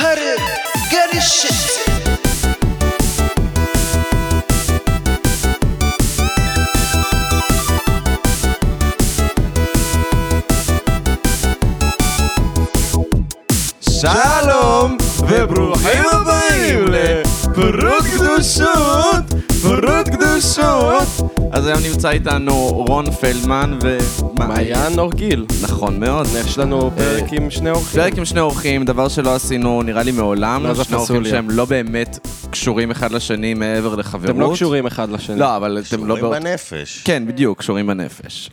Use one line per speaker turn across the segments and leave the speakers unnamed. it, get it shifted.
שלום, וברוכים הבאים לפרות קדושות, פרות קדושות. אז היום נמצא איתנו רון פלדמן ו...
מעיין אורגיל.
נכון מאוד.
יש
אה,
לנו פרק עם שני אורחים.
פרק עם שני אורחים, דבר שלא עשינו נראה לי מעולם.
מאז
שני אורחים
הפסוליה.
שהם לא באמת קשורים אחד לשני מעבר לחברות.
אתם לא קשורים אחד לשני.
לא, אבל אתם לא...
קשורים
באות-
בנפש.
כן, בדיוק, קשורים בנפש.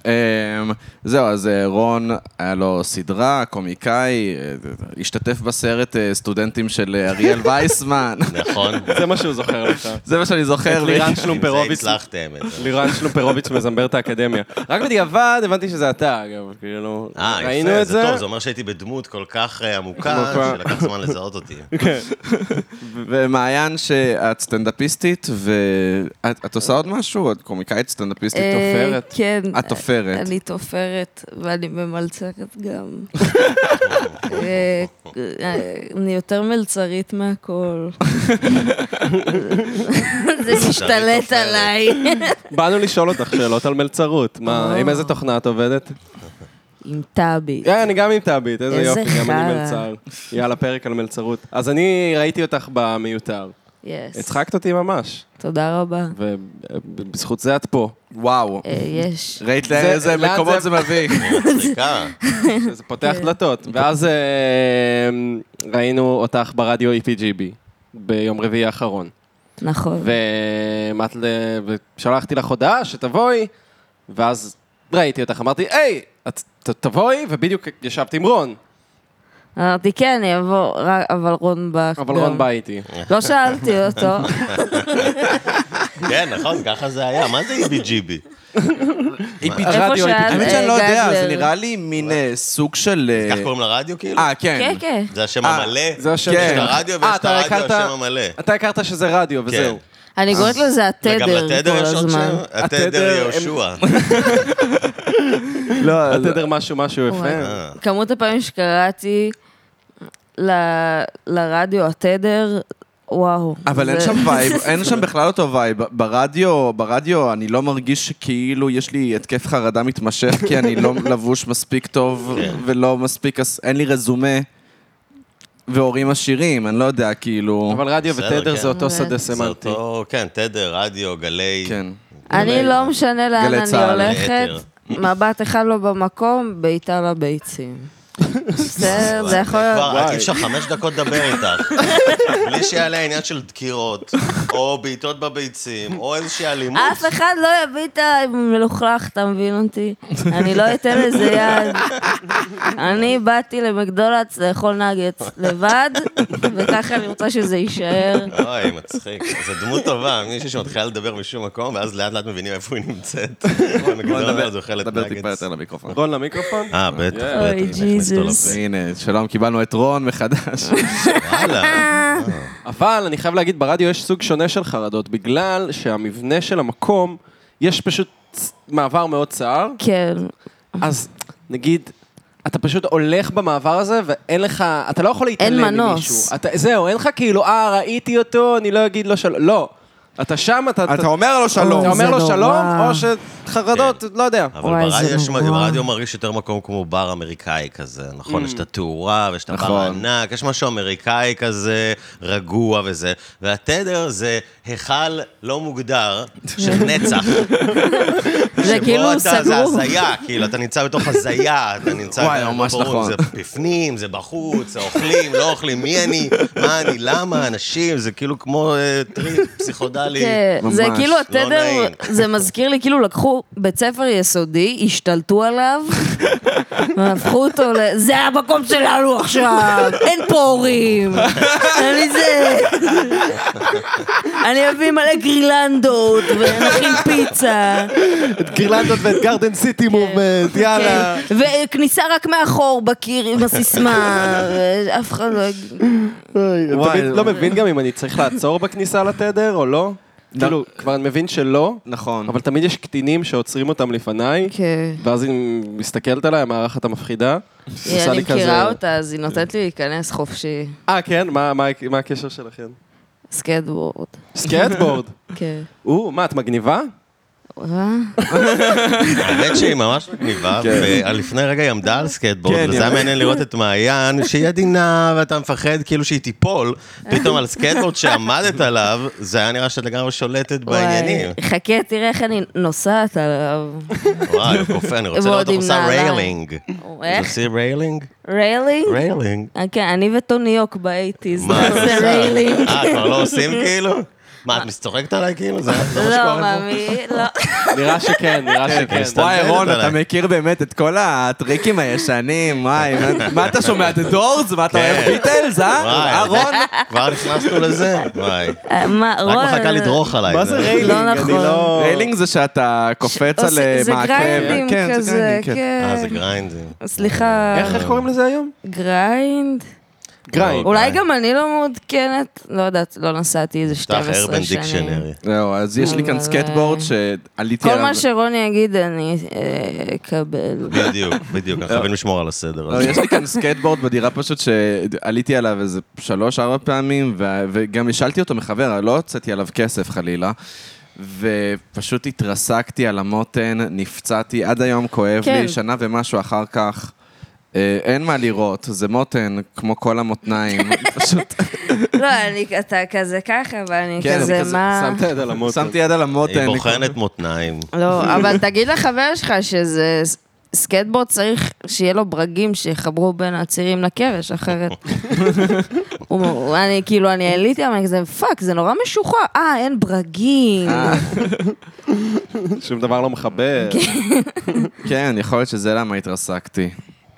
אמ, זהו, אז אה, רון, היה לו סדרה, קומיקאי, אה, השתתף בסרט אה, סטודנטים של אה, אריאל וייסמן.
נכון.
זה מה שהוא זוכר לך.
אה,
זה מה שאני זוכר.
את לירן
לי.
עם זה
שלומפרוביץ.
הצלחתם את זה.
לירן שלומפרוביץ מזמבר את האקדמיה. רק בדיעבד הבנתי שזה אתה, אגב, כאילו.
אה,
ראינו
יפה,
את
זה טוב, זה אומר שהייתי בדמות כל כך אה, עמוקה,
עמוקה.
שלקח זמן לזהות אותי.
ומעיין, שאת סטנדאפיסטית, ואת את עושה עוד משהו? את קומיקאית סטנדאפיסטית תופרת?
אה, כן.
את תופרת.
אני תופרת, ואני ממלצרת גם. אה, אה, אני יותר מלצרית מהכל. זה משתלט
תופרת.
עליי.
באנו לשאול אותך שאלות על מלצרות. מה,
אה.
עם איזה תוכנה את עובדת?
עם טאבי.
אה, אני גם עם טאבית, איזה
איזה
יופי, גם אני
חרא.
מלצר. יאללה, פרק על מלצרות. אז אני ראיתי אותך במיותר.
יס.
הצחקת אותי ממש,
תודה רבה.
ובזכות זה את פה.
וואו.
אה, יש.
ראית
זה-
לאיזה
לאן
מקומות זה
זה-
מביא.
מצחיקה.
זה פותח
כן.
דלתות. ואז אה, ראינו אותך ברדיו E EPGB ביום רביעי האחרון.
נכון.
ואת ל- ושלחתי לך הודעה שתבואי, ואז ראיתי אותך, אמרתי, היי, את ת- תבואי, ובדיוק ישבת עם רון,
אמרתי, כן, אני אבוא, רק- אבל רון בא.
אבל
גם."
רון בא איתי.
אה.
לא שאלתי אותו.
כן, נכון, ככה זה היה. מה זה E EBGB?
איפה
הרדיו
שאת?
האמת
אה,
שאני לא יודע,
גייזר.
זה נראה לי מין אה, סוג של... אה,
כך קוראים לרדיו כאילו?
אה,
כן,
כן.
כן.
זה השם
אה,
המלא?
זה השם
יש
כן.
את הרדיו
אה,
ויש את
אתה הכרת-
הרדיו, השם המלא.
אתה הכרת שזה רדיו,
כן.
וזהו.
אני קוראת לזה
וגם
התדר
לתדר
כל
יש עוד
הזמן.
שם?
התדר,
התדר
הם-
יהושע.
לא,
התדר משהו משהו יפה.
וואי.
אה,
כמות הפעמים שקראתי ל- לרדיו התדר, וואו.
אבל אין
זה-
שם וייב, אין שם בכלל אותו וייב. ברדיו, ברדיו אני לא מרגיש שכאילו יש לי התקף חרדה מתמשך, כי אני לא לבוש מספיק טוב,
כן.
ולא מספיק, אס- אין לי רזומה, והורים עשירים, אני לא יודע, כאילו...
אבל רדיו
בסדר,
ותדר
כן.
זה אותו
באמת.
שדה
זה
סמנטי.
אותו, כן, תדר, רדיו, גלי.
כן.
אני לא משנה לאן
גלי
אני
צה"ל,
הולכת,
ליתר.
מבט אחד לא במקום, בעיטה לביצים. בסדר, זה יכול להיות...
כבר, את אי אפשר חמש דקות לדבר איתך. בלי שיעלה העניין של דקירות, או בעיטות בביצים, או איזושהי אלימות.
אף אחד לא יביא את המלוכלך, אתה מבין אותי? אני לא אתן לזה יד. אני באתי למקדולדס לאכול נגץ לבד, וככה אני רוצה שזה יישאר.
אוי, מצחיק. זו דמות טובה, מישהי שמתחילה לדבר משום מקום, ואז לאט לאט מבינים איפה היא נמצאת.
בוא
בגדול
נדבר-
אז אוכלת
נדבר טיפה
נגדס.
יותר למיקרופון.
רון למיקרופון?
אה, בטח, בטח.
אוי,
נכניס אותו
ג'יזוס.
לפה.
הנה, שלום, קיבלנו את רון מחדש.
וואלה.
אבל אני חייב להגיד, ברדיו יש סוג שונה של חרדות, בגלל שהמבנה של המקום, יש פשוט מעבר מאוד צר,
כן,
אז נגיד, אתה פשוט הולך במעבר הזה, ואין לך, אתה לא יכול להתעלם
אין
ממישהו.
מנוס.
אתה, זהו, אין לך כאילו, אה, ראיתי אותו, אני לא אגיד לו שלום. לא. אתה שם, אתה...
אתה אומר לו שלום.
אתה אומר
זה
לו
נורא.
שלום, או שחרדות, לא יודע.
אבל
וואי,
ברדיו
זה
יש-
נורא. Mm.
ברדיו מרגיש יותר מקום כמו בר אמריקאי כזה, נכון? יש את התאורה ויש את הבר
נכון.
הענק, יש משהו אמריקאי כזה, רגוע וזה. והתדר זה היכל לא מוגדר של נצח.
זה
שבו
כאילו
אתה- זה
סגור.
הזיה, כאילו, אתה נמצא בתוך הזיה, אתה נמצא...
וואי,
לא
ממש
ברור אם
נכון.
זה בפנים, זה בחוץ, זה אוכלים, לא אוכלים, מי אני, מה אני, למה, אנשים, זה כאילו כמו אה, טריפ פסיכודלי.
כן,
ממש,
זה
לא
כאילו התדר,
נעים.
זה מזכיר לי, כאילו לקחו בית ספר יסודי, השתלטו עליו, והפכו אותו ל... זה המקום שלנו עכשיו, אין פה הורים, אני זה... אני אביא מלא גרילנדות, ונכין פיצה,
את גירלנדות ואת גרדן סיטי מובמנט, יאללה.
כן, וכניסה רק מאחור בקיר עם הסיסמה, ואף אחד לא... יגיד-
וואי,
וואי,
תמיד לא מבין גם אם אני צריך לעצור בכניסה לתדר או לא.
כאילו, כבר אני מבין שלא,
נכון.
אבל תמיד יש קטינים שעוצרים אותם לפניי,
כן.
ואז היא מסתכלת עליי, המארחת המפחידה, עושה
אני
לי כזה...
מכירה אותה, אז היא נותנת לי להיכנס חופשי.
אה, כן? מה- מה- מה הקשר שלכם?
סקטבורד.
סקטבורד.
כן.
או, מה, את מגניבה?
אה?
האמת שהיא ממש מגניבה,
כן.
ולפני רגע היא עמדה על סקייטבורד,
כן,
וזה היה מעניין לראות את מעיין, שהיא עדינה, ואתה מפחד כאילו שהיא תיפול, פתאום על סקייטבורד שעמדת עליו, זה היה נראה שאת לגמרי שולטת בעניינים.
וואי, חכה, תראה איך אני נוסעת עליו.
וואי, הוא קופא, אני רוצה
ועוד
לראות אותך עושה
עם נעליים.
ריילינג.
איך?
עושים ריילינג?
ריילינג?
ריילינג.
אה, כן, אני וטוני יוק באייטיז.
מה את
זה ריילינג.
אה, כבר לא עושים כאילו? מה, את מצטוחקת עליי כאילו? זה זה מה
לא,
שקורה פה?
מאמי, לא.
נראה שכן, נראה
כן,
שכן.
סתם.
וואי,
מזדמנת
רון, אתה
עליי.
מכיר באמת את כל הטריקים הישנים, וואי, מה- מה אתה שומע? את הדורס? מה אתה אוהב
כן.
ביטלס, אה?
וואי.
אה, רון?
כבר נכנסנו לזה? וואי.
אה, מה, רון...
רק מחכה לדרוך עליי.
מה זה ריילינג?
לא
אני
נכון.
לא-
ריילינג זה שאתה קופץ על
עושה-
אה,
זה
מעקב.
גריינדים
כן, זה
כזה,
גריינדינג,
אה, זה
כן.
גריינדים.
סליחה,
איך איך קוראים לזה היום?
גריינד?
גריינד.
אולי גם אני לא מעודכנת, לא יודעת, לא נסעתי איזה
פתח
12
ארבן
שנים.
דיקשנרי.
זהו, אז יש לי כאן
אבל,
סקטבורד
אה,
שעליתי
כל
עליו.
מה שרוני יגיד אני אה, אקבל.
בדיוק, בדיוק, אנחנו חייבים לשמור על הסדר
לא,
הזה.
יש לי כאן סקטבורד בדירה פשוט שעליתי עליו איזה שלוש-ארבע פעמים, ו- וגם השאלתי אותו מחבר, לא הוצאתי עליו כסף חלילה. ופשוט התרסקתי על המותן, נפצעתי, עד היום כואב
כן.
לי, שנה ומשהו אחר כך. אה, אין מה לראות, זה מותן, כמו כל המותניים. פשוט
לא, אני, אתה כזה ככה, ואני
כן,
כזה
כזה,
מה...
שמת יד על המוטו.
שמתי יד על המותן.
היא בוחנת מותניים.
לא, אבל תגיד לחבר שלך שזה... סקטבורד צריך שיהיה לו ברגים שיחברו בין הצירים לקרש, אחרת... הוא- אני כאילו, אני עליתי, אבל אני כזה, פאק, זה נורא משוחרר. אה, אין ברגים.
אה,
"אה,
שום דבר לא מחבר.
כן, יכול להיות שזה למה התרסקתי.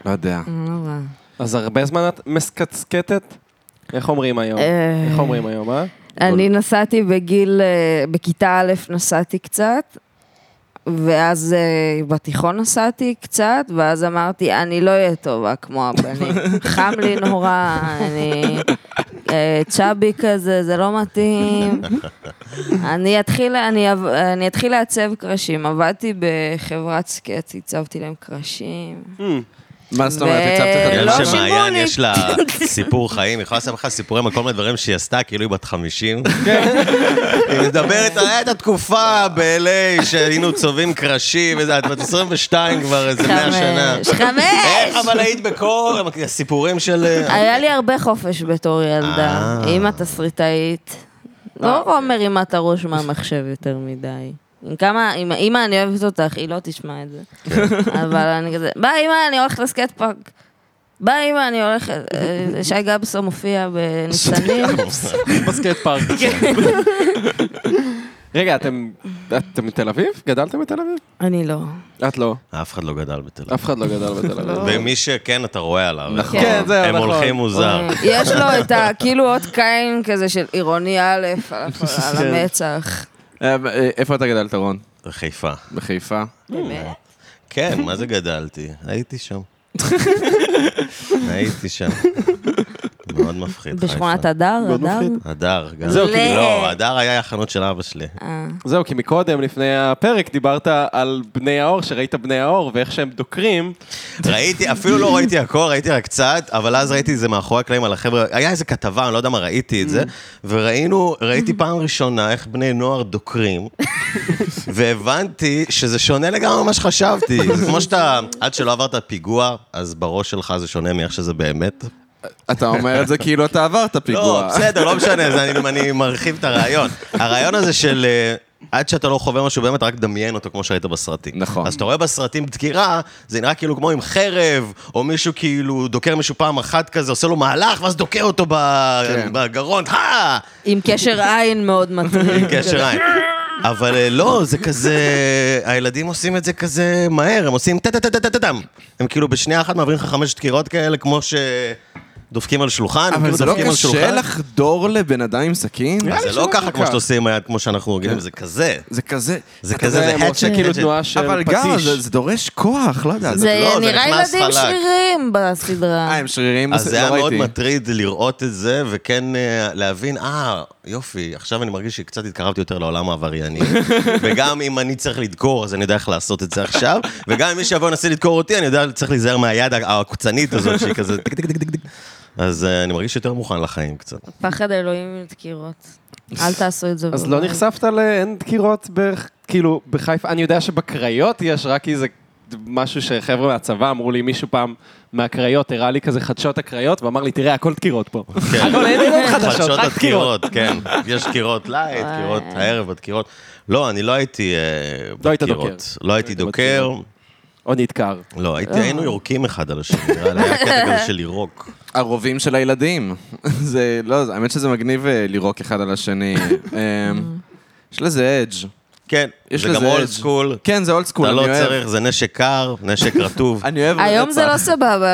לא יודע.
נורא.
אז הרבה זמן את מסקצקטת? איך אומרים היום?
אה.
איך אומרים היום, אה?
אני נסעתי בגיל, אה, בכיתה א' נסעתי קצת, ואז אה, בתיכון נסעתי קצת, ואז אמרתי, אני לא אהיה טובה כמו הבנים. חם לי נורא, אני אה, צ'אבי כזה, זה לא מתאים. אני אתחיל, אני, אב- אני אתחיל לעצב קרשים. עבדתי בחברת סקץ, הצבתי להם קרשים.
מה זאת אומרת,
ו-
הצבת את
לא
נראה לי
הדבר?
שמעיין
שימונית.
יש לה סיפור חיים, היא יכולה לספר לך סיפורים על כל מיני דברים שהיא עשתה, כאילו היא בת 50. היא מדברת על הייתה תקופה ב-LA שהיינו צובעים קרשים, וזה, את בת 22 כבר איזה 100 שנה.
חמש, חמש!
איך אבל היית בכל הסיפורים של...
היה לי הרבה חופש בתור ילדה.
אה.
אימא תסריטאית. לא עומר אם אתה ראש מהמחשב יותר מדי. עם כמה, עם אימא אני אוהבת אותך, היא לא תשמע את זה.
כן.
אבל אני כזה, ביי אימא, אני הולכת לסקייט פארק. ביי אימא, אני הולכת. אה, שי גבסו מופיע בניצנים.
בסקייט פארק. רגע, אתם אתם מתל אביב? גדלתם בתל אביב?
אני לא.
את לא.
אף אחד לא גדל בתל אביב.
אף אחד לא גדל בתל אביב.
נכון.
ומי שכן, אתה רואה עליו.
נכון.
כן, זהו,
הם
נכון.
הולכים מוזר.
אה, יש לו את ה... כאילו אות קין כזה של עירוני א' על על
כן.
המצח.
אה, אה, איפה אתה גדלת, רון?
אה.
חיפה.
בחיפה?
כן, מה זה גדלתי? הייתי שם. הייתי שם. מאוד מפחיד, חיפה.
בשכונת הדר,
מאוד
הדר?
מפחיד.
הדר, גם.
זהו,
כי-
לא, הדר היה החנות של אבא שלי.
אה.
זהו, כי מקודם, לפני הפרק, דיברת על בני האור, שראית בני האור ואיך שהם דוקרים.
ראיתי, אפילו לא ראיתי הכל, ראיתי רק קצת, אבל אז ראיתי את זה מאחורי הקלעים על החבר'ה, היה איזה כתבה, אני לא יודע מה ראיתי את זה, וראינו, ראיתי פעם ראשונה איך בני נוער דוקרים, והבנתי שזה שונה לגמרי ממה שחשבתי. זה כמו שאתה, עד שלא עברת פיגוע, אז בראש שלך זה שונה מאיך שזה באמת.
אתה אומר את זה כאילו אתה עברת
לא,
פיגוע.
בסדר, לא משנה, זה אני- אני מרחיב את הרעיון. הרעיון הזה של... אה, עד שאתה לא חווה משהו באמת, רק דמיין אותו כמו שראית בסרטים.
נכון.
אז אתה רואה בסרטים דקירה, זה נראה כאילו כמו עם חרב, או מישהו כאילו דוקר מישהו פעם אחת כזה, עושה לו מהלך, ואז דוקר אותו ב...
כן.
בגרון, הא!
עם קשר עין מאוד מטריד.
קשר עין. אבל אה, לא, זה כזה... הילדים עושים את זה כזה מהר, הם עושים טה-טה-טה-טה-טם. הם כאילו בשנייה אחת מעבירים לך חמש דקירות כאלה, כמו שדופקים על שולחן. הם
אבל
כאילו
זה לא
דופקים על
קשה
שולחן.
לחדור לבן אדם עם סכין?
אז זה לא ככה כמו שאתה עושה עם היד, כמו שאנחנו
כן.
רגילים, זה כזה.
זה כזה...
זה כזה,
אה,
זה
הם עושים
הדשק,
כאילו
הדשק.
תנועה של
אבל
פטיש.
גם, זה זה דורש כוח, לא יודע. זה-
זה
לא, זה
נראה
נכנס
ילדים
חלק.
שרירים בסדרה.
אה, הם שרירים?
אז
לא
זה היה מאוד
ראיתי.
מטריד לראות את זה, וכן אה, להבין, אה, יופי, עכשיו אני מרגיש שקצת התקרבתי יותר לעולם העברייני. וגם אם אני צריך לדקור, אז אני יודע איך לעשות את זה עכשיו, וגם אם מי שיבוא וינסה לדקור אותי, אני יודע, צריך להיזהר מהיד העוקצנית הזאת, שהיא כזה... טיק, טיק, טיק, טיק, טיק. אז אה, אני מרגיש יותר מוכן לחיים קצת.
פחד אלוהים מדקירות. אל תעשו את זה.
אז לא
בבית.
נחשפת ל... אין דקירות ב... כאילו, בחיפה? אני יודע שבקריות יש, רק כי זה משהו שחבר'ה מהצבא אמרו לי, מישהו פעם מהקריות הראה לי כזה חדשות הקריות, ואמר לי, תראה, הכל דקירות פה.
כן.
הכל אין עוד חדשות,
חדשות
רק דקירות.
הדקירות, כן. יש דקירות לייט,
וואי.
דקירות הערב, הדקירות. לא, אני לא הייתי אה,
לא היית
בדקירות.
דוקר.
לא הייתי דוקר.
או נדקר.
לא, הייתי- היינו יורקים אחד על השני, נראה לי, היה קטע כזה של לירוק.
הרובים של הילדים. זה, לא, זה- האמת שזה מגניב אה, לירוק אחד על השני. אמ, יש לזה אדג'.
כן,
יש
זה גם
לזה
אולד
אדג'.
סקול.
כן, זה אולד סקול,
אתה
אני
לא
אוהב.
צריך, זה נשק קר, נשק רטוב.
אני אוהב
היום זה
רצח.
לא סבבה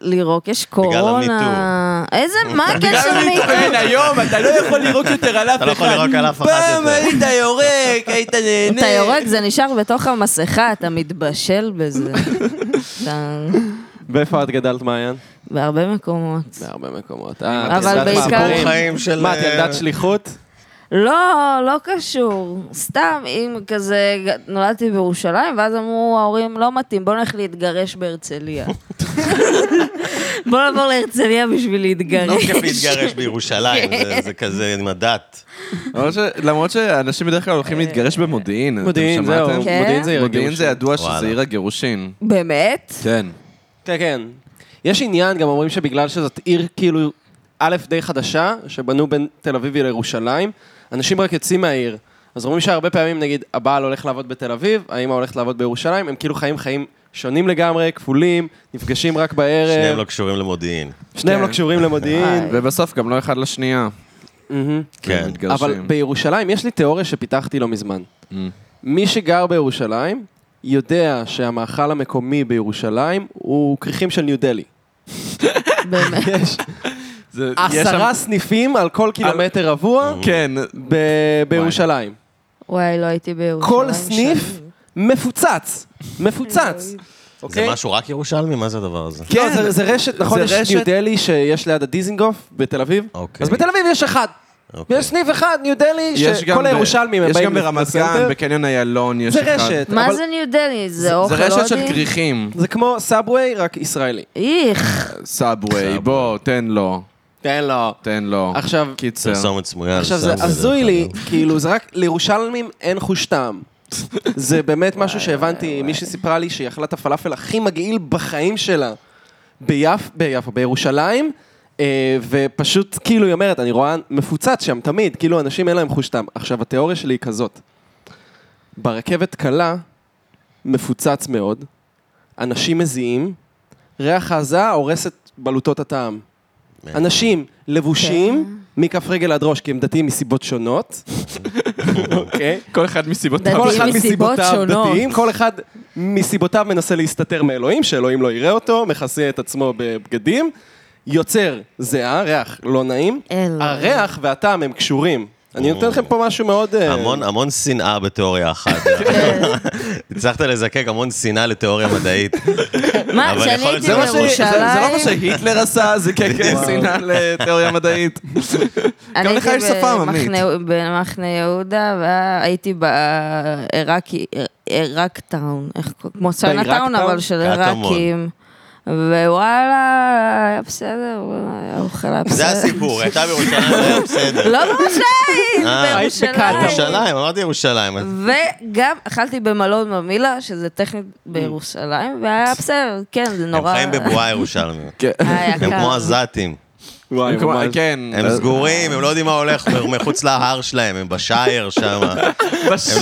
לירוק, יש קורונה. איזה, מה הקשר
כן,
מאיתנו?
היום אתה לא יכול לירוק יותר על אף אחד.
אתה לא יכול לירוק על אף אחד
פעם
יותר.
היית יורק, היית נהנה.
אתה יורק, זה נשאר בתוך המסכה, אתה מתבשל בזה. אתה-
ואיפה את גדלת, מעיין?
בהרבה מקומות.
בהרבה מקומות. אה, את
אבל
יודעת מה
בעיקר-
הסיפורים?
סיפור חיים של,
מה, את ילדת
אה,
שליחות?
לא, לא קשור. סתם, אם כזה, ג- נולדתי בירושלים, ואז אמרו ההורים, לא מתאים, בוא נלך להתגרש בהרצליה. בוא נעבור להרצליה בשביל
לא
להתגרש.
כיף להתגרש בירושלים, זה- זה כזה עם הדת.
למרות ש- למרות שאנשים בדרך כלל הולכים להתגרש במודיעין. אתם
אה, מודיעין, זהו.
שמעתם?
כן?
מודיעין זה עיר
מודיעין זה
הגירושים.
ידוע
וואלה.
שזה עיר הגירושין.
באמת?
כן.
כן, כן. יש עניין, גם אומרים שבגלל שזאת עיר כאילו, א', די חדשה, שבנו בין תל אביב לירושלים, אנשים רק יוצאים מהעיר. אז אומרים שהרבה פעמים, נגיד, הבעל הולך לעבוד בתל אביב, האמא הולכת לעבוד בירושלים, הם כאילו חיים חיים שונים לגמרי, כפולים, נפגשים רק בערב,
שניהם לא קשורים למודיעין.
שניהם לא
כן.
קשורים למודיעין.
ובסוף גם לא אחד לשנייה.
מהמם.
כן.
מתגרשים.
אבל בירושלים, יש לי תיאוריה שפיתחתי לא מזמן.
Mm.
מי שגר בירושלים, יודע שהמאכל המקומי בירושלים הוא כריכים של ניו דלהי.
באמת.
יש
זה- יש
עשרה
שם-
סניפים על כל קילומטר רבוע
כן.
ב- בירושלים.
וואי, לא הייתי בירושלים.
כל סניף מפוצץ, מפוצץ.
זה
אוקיי?
משהו רק ירושלמי? מה זה הדבר הזה?
כן, זה- זה רשת, נכון,
זה
יש
רשת-
ניו דלי שיש ליד הדיזינגוף בתל אביב.
אוקיי.
אז בתל אביב יש אחד.
אוקיי.
יש סניף אחד, ניו דלי,
יש גם
שכל
ב-
הירושלמים הם
יש
באים
גם ברמת
לסנטר.
גן, בקניון איילון יש
זה
אחד.
רשת. לא
מה
אבל
זה ניו דלהי? זה אוכל
זה
הודי?
רשת של כריכים.
זה כמו סאבווי, רק ישראלי.
איך,
סאבווי, בוא, תן לו.
תן לו.
תן לו.
עכשיו,
קיצר.
פרסומת סמויה.
עכשיו זה
לסמבו,
הזוי
דרך
לי,
אגב.
כאילו זה רק, לירושלמים אין חוש טעם. זה באמת משהו שהבנתי, מישהי סיפרה לי שהיא אכלה את הפלאפל הכי מגעיל בחיים שלה ביפ, ביפו, בירושלים, אה, ופשוט כאילו היא אומרת, אני רואה מפוצץ שם תמיד, כאילו אנשים אין להם חוש טעם. עכשיו התיאוריה שלי היא כזאת, ברכבת קלה מפוצץ מאוד, אנשים מזיעים, ריח העזה הורס את בלוטות הטעם. אנשים לבושים
כן.
מכף רגל עד ראש, כי הם דתיים מסיבות שונות. אוקיי?
כל אחד מסיבותיו.
כל
דתיים
אחד
מסיבות
מסיבותיו
שונות.
דתיים, כל אחד מסיבותיו מנסה להסתתר מאלוהים, שאלוהים לא יראה אותו, מכסה את עצמו בבגדים, יוצר זיעה, ריח לא נעים.
אלוהים.
הריח והטעם הם קשורים. אני נותן לכם פה משהו מאוד... אה,
המון המון שנאה בתיאוריה אחת. הצלחת לזקק המון שנאה לתיאוריה מדעית.
מה,
אבל
כשאני
יכול להיות-
הייתי
זה מה ש- זה-
בירושלים...
זה לא מה שהיטלר עשה, זה קקס שנאה לתיאוריה מדעית.
אני
גם לך
הייתי
יש שפה, עמית.
במחנה- במחנה יהודה, והייתי בעיראקי, עיראק טאון, איך קוראים? כמו צ'יינה טאון,
טאון?
אבל של
קטמון.
עיראקים. ווואלה, היה בסדר, היה אוכל היה בסדר.
זה הסיפור, הייתה בירושלים, זה היה בסדר.
לא בירושלים,
אה, היית
בירושלים.
ירושלים, אמרתי ירושלים.
וגם אכלתי במלון ממילה, שזה טכנית בירושלים, והיה בסדר, כן, זה
Mm. הם
נורא... כן.
חיים בבועה ירושלמים.
היה
הם
קר.
כמו עזתים.
וואי,
כמו-
ממש.
כן.
הם סגורים, הם לא יודעים מה הולך מחוץ להר שלהם, הם בשייר שם. הם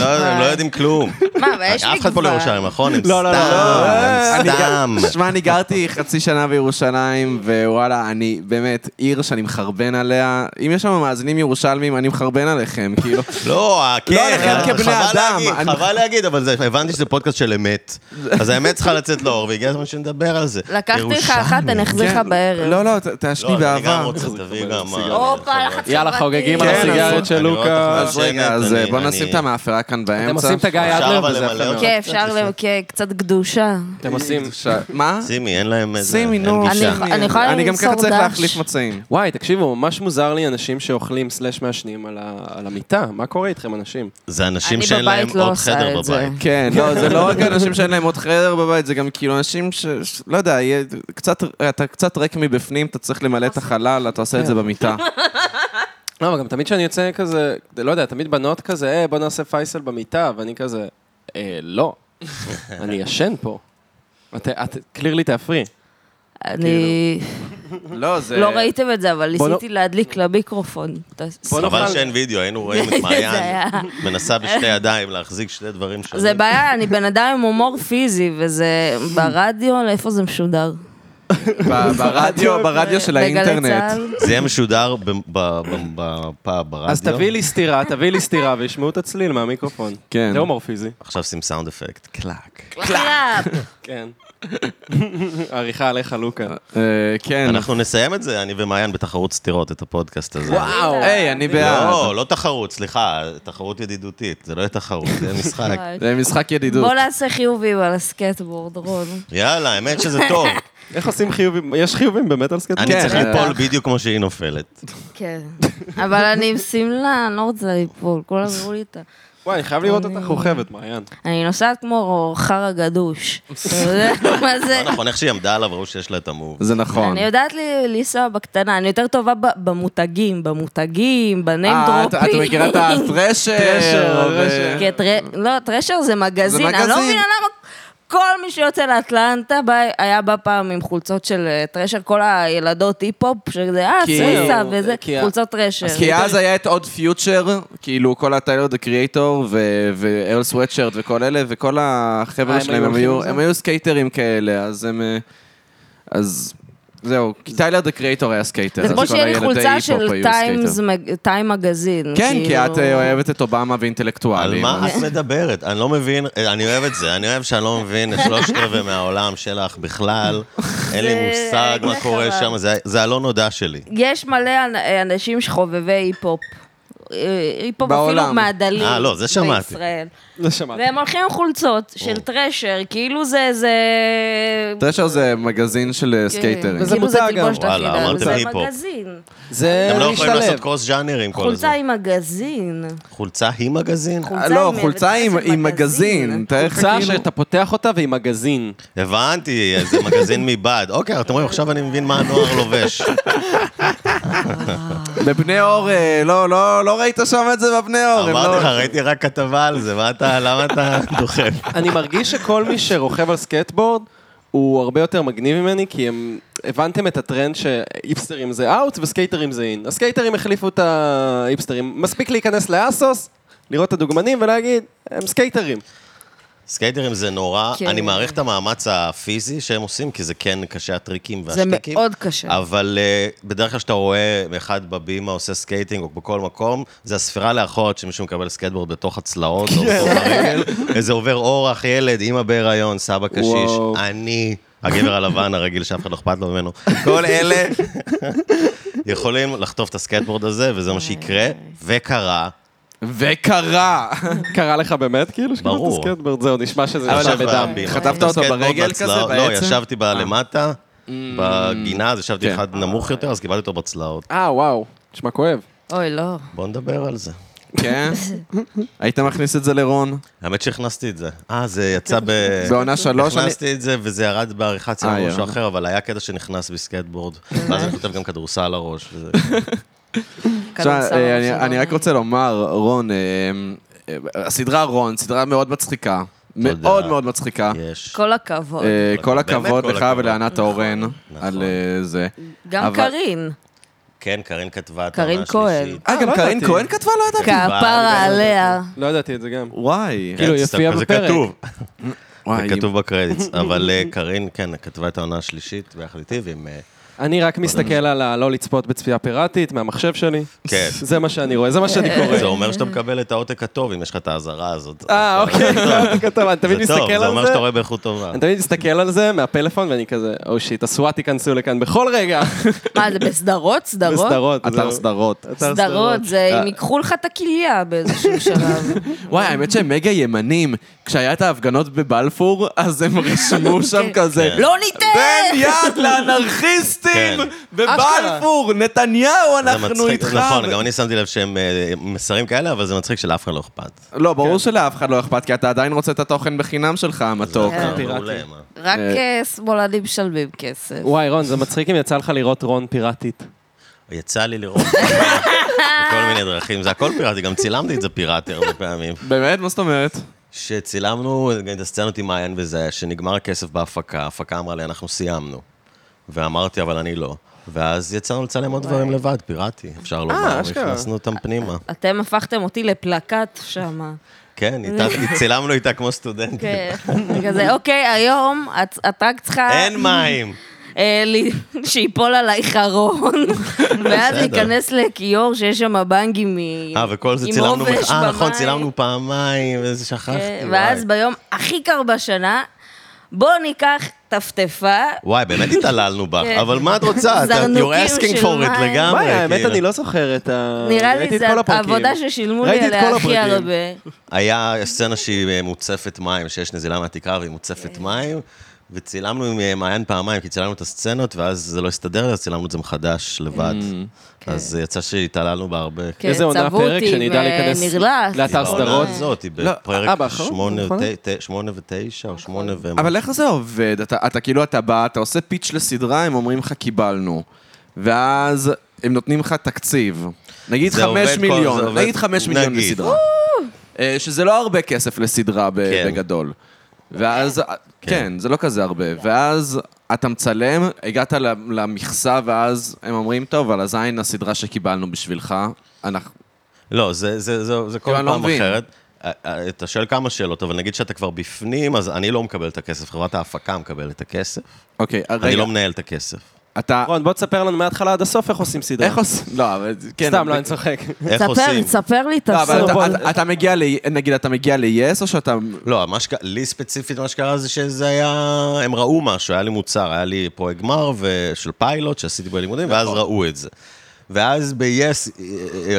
לא- הם לא יודעים כלום.
מה, אבל יש מגוון.
אף אחד פה לא ירושלים, נכון? הם
לא, לא, לא,
סתם,
לא.
הם
אני
סתם.
גר- שמע, אה, אני גרתי חצי שנה בירושלים, ווואלה, אני באמת עיר שאני מחרבן עליה. אם יש לנו מאזינים ירושלמים, אני מחרבן עליכם, כאילו.
לא, כן,
עליכם
אבל
כבני
חבל
אדם,
להגיד,
אני-
חבל להגיד, אבל זה- הבנתי שזה פודקאסט של אמת. אז האמת צריכה לצאת לאור, והגיע הזמן שנדבר על זה.
לקחתי לך אחת,
ירושלמי.
אני אחזיר לך
כן,
בערב.
לא, לא, ת- תעשני
לא, אני גם גם רוצה, תביא גם... אה, מה-
הופה, לחץ חברתי.
יאללה, חוגגים על
כן,
הסיגריות של
אני רואה אותך
לוקה.
אז רגע, אז אה,
אני-
בוא
אני-
נשים את המאפרה כאן באמצע.
אתם עושים את הגיא
אפשר
אדלר
אבל
וזה
למלא
יפה מאוד.
אותה?
כן, אפשר ל- כן, קצת קדושה.
אתם עושים...
ש- מה?
סימי, אין להם איזה...
שימי,
אין
נו.
גישה.
אני- אני יכולה
אני גם ככה
למסור
צריך
דש.
להחליף מצעים.
וואי, תקשיבו, ממש מוזר לי אנשים שאוכלים סלאש מעשנים על ה- על המיטה. מה קורה איתכם, אנשים?
זה אנשים
אני
שאין להם
בבית לא
עוד
עושה
חדר
את זה.
בבית.
כן, לא, זה לא רק אנשים שאין להם עוד חדר בבית, זה גם כאילו אנשים ש... ש- לא יודע, יהיה- קצת- אתה קצת ריק מבפנים, אתה צריך למלא את החלל, אתה עושה את
כן.
זה במיטה.
לא, אבל גם תמיד כשאני יוצא כזה, לא יודע, תמיד בנות כזה, אה, בוא נעשה פייסל במיטה, ואני כזה, אה, לא, אני ישן פה. את, את, קלירלי תהפרי.
אני...
לא, זה...
לא ראיתם את זה, אבל
בוא
ניסיתי להדליק למיקרופון. אתה-
חבל
נאכל-
שאין וידאו, היינו רואים את
זה
מעיין
היה-
מנסה בשתי ידיים להחזיק שני דברים שונים.
זה בעיה, אני בן אדם עם הומור פיזי, וזה ברדיו, לאיפה זה משודר?
ב- ברדיו, ברדיו של
בגלי
האינטרנט.
צה"ל?
זה יהיה משודר ב- ב- ב- בפאב, ברדיו.
אז תביאי לי סטירה, תביאי לי סטירה, וישמעו את הצליל מהמיקרופון.
כן.
זה הומור פיזי.
עכשיו שים סאונד אפקט. קלאק.
קלאפ.
כן. עריכה עליך, לוקה.
אה, כן.
אנחנו נסיים את זה, אני ומעיין בתחרות סטירות, את הפודקאסט הזה.
היי, אני בעד.
לא, לא תחרות, סליחה, תחרות ידידותית. זה לא יהיה תחרות, זה יהיה משחק.
זה משחק ידידות.
בוא נעשה חיובים על הסקטבורד, רון.
יאללה, האמת שזה טוב.
איך עושים חיובים? יש חיובים במטאל סקטבול?
אני
כן,
צריך
אה,
ליפול בדיוק כמו שהיא נופלת.
כן. אבל אני עם שמלה, אני לא רוצה ליפול, כולם אמרו לי את ה...
וואי, אני חייב לראות אותך רוכבת, מעיין.
אני נוסעת כמו חרא גדוש. אתה יודע מה זה?
לא נכון, איך שהיא עמדה עליו, ראו שיש לה את המוב.
זה נכון.
אני יודעת לי- לנסוע בקטנה, אני יותר טובה ב- במותגים, במותגים, בניים
אה, את
דרופים.
את מכירה את הטרשר?
טרשר,
ו-
טרשר.
כי הטר- לא, טרשר זה מגזין. אני לא
מגזין.
מבינה למה כל מי שיוצא לאטלנטה בא- היה בא פעם עם חולצות של אה, טרשר, כל הילדות היפ-הופ, שזה אה,
כי-
סריסה וזה,
כי-
חולצות טרשר.
אז כי אז היה את עוד פיוטשר, כאילו כל הטיילר דה קריאייטור וארל סוואטשרט וכל אלה, וכל
אה,
החבר'ה
הם
שלהם,
היו
הם
הולכים
היו-
לזה?
הם היו סקייטרים כאלה, אז הם... אה, אז זהו, כי טיילר דה קריאייטור היה סקייטר,
זה
אז
כמו
כל
שיהיה לי
הילדי
חולצה
היפ-הופ היו
של טיימס
סקייטר.
מג- טיים מגזין.
כן, כי
כאילו.
את אה, אוהבת את אובמה
על
ואינטלקטואלים.
מה
אז-
את מדברת? אני לא מבין, אני אוהב את זה, אני אוהב שאני לא מבין את שלושת רבעי מהעולם שלך בכלל, אין לי
זה-
מושג
אני
מה
אגיד
קורה
לך
שם, זה- זה הלא נודע שלי.
יש מלא אנ- אנשים שחובבי היפ-הופ. אה, היפ-הופ אפילו
בעולם.
מהדלים.
אה, לא, זה שמעתי.
בישראל.
לא שמעתי.
והם הולכים עם חולצות של טרשר, כאילו זה איזה...
טרשר זה מגזין של אה, סקייטרים.
וזה
כאילו זה
מותג,
תלבושת
וואלה,
אחידה,
אמרתם
וזה
היפ-הופ.
מגזין.
זה
הם לא יכולים
להשתלב.
לעשות קרוס ג'אנרים כל
חולצה
הזמן.
עם מגזין.
חולצה היא מגזין?
חולצה
לא,
עם-
חולצה עם-
וצריך
עם מגזין. תאר לך
קבוצה
כאילו-
שאתה פותח אותה והיא מגזין.
הבנתי, זה מגזין מבד. אוקיי, אתם רואים, עכשיו אני מבין מה הנוער לובש.
בבני אור, אה, לא, לא, לא ראית שם את זה בבני אור. הם
אמרתי
לא-
לך, ראיתי רק כתבה על זה, מה אתה, למה אתה דוחף?
אני מרגיש שכל מי שרוכב על סקטבורד, הוא הרבה יותר מגניב ממני, כי הם... הבנתם את הטרנד שהיפסטרים זה אאוט וסקייטרים זה אין. הסקייטרים החליפו את ההיפסטרים. מספיק להיכנס לאסוס, לראות את הדוגמנים ולהגיד, הם סקייטרים.
סקייטרים זה נורא,
כן.
אני מעריך את המאמץ הפיזי שהם עושים, כי זה כן קשה, הטריקים
זה
והשטיקים.
מאוד קשה.
אבל uh, בדרך כלל כשאתה רואה אחד בבימה עושה סקייטינג, או בכל מקום, זה הספירה לאחור שמישהו מקבל סקייטבורד בתוך הצלעות,
כן.
או בתוך הרגל, איזה עובר אורח, ילד, אימא בהיריון, סבא קשיש,
וואו.
אני, הגבר הלבן הרגיל שאף אחד לא אכפת לו ממנו, כל אלה יכולים לחטוף את הסקייטבורד הזה, וזה מה שיקרה, וקרה.
וקרה.
קרה לך באמת, כאילו, שקיבלת
ברור.
סקייטבורד? זהו, נשמע שזה
אבל
נשמע
עכשיו
בדם.
הבימה.
חטפת אותו
סקייטבורד
ברגל
בצלעות-
כזה
לא,
בעצם? אה. Mm. כן.
ישבתי בלמטה, בגינה, אז ישבתי אחד נמוך יותר, אז קיבלתי אותו בצלעות.
אה, וואו, נשמע כואב.
אוי, לא.
בוא נדבר על זה.
כן? היית מכניס את זה לרון?
האמת שהכנסתי את זה. אה, זה יצא ב...
בעונה שלוש, אני-
הכנסתי את זה, וזה ירד בעריכה אצל
אה,
משהו
ירד.
אחר, אבל היה קטע שנכנס בסקייטבורד, ואז אני כותב גם כדורסל על הראש. וזה-
עכשיו,
כדורסל
אה, אני-
שלא
אני רק
עונה.
רוצה לומר, רון, אה, אה, הסדרה רון, סדרה מאוד מצחיקה.
תודה.
מאוד מאוד מצחיקה.
יש.
כל הכבוד.
אה, כל
באמת
הכבוד
כל
לך
הכבוד. נכון.
ולענת אורן על אה, זה.
גם
אבל-
קארין.
כן, קארין כתבה את
קארין
העונה
כהן.
השלישית.
אה, גם
לא
קארין
ידעתי.
כהן כתבה? לא
כן.
ידעתי.
כפרה עליה.
לא ידעתי את זה גם.
וואי.
כן,
כאילו,
תסתכל,
יופיע בפרק.
זה כתוב,
וואי.
זה כתוב בקרדיטס. אבל אה, קארין, כן, כתבה את העונה השלישית ביחד איתי, ועם אה,
אני רק מסתכל על הלא לצפות בצפייה פיראטית מהמחשב שלי.
כן.
זה מה שאני רואה, זה מה שאני
זה
קורא.
אומר שאתה מקבל את העותק הטוב, אם יש לך את האזהרה הזאת.
אה, אוקיי, כתוב, אני תמיד
זה טוב,
מסתכל
זה
על
אומר שאתה
זה.
רואה באיכות טובה.
אני תמיד מסתכל על זה מהפלאפון, ואני כזה, "Oh, או שיט, הסוואט ייכנסו לכאן בכל רגע. נכון?
מה, זה בסדרות? סדרות?
בסדרות.
לא. אתר
זה-
סדרות. אה.
אתר
סדרות, זה, הם ייקחו לך את הכליה באיזשהו שלב.
וואי, האמת שהם מגה ימנים. כשהיה את ההפגנות בבלפור, אז הם רשמו שם כזה,
לא ניתן!
תן יד לאנרכיסטים
כן.
בבלפור, נתניהו, אנחנו איתך.
נכון, גם אני שמתי לב שהם אה, מסרים כאלה, אבל זה מצחיק שלאף אחד לא אכפת.
לא, ברור שלאף אחד לא אכפת, כי אתה עדיין רוצה את התוכן בחינם שלך, המתוק.
כן.
אה, מעולה,
פיראטי.
מה?
רק אה, שמאלנים משלמים כסף.
וואי, רון, זה מצחיק אם יצא לך לראות רון פיראטית.
יצא לי לראות בכל מיני דרכים, זה הכל פיראטי, גם צילמתי את זה פיראטי הרבה פעמים.
באמת? מה זאת אומרת?
שצילמנו את הסצנות עם מעיין וזה, שנגמר הכסף בהפקה, ההפקה אמרה לי, אנחנו סיימנו. ואמרתי, אבל אני לא. ואז יצאנו לצלם עוד דברים לבד, פיראטי,
אה,
אפשר לומר,
אשכרה.
והכנסנו אותם פנימה.
אתם הפכתם אותי לפלקט שם.
כן, איתה- צילמנו איתה כמו סטודנטים.
אה. כן. כזה, אוקיי, היום את- את רק צריכה...
אין מים!
אה, ל- שיפול עלייך הרון, ואז
בסדר.
להיכנס לכיור שיש שם בנגי מ...
אה, וכל זה
עם
צילמנו...
עובש
אה, נכון,
במים.
צילמנו פעמיים, איזה שכחתי.
כן,
וואי.
ואז ביום הכי קר בשנה, בואו ניקח טפטפה.
אה,
וואי, באמת התעללנו בך,
כן.
אבל מה את רוצה? אתה-
זרנוקים
You're asking
של
for it
מים.
לגמרי.
וואי, האמת,
כאילו.
אני לא זוכר את ה...
נראה
ראיתי
לי
את
זו
כל הפרקים.
העבודה ששילמו לי
ראיתי את
עליה
כל
הכי
הפרקים.
הרבה.
היה סצנה שהיא אה, מוצפת מים, שיש נזילה מהתקרה והיא מוצפת
כן.
מים, וצילמנו עם אה, מעיין פעמיים, כי צילמנו את הסצנות, ואז זה לא הסתדר, אז צילמנו את זה מחדש לבד. אז אה, יצא שהתעללנו בה הרבה.
Mm. כן,
איזה עונה
צבעו
הפרק
אותי
שנדע להיכנס
ונרלח.
לאתר
היא בעונה
הסדרות?
הזאת, היא
לא, אה,
בפרק
באחרון?
שמונה
נכון.
ות- ת- שמונה ותשע, או
נכון.
שמונה ו...
אבל איך זה עובד? אתה, אתה כאילו, אתה בא, אתה עושה פיץ' לסדרה, הם אומרים לך קיבלנו. ואז הם נותנים לך תקציב. נגיד
זה עובד
חמש
כל- זה
מיליון,
עובד-
נגיד חמש מיליון
נגיד.
לסדרה. אה, שזה לא הרבה כסף לסדרה ב-
כן.
בגדול. ואז, כן, זה לא כזה הרבה. ואז אתה מצלם, הגעת ל- למכסה, ואז הם אומרים, טוב, על הזין הסדרה שקיבלנו בשבילך, אנחנו...
לא, זה, זה, זה, זה כל
כאילו, אני לא
פעם
מבין.
אחרת. אה, אה, אתה שואל כמה שאלות, אבל נגיד שאתה כבר בפנים, אז אני לא מקבל את הכסף, חברת ההפקה מקבלת את הכסף.
אוקיי,
אני
רגע,
לא מנהל את הכסף.
אתה...
רון, בוא תספר לנו מההתחלה עד הסוף איך עושים סדרה.
איך עושים? לא, אבל... כן,
סתם,
אבל-
לא, אני צוחק.
איך
ספר,
עושים?
ספר לי את
לא, אבל
הסוף.
אתה- אתה- אתה מגיע ל... נגיד, אתה מגיע ל-yes, או שאתה...
לא, מה שק... לי ספציפית מה שקרה זה שזה היה... הם ראו משהו, היה לי מוצר, היה לי פרויקט גמר ו... של פיילוט שעשיתי בלימודים, ואז ראו את זה. ואז ב-yes,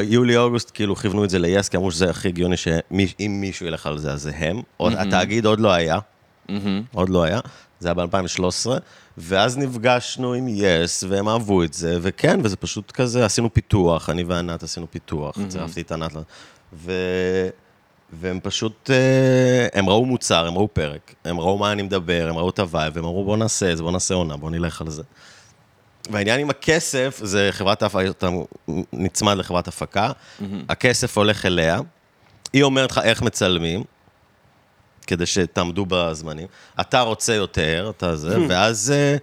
יולי-אוגוסט, כאילו כיוונו את זה ל-yes, כי אמרו שזה הכי הגיוני שאם מישהו ילך על זה, אז זה הם. עוד- התאגיד עוד לא היה. עוד לא היה. זה היה ב-2013, ואז נפגשנו עם יס, והם אהבו את זה, וכן, וזה פשוט כזה, עשינו פיתוח, אני וענת עשינו פיתוח, צירפתי את ענת, ל- ו... והם פשוט, אה, הם ראו מוצר, הם ראו פרק, הם ראו מה אני מדבר, הם ראו את הווייב, הם אמרו בוא נעשה את זה, בוא נעשה עונה, בוא נלך על זה. והעניין עם הכסף, זה חברת ההפקה, אתה נצמד לחברת הפקה, הכסף הולך אליה, היא אומרת לך איך מצלמים, כדי שתעמדו בזמנים. אתה רוצה יותר, אתה זה, ואז... אה,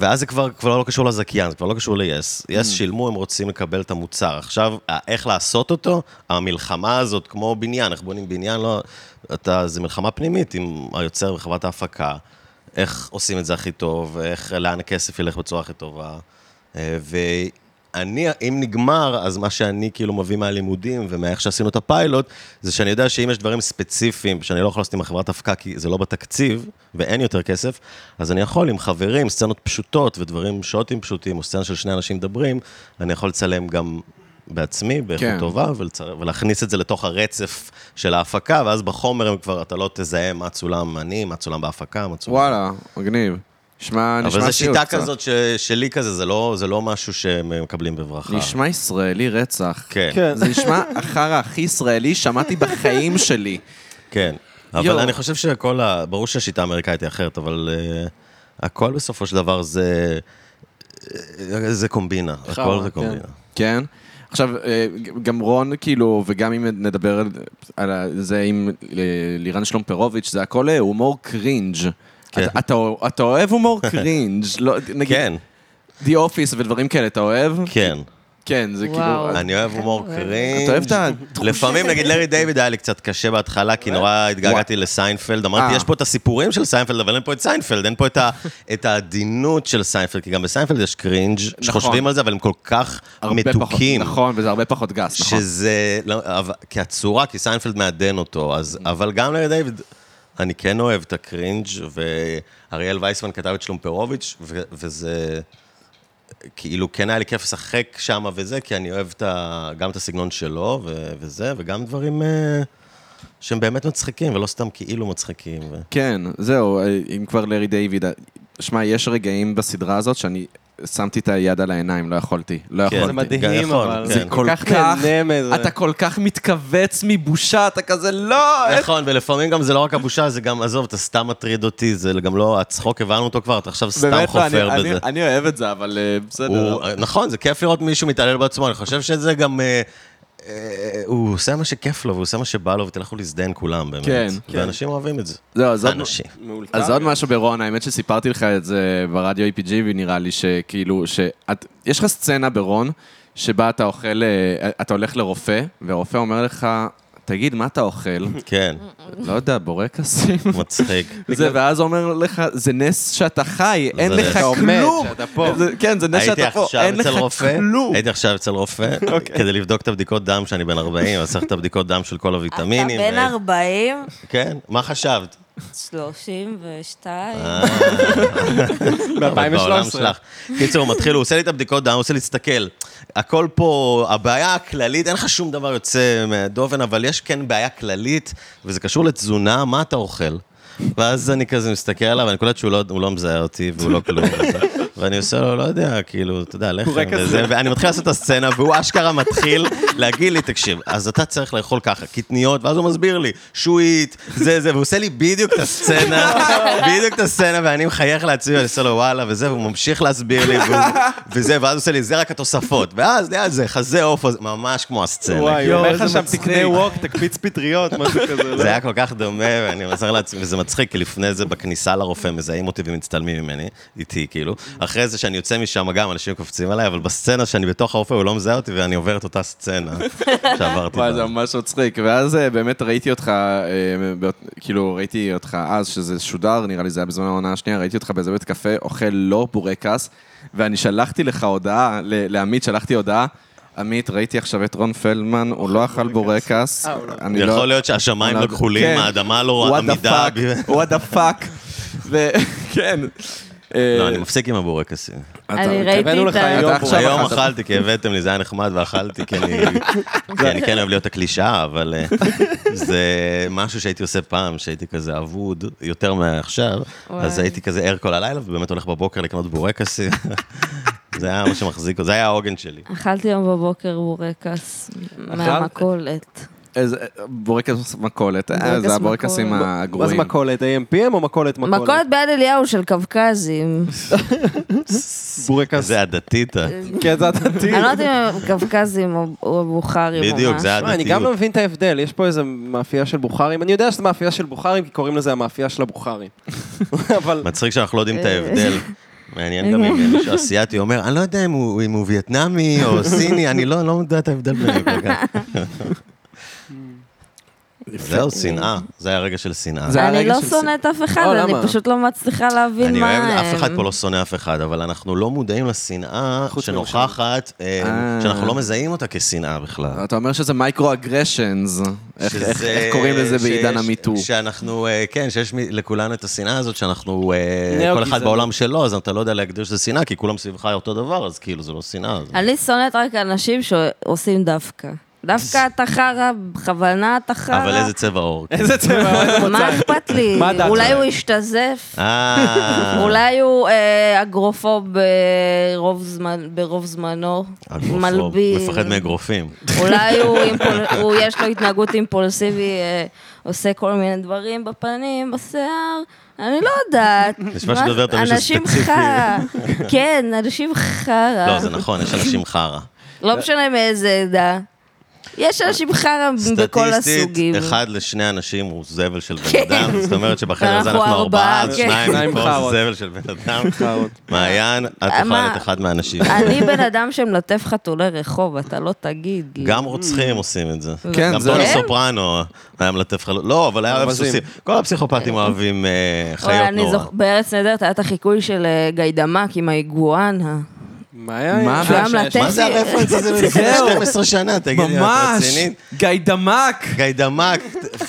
ואז זה כבר, כבר לא קשור לזכיין, זה כבר לא קשור ל-yes. yes שילמו, הם רוצים לקבל את המוצר. עכשיו, ה- איך לעשות אותו? המלחמה הזאת, כמו בניין, איך בונים בניין, לא... אתה, זה מלחמה פנימית עם היוצר וחברת ההפקה. איך עושים את זה הכי טוב, איך, לאן הכסף ילך בצורה הכי טובה. אה, ואני, אם נגמר, אז מה שאני כאילו מביא מהלימודים ומאיך שעשינו את הפיילוט, זה שאני יודע שאם יש דברים ספציפיים שאני לא יכול לעשות עם החברת הפקה כי זה לא בתקציב ואין יותר כסף, אז אני יכול עם חברים, סצנות פשוטות ודברים שוטים פשוטים, או סצנה של שני אנשים מדברים, אני יכול לצלם גם... בעצמי, באיכות
כן.
כן. טובה, ולצר... ולהכניס את זה לתוך הרצף של ההפקה, ואז בחומר הם כבר, אתה לא תזהה מה צולם אני, מה צולם בהפקה, מה צולם...
וואלה, מגניב. נשמע, נשמע
אבל
סיוט
זו שיטה
קצת.
כזאת ש, שלי כזה, זה לא, זה לא משהו שמקבלים בברכה.
נשמע ישראלי רצח.
כן, כן.
כן.
זה נשמע החרא הכי ישראלי שמעתי בחיים שלי.
כן. אבל
יואו.
יו. אני חושב שכל ה... ברור שהשיטה האמריקאית היא אחרת, אבל uh, הכל בסופו של דבר זה... אה, זה קומבינה, הכל זה
כן.
קומבינה.
כן? עכשיו, אה, גם רון, כאילו, וגם אם נדבר על- על ה- זה עם אה, לירן שלומפרוביץ', זה הכל אה, הומור קרינג'.
כן.
אתה- אתה אתה אוהב הומור קרינג', לא- נגיד,
כן,
The Office ודברים כאלה, אתה אוהב?
כן.
כן, זה כאילו...
וואו.
אני אוהב הומור קרינג'.
אתה אוהב את ה...
לפעמים, נגיד, לארי דיוויד היה לי קצת קשה בהתחלה, כי נורא התגעגעתי לסיינפלד. אמרתי,
אה.
יש פה את הסיפורים של סיינפלד, אבל אין פה את סיינפלד, אין פה את ה- את העדינות של סיינפלד, כי גם בסיינפלד יש קרינג' שחושבים על זה, אבל הם כל כך
נכון. הרבה פחות-
מתוקים.
נכון, וזה הרבה פחות גס, נכון.
שזה, לא, אבל- כי הצורה, כי סיינפלד מעדן אותו, אז,
נכון.
אבל גם לארי דיוויד, אני כן אוהב את הקרינג', ואריאל וייסמן כתב את שלומפרוביץ', ו- וזה, כאילו, כן היה לי כיף לשחק שם וזה, כי אני אוהב את ה, גם את הסגנון שלו ו- וזה, וגם דברים אה, שהם באמת מצחיקים, ולא סתם כאילו מצחיקים. ו...
כן, זהו, אה, אם כבר לארי דיוויד, אה, שמע, יש רגעים בסדרה הזאת שאני שמתי את היד על העיניים, לא יכולתי. לא
כן.
יכולתי.
זה
מדהים,
יכול,
אבל.
כן.
נכון. זה כל כך נהנה מזה.
אתה כל כך מתכווץ מבושה, אתה כזה, לא, איך...
נכון, ולפעמים גם זה לא רק הבושה, זה גם, עזוב, אתה סתם מטריד אותי, זה גם לא, הצחוק הבנו אותו כבר, אתה עכשיו סתם
באמת, לא, אני-
חופר
אני-
בזה.
אני אוהב את זה, אבל אה, בסדר.
הוא, נכון, זה כיף לראות מישהו מתעלל בעצמו, אני חושב שזה גם... אה, אה, הוא עושה מה שכיף לו, והוא עושה מה שבא לו, ותלכו להזדיין כולם, באמת.
כן, כן.
ואנשים אוהבים את זה.
זהו, אז עוד-
אנשים.
אז עוד משהו ברון, האמת שסיפרתי לך את זה ברדיו EPG, ונראה לי שכאילו, שאת, יש לך סצנה ברון, שבה אתה אוכל, אה, אתה הולך לרופא, והרופא אומר לך, תגיד, מה אתה אוכל?
כן,
לא יודע, בורקסים.
מצחיק.
זה, ואז אומר לך, זה נס שאתה חי, אין
נס.
לך
אתה
עומד,
כלום.
שאתה פה.
זה- כן, זה נס
הייתי
שאתה פה,
עכשיו
אין לך
אצל רופא,
כלום. אוקיי.
הייתי עכשיו אצל רופא, כדי לבדוק את הבדיקות דם שאני בן 40, אז צריך את הבדיקות דם של כל
אתה
הוויטמינים.
בן
ו-
40,
כן, מה חשבת?
32.
אה. אבל בעולם
ב-2013.
שלך. קיצור, הוא מתחיל, הוא עושה לי את הבדיקות דם, הוא עושה לי להסתכל. הכל פה, הבעיה הכללית, אין לך שום דבר יוצא מהדופן, אבל יש כן בעיה כללית, וזה קשור לתזונה, מה אתה אוכל? ואז אני כזה מסתכל עליו, אני קולט שהוא לא, הוא לא מזהה אותי והוא לא כלום. וזה. ואני עושה לו, לא יודע, כאילו, אתה יודע, לחם וזה, ואני מתחיל לעשות את הסצנה, והוא אשכרה מתחיל להגיד לי, תקשיב, אז אתה צריך לאכול ככה, קטניות, ואז הוא מסביר לי, שועית, זה זה, והוא עושה לי בדיוק את הסצנה, בדיוק את הסצנה, ואני מחייך לעצמי, ואני עושה לו וואלה, וזה, והוא ממשיך להסביר לי, והוא- וזה, ואז הוא עושה לי, זה רק התוספות, ואז, ליד זה, חזה עוף, אז ממש כמו הסצנה.
וואי, הוא אומר לך שם
מצחיק.
תקנה ווק, תקפיץ פטריות, משהו כזה. לא?
זה היה כל כך דומה, ואני מזהר לעצמי, וזה מצחיק, כי לפני זה בכניסה לרופא מזהים אותי ומצטלמים ממני, איתי כאילו. אחרי זה שאני יוצא משם, גם אנשים קופצים עליי, אבל בסצנה שאני בתוך הרופא, הוא לא מזהה אותי, ואני עובר את אותה סצנה שעברתי.
וואי,
בה.
זה ממש מצחיק. ואז אה, באמת ראיתי אותך, אה, בא- כאילו, ראיתי אותך אז, שזה שודר, נראה לי זה היה בזמן העונה השנייה, ראיתי אותך באיזה בית קפה, אוכל לא בורקס, ואני שלחתי לך הודעה, ל- לעמית שלחתי הודעה. עמית, ראיתי עכשיו את רון פלדמן, הוא לא אכל בורקס. אני לא-
יכול להיות שהשמיים לא כחולים,
כן.
האדמה לא עמידה.
What the fuck, what the fuck. כן. אה, וכן.
לא, אני מפסיק עם הבורקסים.
אני ראיתי
הבאנו
את
לך
ה...
היום
אתה
בורקס.
עכשיו
היום
אכלת.
אכלתי, כי הבאתם לי, זה היה נחמד, ואכלתי, כי אני כי אני כן אוהב להיות הקלישאה, אבל אה, זה משהו שהייתי עושה פעם, שהייתי כזה אבוד, יותר מעכשיו, אז
וואי.
הייתי כזה ער כל הלילה, ובאמת הולך בבוקר לקנות בורקסים. זה היה מה שמחזיק, זה היה העוגן שלי.
אכלתי היום בבוקר בורקס מהמכולת.
איזה- בורקס מכולת, אה, זה הבורקסים
מכולת.
מה זה
הגרועים.
מכולת? AMPM או מכולת מכולת?
מכולת ביד אליהו של קווקזים.
בורקס.
זה הדתית,
כן, זה הדתי.
אני לא יודעת אם הם קווקזים או- או בוכרים ממש.
בדיוק, זה
תשמע, אני גם לא
הדתיות.
מבין את ההבדל, יש פה איזה מאפייה של בוכרים. אני יודע שזה מאפייה של בוכרים, כי קוראים לזה המאפייה של הבוכרים. אבל
מצחיק שאנחנו לא יודעים את ההבדל. מעניין גם אם מישהו אסיאתי אומר, אני לא יודע אם הוא אם הוא וייטנאמי או סיני, אני לא לא יודע את ההבדל ביניהם כל כך. זהו, שנאה. זה היה רגע של שנאה.
זה
אני
הרגע
לא
של
שונאת אף אחד,
או,
אני
למה?
פשוט לא מצליחה להבין
אני
מה
אוהב,
הם.
אף אחד פה לא שונא אף אחד, אבל אנחנו לא מודעים לשנאה שנוכחת, אה,
אה.
שאנחנו לא מזהים אותה כשנאה בכלל.
אתה אומר שזה מייקרו-אגרשנס, איך-
שזה-
איך איך קוראים לזה בעידן
שיש-
המיטו.
שאנחנו, אה, כן, שיש מ- לכולנו את השנאה הזאת, שאנחנו, אה, כל אחד
נאו-גזענות.
בעולם שלו, אז אתה לא יודע להגדיר שזה שנאה, כי כולם סביבך אותו דבר, אז כאילו, זה לא שנאה. אז-
אני שונאת רק אנשים שעושים דווקא. דווקא אתה חרא, בכוונה אתה חרא.
אבל איזה צבע עור. כן.
איזה צבע.
מה אכפת לי?
מה דעתך?
אולי הוא השתזף?
אה,
אולי הוא אה, אגרופוב ברוב, זמן, ברוב זמנו,
אגרופוב,
מלבין.
מפחד מאגרופים.
אולי הוא, אימפול, הוא יש לו התנהגות אימפולסיבי, אה, עושה כל מיני דברים בפנים, בשיער, אני לא יודעת.
נשמע שאת מדברת על מישהו
אנשים
ספציפי.
חרא. כן, אנשים חרא.
לא, זה נכון, יש אנשים חרא.
לא משנה מאיזה עדה. יש אנשים חרם בכל הסוגים. כן.
סטטיסטית, אחד לשני אנשים הוא זבל של בן אדם, זאת אומרת שבחדר הזה
אנחנו
אנחנו
ארבעה,
ארבעה, אז
כן.
שניים
שניים
מפה
חארות.
זה זבל של בן אדם.
חארות.
מעיין, את
אה, מה?
אוכלת אחד מהאנשים.
אני בן אדם שמלטף חתולי רחוב, אתה לא תגיד לי.
גם רוצחים עושים את זה.
כן,
גם
זהו.
טוני
כן?
סופרנו היה מלטף חלוט. לא, אבל היה אוהב
אווזים.
סוסים. כל הפסיכופטים אוהבים אה,
אוי,
חיות
אני
נורא.
זוכ- בארץ נהדרת היה את החיקוי של אה, גיידמק עם האיגואנה.
מה היה?
מה?
שהיה-
גם לתת
מה זה
לי-
הרפרנס הזה מלפני 12 שנה? תגידי, את
ממש,
רצינית?
גיידמק.
אה. גיידמק,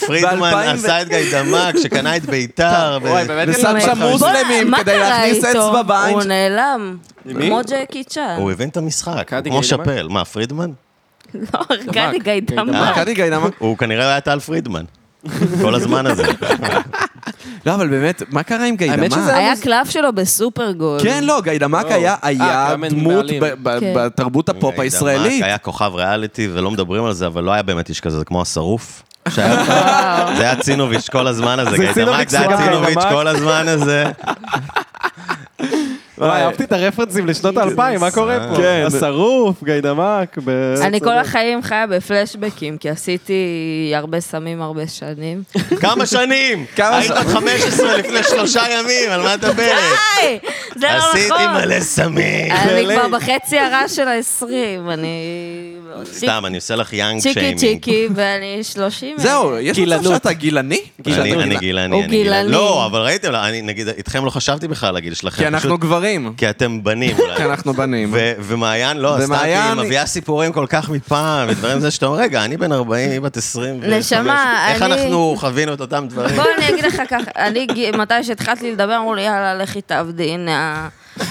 פרידמן
ב-
עשה את גיידמק, שקנה את ביתר. ו-
ושם שם
בוא,
מוסלמים
מה
כדי
קרה
להכניס
איתו?
אצבע בעין.
הוא נעלם.
מי?
כמו ג'קי צ'אן.
הוא הבין את המשחק, הוא
ארכדי
כמו
גיידמק?
שאפל. מה, פרידמן?
לא, ארכדי
גיידמק.
גיידמק.
מכבי גיידמק.
הוא כנראה היה טל פרידמן. כל הזמן הזה.
לא, אבל באמת, מה קרה עם גיידמק?
האמת שזה
היה קלף שלו בסופרגול.
כן, לא, גיידמק היה- היה
גם אין
דמות
בעלים.
ב- ב-
כן.
בתרבות הפופ
גיידמק
הישראלית.
היה כוכב ריאליטי, ולא מדברים על זה, אבל לא היה באמת איש כזה, זה כמו השרוף. שהיה-
וואו.
זה היה צינוביץ' כל הזמן הזה, גיידמק
צינוביץ'
זה
כן,
היה
וואו.
צינוביץ'
גיידמק.
כל הזמן הזה.
וואי, אהבתי את הרפרנסים לשנות האלפיים, מה קורה פה?
כן.
השרוף, גיידמק. ב-
אני כל החיים חיה בפלשבקים, כי עשיתי הרבה סמים הרבה שנים.
כמה שנים?
כמה
היית בת 15 לפני שלושה ימים, על מה את מדברת?
היי, זה לא
עשיתי
נכון.
מלא סמים.
אני כבר בחצי הרע של ה-20, אני...
סתם, אני עושה לך יאנג
צ'יקי
שיימינג.
צ'יקי, ואני 30.
זהו, יש מצב שאתה גילני?
אני
שאתה
אני
גילני.
גילני,
הוא
אני גילני.
גילני.
לא, אבל ראיתם, לא, אני נגיד, איתכם לא חשבתי בכלל על הגיל שלכם.
כי אנחנו
פשוט-
גברים.
כי אתם בנים אולי.
כי אנחנו בנים.
ו- ומעיין, לא, סתם, כי היא
ומעיין-
מביאה סיפורים כל כך מפעם, ודברים זה שאתה אומר, רגע, אני בן 40, היא בת 20.
נשמה,
איך
אני-
אנחנו חווינו את אותם דברים?
בוא אני אגיד לך ככה, אני, ג- מתי שהתחלתי לדבר, אמרו לי, יאללה, לכי תעבדי, הנה ה-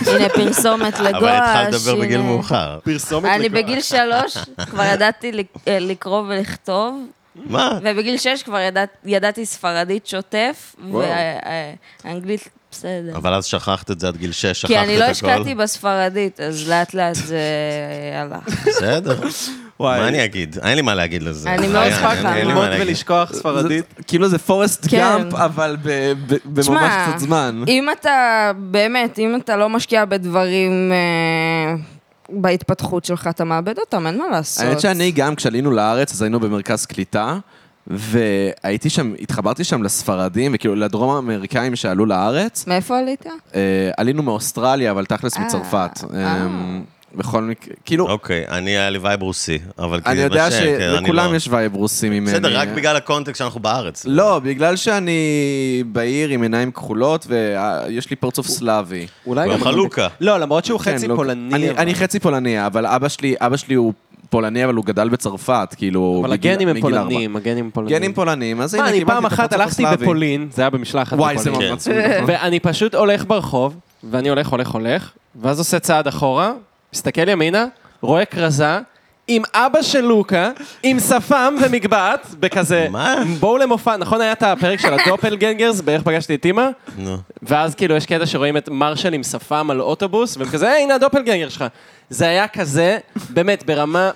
הנה פרסומת לגועש.
אבל התחלת לדבר בגיל
הנה-
מאוחר.
פרסומת
אני
לגועש.
בגיל שלוש כבר ידעתי לק- אה, לקרוא ולכתוב,
מה?
ובגיל שש כבר ידעת- ידעתי ספרדית שוטף, ואנגלית בסדר.
אבל אז שכחת את זה עד גיל 6, שכחת את
כי
הכל.
אני לא השקעתי בספרדית, אז לאט לאט זה הלך.
בסדר. מה אני אגיד? אין לי מה להגיד לזה.
אני מאוד
מעיין,
שמחה.
אין- אין לי מה
ללמוד
להגיד.
ולשכוח ספרדית.
זה- כאילו זה פורסט
כן.
גאמפ, אבל ב- ב- בממש
תשמע,
קצת זמן.
אם אתה, באמת, אם אתה לא משקיע בדברים אה, בהתפתחות שלך, אתה מאבד אותם, אין מה לעשות.
האמת שאני גם, כשעלינו לארץ, אז היינו במרכז קליטה, והייתי שם, התחברתי שם לספרדים, וכאילו לדרום האמריקאים שעלו לארץ,
מאיפה עלית?
אה, עלינו מאוסטרליה, אבל תכלס
אה,
מצרפת.
אה.
אמ, בכל מקרה, כאילו,
אוקיי, אני היה לי וייב רוסי, אבל
אני
כאילו,
יודע
מה שכן, אני
שלכולם
לא-
יש וייב רוסי ממני.
בסדר, רק בגלל הקונטקסט שאנחנו בארץ.
לא, בגלל שאני בעיר עם עיניים כחולות, ויש לי פרצוף סלאבי.
אולי
הוא חלוקה.
לא, למרות שהוא
כן,
חצי
לא-
פולני.
אני-
אבל-
אני חצי פולני, אבל אבא שלי, אבא שלי הוא פולני, אבל הוא גדל בצרפת, כאילו...
אבל
בגיל-
הגנים הם
מגיל ארבע.
פולנים, הגנים פולנים.
גנים פולנים, אז
מה,
הנה,
אני
קיבלתי
פעם
את
אחת
הפרצוף
הלכתי
הסלאבי.
בפולין, זה היה במשלחת
וואי, זה
בפולין.
מאוד
כן.
מצחיק.
ואני פשוט הולך ברחוב, ואני הולך, הולך, הולך, ואז עושה צעד אחורה, מסתכל ימינה, רואה כרזה, עם אבא של לוקה, עם שפם ומגבעת, בכזה,
מה?
בואו למופע, נכון היה את הפרק של הדופלגנגרס, באיך פגשתי את אימא?
נו.
ואז כאילו יש קטע שרואים את מרשל עם שפם על אוטובוס, והם כזה, היי, הנה הדופלגנגר שלך. זה היה כזה, באמת, ברמה...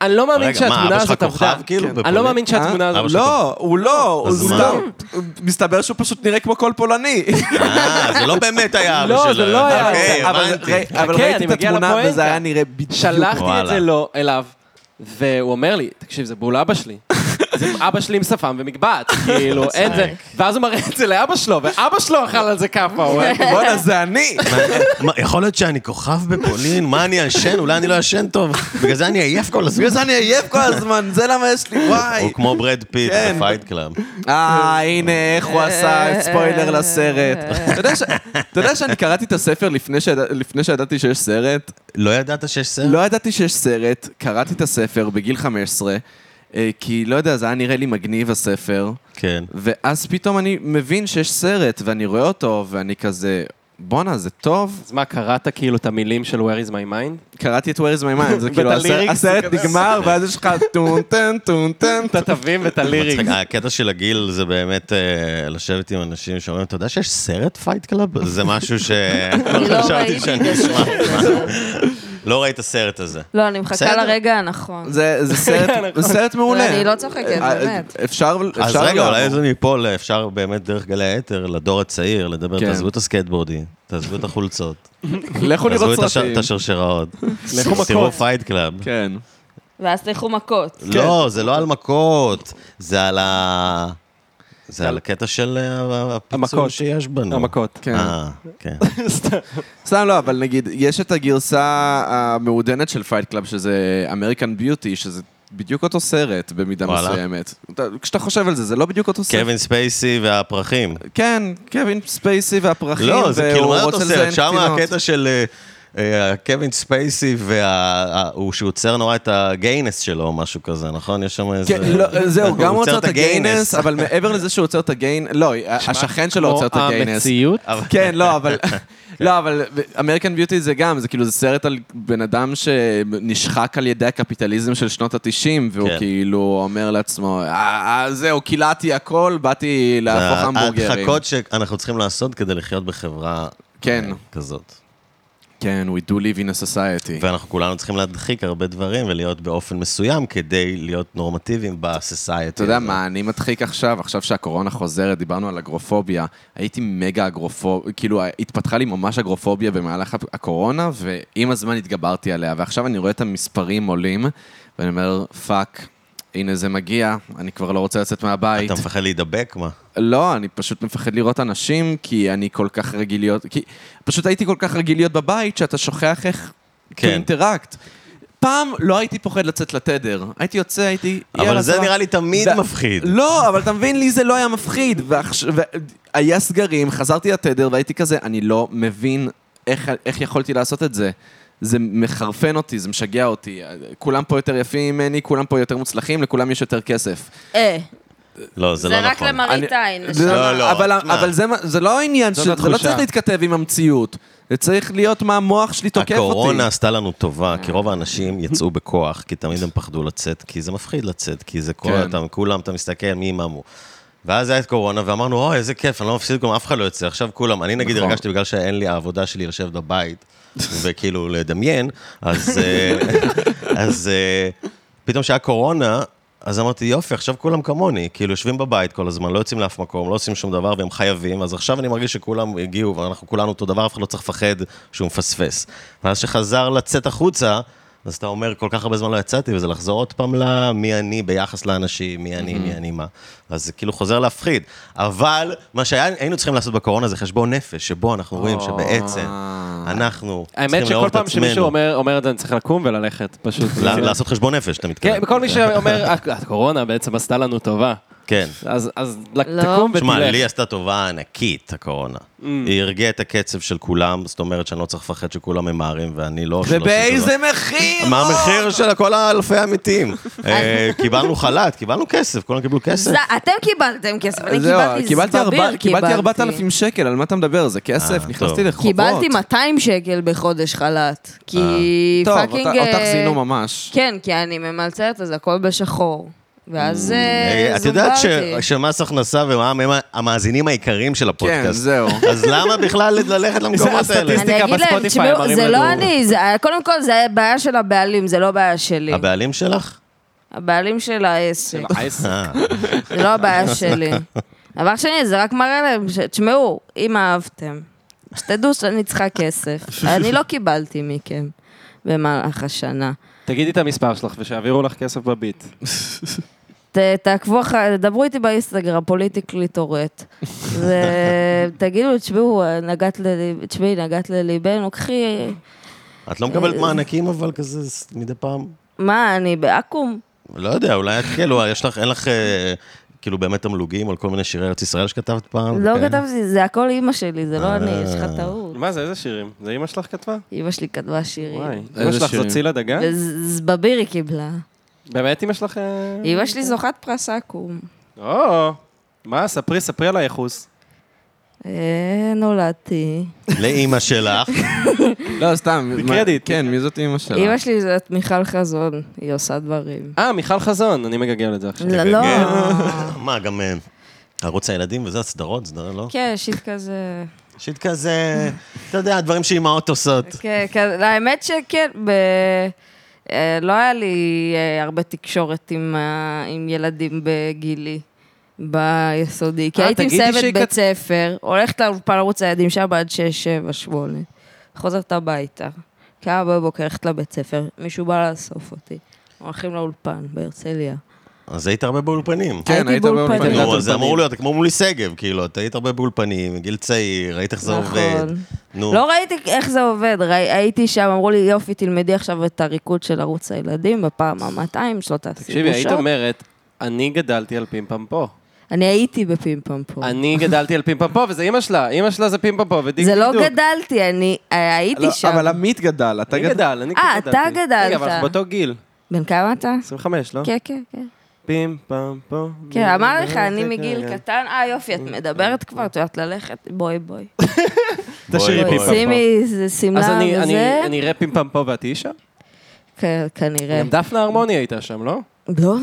אני לא מאמין
רגע, מה,
שהתמונה
אבא
הזאת
שלך כוכב,
עבדה.
כאילו,
אני
בפולין?
לא מאמין שהתמונה
אבא
הזאת...
שלך
לא, הוא לא, הוא
אז מה?
סתם. מסתבר שהוא פשוט נראה כמו כל פולני.
אה, זה לא באמת היה אבא
לא,
שלו.
זה לא היה.
אוקיי,
אבל
הבנתי.
ראי- אבל
חכה,
ראיתי
אני
את
מגיע
התמונה
לפואנטה.
וזה היה נראה בדיוק.
שלחתי את
וואלה.
זה לו, אליו, והוא אומר לי, תקשיב, זה בול אבא שלי. זה אבא שלי עם שפם ומגבעת, כאילו, אין זה. ואז הוא מראה את זה לאבא שלו, ואבא שלו אכל על זה כאפה, הוא היה-
בואנה, זה אני.
מה, יכול להיות שאני כוכב בפולין? מה, אני ישן? אולי אני לא ישן טוב. בגלל זה אני עייף כל הזמן.
בגלל זה אני עייף כל הזמן, זה למה יש לי, וואי.
הוא כמו ברד פיט
כן.
בפייט קלאב.
אה, הנה, איך הוא עשה ספוילר לסרט. אתה יודע ש- אתה יודע שאני קראתי את הספר לפני שידע- לפני שידעתי שיש סרט?
לא ידעת שיש סרט?
לא ידעתי שיש סרט, קראתי את הספר בגיל 15, אה, כי לא יודע, זה היה נראה לי מגניב הספר,
כן.
ואז פתאום אני מבין שיש סרט, ואני רואה אותו, ואני כזה, בואנה, זה טוב.
אז מה, קראת כאילו את המילים של Where is my mind?
קראתי את Where is my mind, זה כאילו,
ואת
הסר-
הליריקס
הסרט
כזה.
נגמר, ואז יש לך טון טן טון טן.
את התווים ואת
מצחיק,
הליריקס.
הקטע של הגיל זה באמת אה, לשבת עם אנשים שאומרים, אתה יודע שיש סרט פייט קלאב? זה משהו ש...
אני לא
חשבתי
ראיתי
שאני
את זה.
אשמע. לא ראית סרט הזה.
לא, אני מחכה
בסדר.
לרגע הנכון.
זה זה סרט- זה סרט מעולה.
אני לא צוחקת,
אה,
באמת.
אפשר...
אז
אפשר
רגע,
לעבור.
אולי זה מפה, ל- אפשר באמת דרך גלי היתר, לדור הצעיר, לדבר,
כן.
תעזבו את הסקייטבורדים, תעזבו את החולצות,
לכו
תעזבו את
לראות
הש-
סרטים.
את השרשראות,
מכות.
תראו פייט קלאב.
כן.
ואז תלכו מכות.
לא, זה לא על מכות, זה על ה... זה על הקטע של אה, הפיצול
המכות.
שיש בנו.
המכות.
כן.
אה, כן.
סתם לא, אבל נגיד, יש את הגרסה המעודנת של פייט קלאב, שזה אמריקן ביוטי, שזה בדיוק אותו סרט במידה
וואלה.
מסוימת. אתה- כשאתה חושב על זה, זה לא בדיוק אותו סרט.
קווין ספייסי והפרחים.
כן, קווין ספייסי והפרחים,
לא, זה כאילו,
והוא
מה אתה
רוצה לזיין
עושה? שם
קטינות.
הקטע של אה, אה, קווין ספייסי, וה- ה- הוא שעוצר נורא את הגיינס שלו, או משהו כזה, נכון? יש שם איזה...
כן, לא, זהו, גם הוא
עוצר
עוצר את הגיינס, אבל מעבר לזה שהוא עוצר את הגיינס, לא, השכן שלו עוצר את הגיינס.
המציאות.
אבל-
כן, לא, אבל... לא, אבל אמריקן ביוטי זה גם, זה כאילו, זה סרט על בן אדם שנשחק על ידי הקפיטליזם של שנות התשעים, והוא
כן.
כאילו אומר לעצמו, "אה, אה, זהו, קילעתי הכל, באתי להפוך המבורגרים.
ההדחקות שאנחנו צריכים לעשות כדי לחיות בחברה
כן.
אה, כזאת.
כן, we do live in a society.
ואנחנו כולנו צריכים להדחיק הרבה דברים ולהיות באופן מסוים כדי להיות נורמטיביים בסוסייטי.
אתה יודע מה, אני מדחיק עכשיו, עכשיו שהקורונה חוזרת, דיברנו על אגרופוביה, הייתי מגה אגרופוב, כאילו, התפתחה לי ממש אגרופוביה במהלך הפ- הקורונה, ועם הזמן התגברתי עליה, ועכשיו אני רואה את המספרים עולים, ואני אומר, פאק. הנה זה מגיע, אני כבר לא רוצה לצאת מהבית.
אתה מפחד להידבק? מה?
לא, אני פשוט מפחד לראות אנשים, כי אני כל כך רגיל להיות... כי פשוט הייתי כל כך רגיל להיות בבית, שאתה שוכח איך...
כן.
כן. אינטראקט. פעם לא הייתי פוחד לצאת לתדר. הייתי יוצא, הייתי...
אבל
יאללה, לא-
זה
סבבה.
נראה לי תמיד
ו-
מפחיד.
לא, אבל אתה מבין, לי זה לא היה מפחיד. ועכש- והיה סגרים, חזרתי לתדר והייתי כזה, אני לא מבין איך, איך יכולתי לעשות את זה. זה מחרפן אותי, זה משגע אותי. כולם פה יותר יפים ממני, כולם פה יותר מוצלחים, לכולם יש יותר כסף.
אה,
לא, זה
זה
לא
רק
נכון.
למראית
אני-
עין.
זה-
לא, לא,
אבל-
תשמע.
אבל זה מה- זה לא העניין,
זאת
ש- זה לא
התחושה.
צריך להתכתב עם המציאות. זה צריך להיות מה המוח שלי תוקף אותי. כן.
הקורונה עשתה לנו טובה, כי רוב האנשים יצאו בכוח, כי תמיד הם פחדו לצאת, כי זה מפחיד לצאת, כי זה כל...
כן.
אתה, כולם, אתה מסתכל מי מה מו. ואז היה את קורונה, ואמרנו, אוי, איזה כיף, אני לא מפסיד כלום, אף אחד לא יוצא. עכשיו כולם, אני נגיד
נכון.
הרגשתי בגלל שאין לי העבודה שלי לשבת בבית, וכאילו לדמיין, אז... אה, אז אה, פתאום שהיה קורונה, אז אמרתי, יופי, עכשיו כולם כמוני, כאילו יושבים בבית כל הזמן, לא יוצאים לאף מקום, לא עושים שום דבר והם חייבים, אז עכשיו אני מרגיש שכולם הגיעו, ואנחנו כולנו אותו דבר, אף אחד לא צריך לפחד שהוא מפספס. ואז שחזר לצאת החוצה, אז אתה אומר, כל כך הרבה זמן לא יצאתי, וזה לחזור עוד פעם למי אני ביחס לאנשים, מי אני, מי אני מה. אז זה כאילו חוזר להפחיד. אבל מה שהיינו צריכים לעשות בקורונה זה חשבון נפש, שבו אנחנו רואים שבעצם אנחנו
האמת
צריכים לאהוב
שכל
את
פעם שמישהו
עצמנו.
אומר אומר את זה, אני צריך לקום וללכת, פשוט.
ל- לעשות חשבון נפש, אתה מתכוון.
כן, כל מי שאומר, "הק- הקורונה בעצם עשתה לנו טובה.
כן.
אז אז
לא.
תקום ותלך.
שמע, לי עשתה טובה ענקית, הקורונה.
Mm.
היא הרגיעה את הקצב של כולם, זאת אומרת שאני לא צריך לפחד שכולם ממהרים, ואני לא... שלא עשיתי
ובאיזה
דבר.
מחיר?
מה המחיר של כל האלפי המתים? אה, קיבלנו חל"ת, קיבלנו כסף, כולם קיבלו כסף.
זה- אתם קיבלתם כסף, אני
זהו,
קיבלתי
קיבלתי
סביר.
ארבע- קיבלתי 4,000 שקל, על מה אתה מדבר? זה כסף?
אה,
נכנסתי
טוב.
לחובות.
קיבלתי 200 שקל בחודש חל"ת. כי
טוב,
פאקינג...
אותה- אותך
אה,
זינו ממש.
כן, כי אני ממלצרת, אז הכל בשחור. ואז אה,
אה, את יודעת ש-
זומברתי.
שמס הכנסה ומע"מ הם המאזינים העיקריים של
כן,
הפודקאסט.
זהו.
אז למה בכלל ללכת למקומות האלה?
הסטטיסטיקה
אני אגיד להם,
בספוטיפיי
תשמעו,
מראים
זה
לנו.
לא אני, זה- קודם כל זה בעיה של הבעלים, זה לא בעיה שלי.
הבעלים שלך?
הבעלים של העסק,
אה,
זה לא הבעיה שלי. דבר שני, זה רק מראה להם, ש- תשמעו, אם אהבתם, שתדעו שאני צריכה כסף. אני לא קיבלתי מכם במהלך השנה.
תגידי את המספר שלך ושיעבירו לך כסף בביט.
ת- תעקבו אחר, דברו איתי באינסטגרם, פוליטיקלי טורט. ותגידו, תשמעו, נגעת לליבנו, תשמעי, נגעת לליבנו, קחי...
את לא
אה,
מקבלת מענקים אבל כזה ס- מדי פעם?
מה, אני בעכו"ם?
לא יודע, אולי את כאילו, יש לך, אין לך אה, כאילו באמת תמלוגים על כל מיני שירי ארץ ישראל שכתבת פעם?
לא
וכאלה?
כתבתי, זה הכל אימא שלי, זה לא אני,
אוקיי. אה.
יש לך טעות.
מה זה, איזה שירים? זה אימא שלך כתבה?
אימא שלי כתבה
וואי.
שירים.
אימא שלך
שירים?
זאת צילה דגן?
וזבבירי קיבלה.
באמת אימא שלך... אה,
אימא שלי זוכת פרס אקו"ם.
או, מה, ספרי, ספרי על הייחוס.
אה, נולדתי.
לאימא שלך.
לא, סתם. מה-
בקרדיט.
כן, מי זאת אימא שלה?
אימא שלי זאת מיכל חזון, היא עושה דברים.
אה, מיכל חזון, אני מגגל את זה עכשיו.
לא, לא.
מה, גם אה, ערוץ הילדים וזה, הסדרות, סדרות, לא?
כן, שיט כזה.
שיט כזה, אתה יודע, הדברים שאימהות עושות.
כן, כן, האמת שכן, ב... אה, לא היה לי אה, הרבה תקשורת עם, ה... עם ילדים בגילי. ביסודי, כי
אה,
הייתי
תגידי
מסיימת
שהיא
בית
כת-
ספר, הולכת לאולפן ערוץ הילדים שם עד שש, שבע, שמונה, חוזרת הביתה, קמה בבוקר, הולכת לבית ספר, מישהו בא לאסוף אותי. הולכים לאולפן בהרצליה.
אז היית הרבה באולפנים.
כן,
הייתי
היית
באולפן.
באולפנים.
הייתי
היית
נו, זה
באולפנים.
אמור להיות, זה כמו מולי שגב, כאילו, את היית הרבה באולפנים, מגיל צעיר, ראית איך זה
נכון.
עובד. נו,
לא ראיתי איך זה עובד, ראי- הייתי שם, אמרו לי, יופי, תלמדי עכשיו את הריקוד של ערוץ הילדים בפעם ה-200, שלא תעשי
תקשיבי, היית
בושות.
אומרת, אני גדלתי על פימפם פה.
אני הייתי בפימפם פה.
אני גדלתי על פימפם פה, וזה אימא שלה, אימא שלה זה פימפם פה, ודיק
זה לא
דידוק.
גדלתי, אני אה, הייתי
לא,
שם.
אבל עמית גדל, אתה
אני
גדל.
גדל, אני
אה,
כן
אתה
גדלתי. רגע,
גדלת.
אבל אנחנו באותו גיל.
בן כמה אתה?
25, לא?
כן, כן, כן.
פים, פם, פה.
כן, אמר לך, אני
כן, כן.
מגיל קטן, אה, יופי, את מדברת כבר, את יודעת ללכת, בואי, בואי.
בואי,
תשאירי
בואי,
בואי.
פימפם.
שימי איזה
אז
שמלה
אני-
וזה,
אני- אני אראה פימפם פה ואת אישה?
כ- כנראה.
גם דפנה הרמוני הייתה שם, לא?
לא,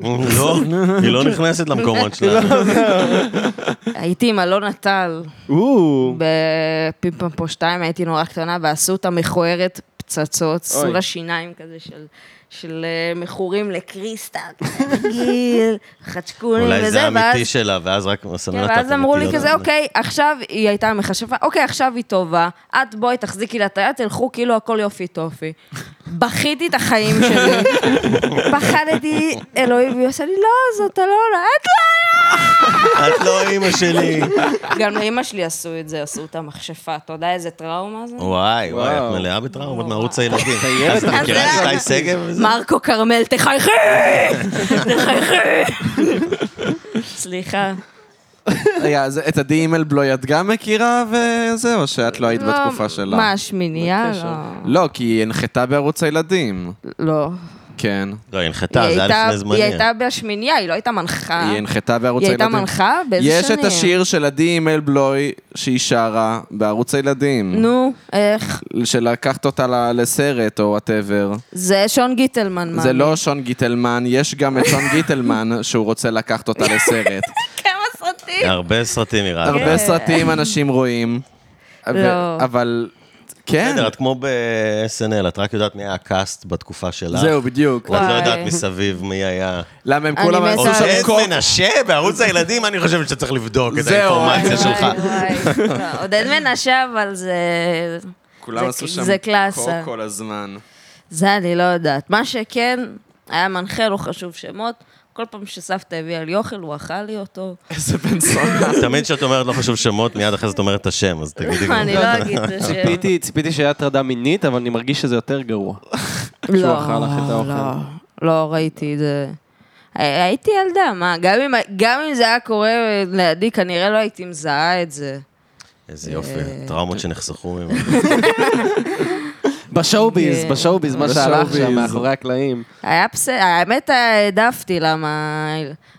לא, היא לא נכנסת למקומות שלה.
לא, הייתי עם אלונה טל
או,
בפימפמפו 2, הייתי נורא קטנה, ועשו אותה מכוערת פצצות,
אוי.
סור השיניים כזה של... של אה, מכורים לקריסטל, גיל, חצ'קונים וזה,
אולי זה
ואז-
האמיתי שלה, ואז רק
כן,
מסמנת את
ואז אמרו לי
האמיתיות.
כזה, אוקיי, עכשיו היא הייתה מכשפה, אוקיי, עכשיו היא טובה, את בואי תחזיקי לה את היד, תלכו כאילו הכל יופי טופי. בכיתי את החיים שלי, פחדתי, אלוהים, והיא עושה לי, לא, זאת אלונה, את לא! "אוקיי."
את לא אימא שלי.
גם לאימא שלי עשו את זה, עשו את המכשפה, אתה יודע איזה טראומה זה?
וואי, וואי,
וואו.
את מלאה בטראומות
וואו.
מערוץ הילדים.
חייבת,
אז את מכירה
אז
את
זה-
שי שגב? וזה?
מרקו כרמל, תחייכי! תחייכי! סליחה.
רגע, אז את עדי אימלבלוי את גם מכירה וזה, או שאת לא היית בתקופה שלה?
מה, השמינייה?
לא, כי היא הנחתה בערוץ הילדים.
לא. לא.
כן.
לא, היא הנחתה, זה היה
הייתה-
לפני זמני.
היא הייתה בשמינייה, היא לא הייתה מנחה.
היא הנחתה בערוץ
היא
הילדים.
הייתה מנחה? באיזה
יש
שנים?
את השיר של עדי אימלבלוי שהיא שרה בערוץ הילדים.
נו, איך?
שלקחת אותה ל- לסרט או וואטאבר.
זה שון גיטלמן, מאמי.
זה לא שון גיטלמן, יש גם את שון גיטלמן שהוא רוצה לקחת אותה לסרט.
כמה סרטים!
הרבה סרטים נראה לי.
הרבה סרטים אנשים רואים. ו-
כן. לא.
אבל... כן.
בסדר, את כמו ב-SNL, את רק יודעת מי היה הקאסט בתקופה שלך.
זהו, בדיוק.
ואת לא
וואי.
יודעת מסביב מי היה.
למה הם
אני
כולם
מתה
עשו
על זה.
שם
עודד
קור...
מנשה בערוץ הילדים, אני חושב שאתה צריך לבדוק את
זהו,
האינפורמציה
וואי,
שלך.
וואי, וואי. עודד מנשה, אבל זה...
כולם
זה-
עשו שם
זה
קור
קלאסה.
כל הזמן.
זה אני לא יודעת. מה שכן, היה מנחה, לא חשוב שמות. כל פעם שסבתא הביאה לי אוכל, הוא אכל לי אותו.
איזה בן סונה.
תמיד כשאת אומרת לא חשוב שמות, מיד אחרי זה את אומרת את השם, אז תגידי גם.
אני לא אגיד את השם.
ציפיתי, ציפיתי שהיה הטרדה מינית, אבל אני מרגיש שזה יותר גרוע.
לא,
אכל לך את האוכל.
לא, לא ראיתי את זה. הי- הייתי ילדה, מה? גם אם, גם אם זה היה קורה לידי, כנראה לא הייתי מזהה את זה.
איזה יופי, טראומות שנחסכו ממנו.
בשואוביז,
כן.
בשואוביז, מה שהלך שם,
בשואוביז.
מאחורי הקלעים.
היה בסדר, האמת העדפתי, למה...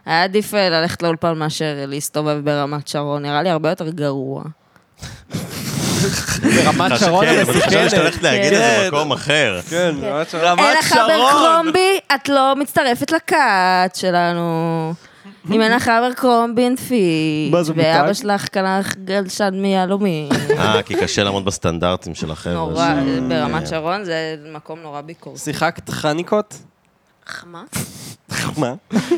היה עדיף אה, ללכת לאולפן מאשר להסתובב ברמת שרון, נראה לי הרבה יותר גרוע.
ברמת שרון
כן, אבל חשבתי שאת
המסוכנת.
הולכת להגיד את זה במקום אחר.
כן, ברמת שרון.
אין
רמת
לך
שרון.
ברקרומבי, את לא מצטרפת לכת שלנו. אם אין לך ברקרומבי, אין
מה, זה
פיץ',
מותג?
ואבא שלך קנה לך גלשן מיהלומים.
אה, כי קשה לעמוד בסטנדרטים של החבר'ה.
נורא,
שם.
ברמת שרון זה מקום נורא ביקורתי.
שיחקת חניקות?
מה?
מה?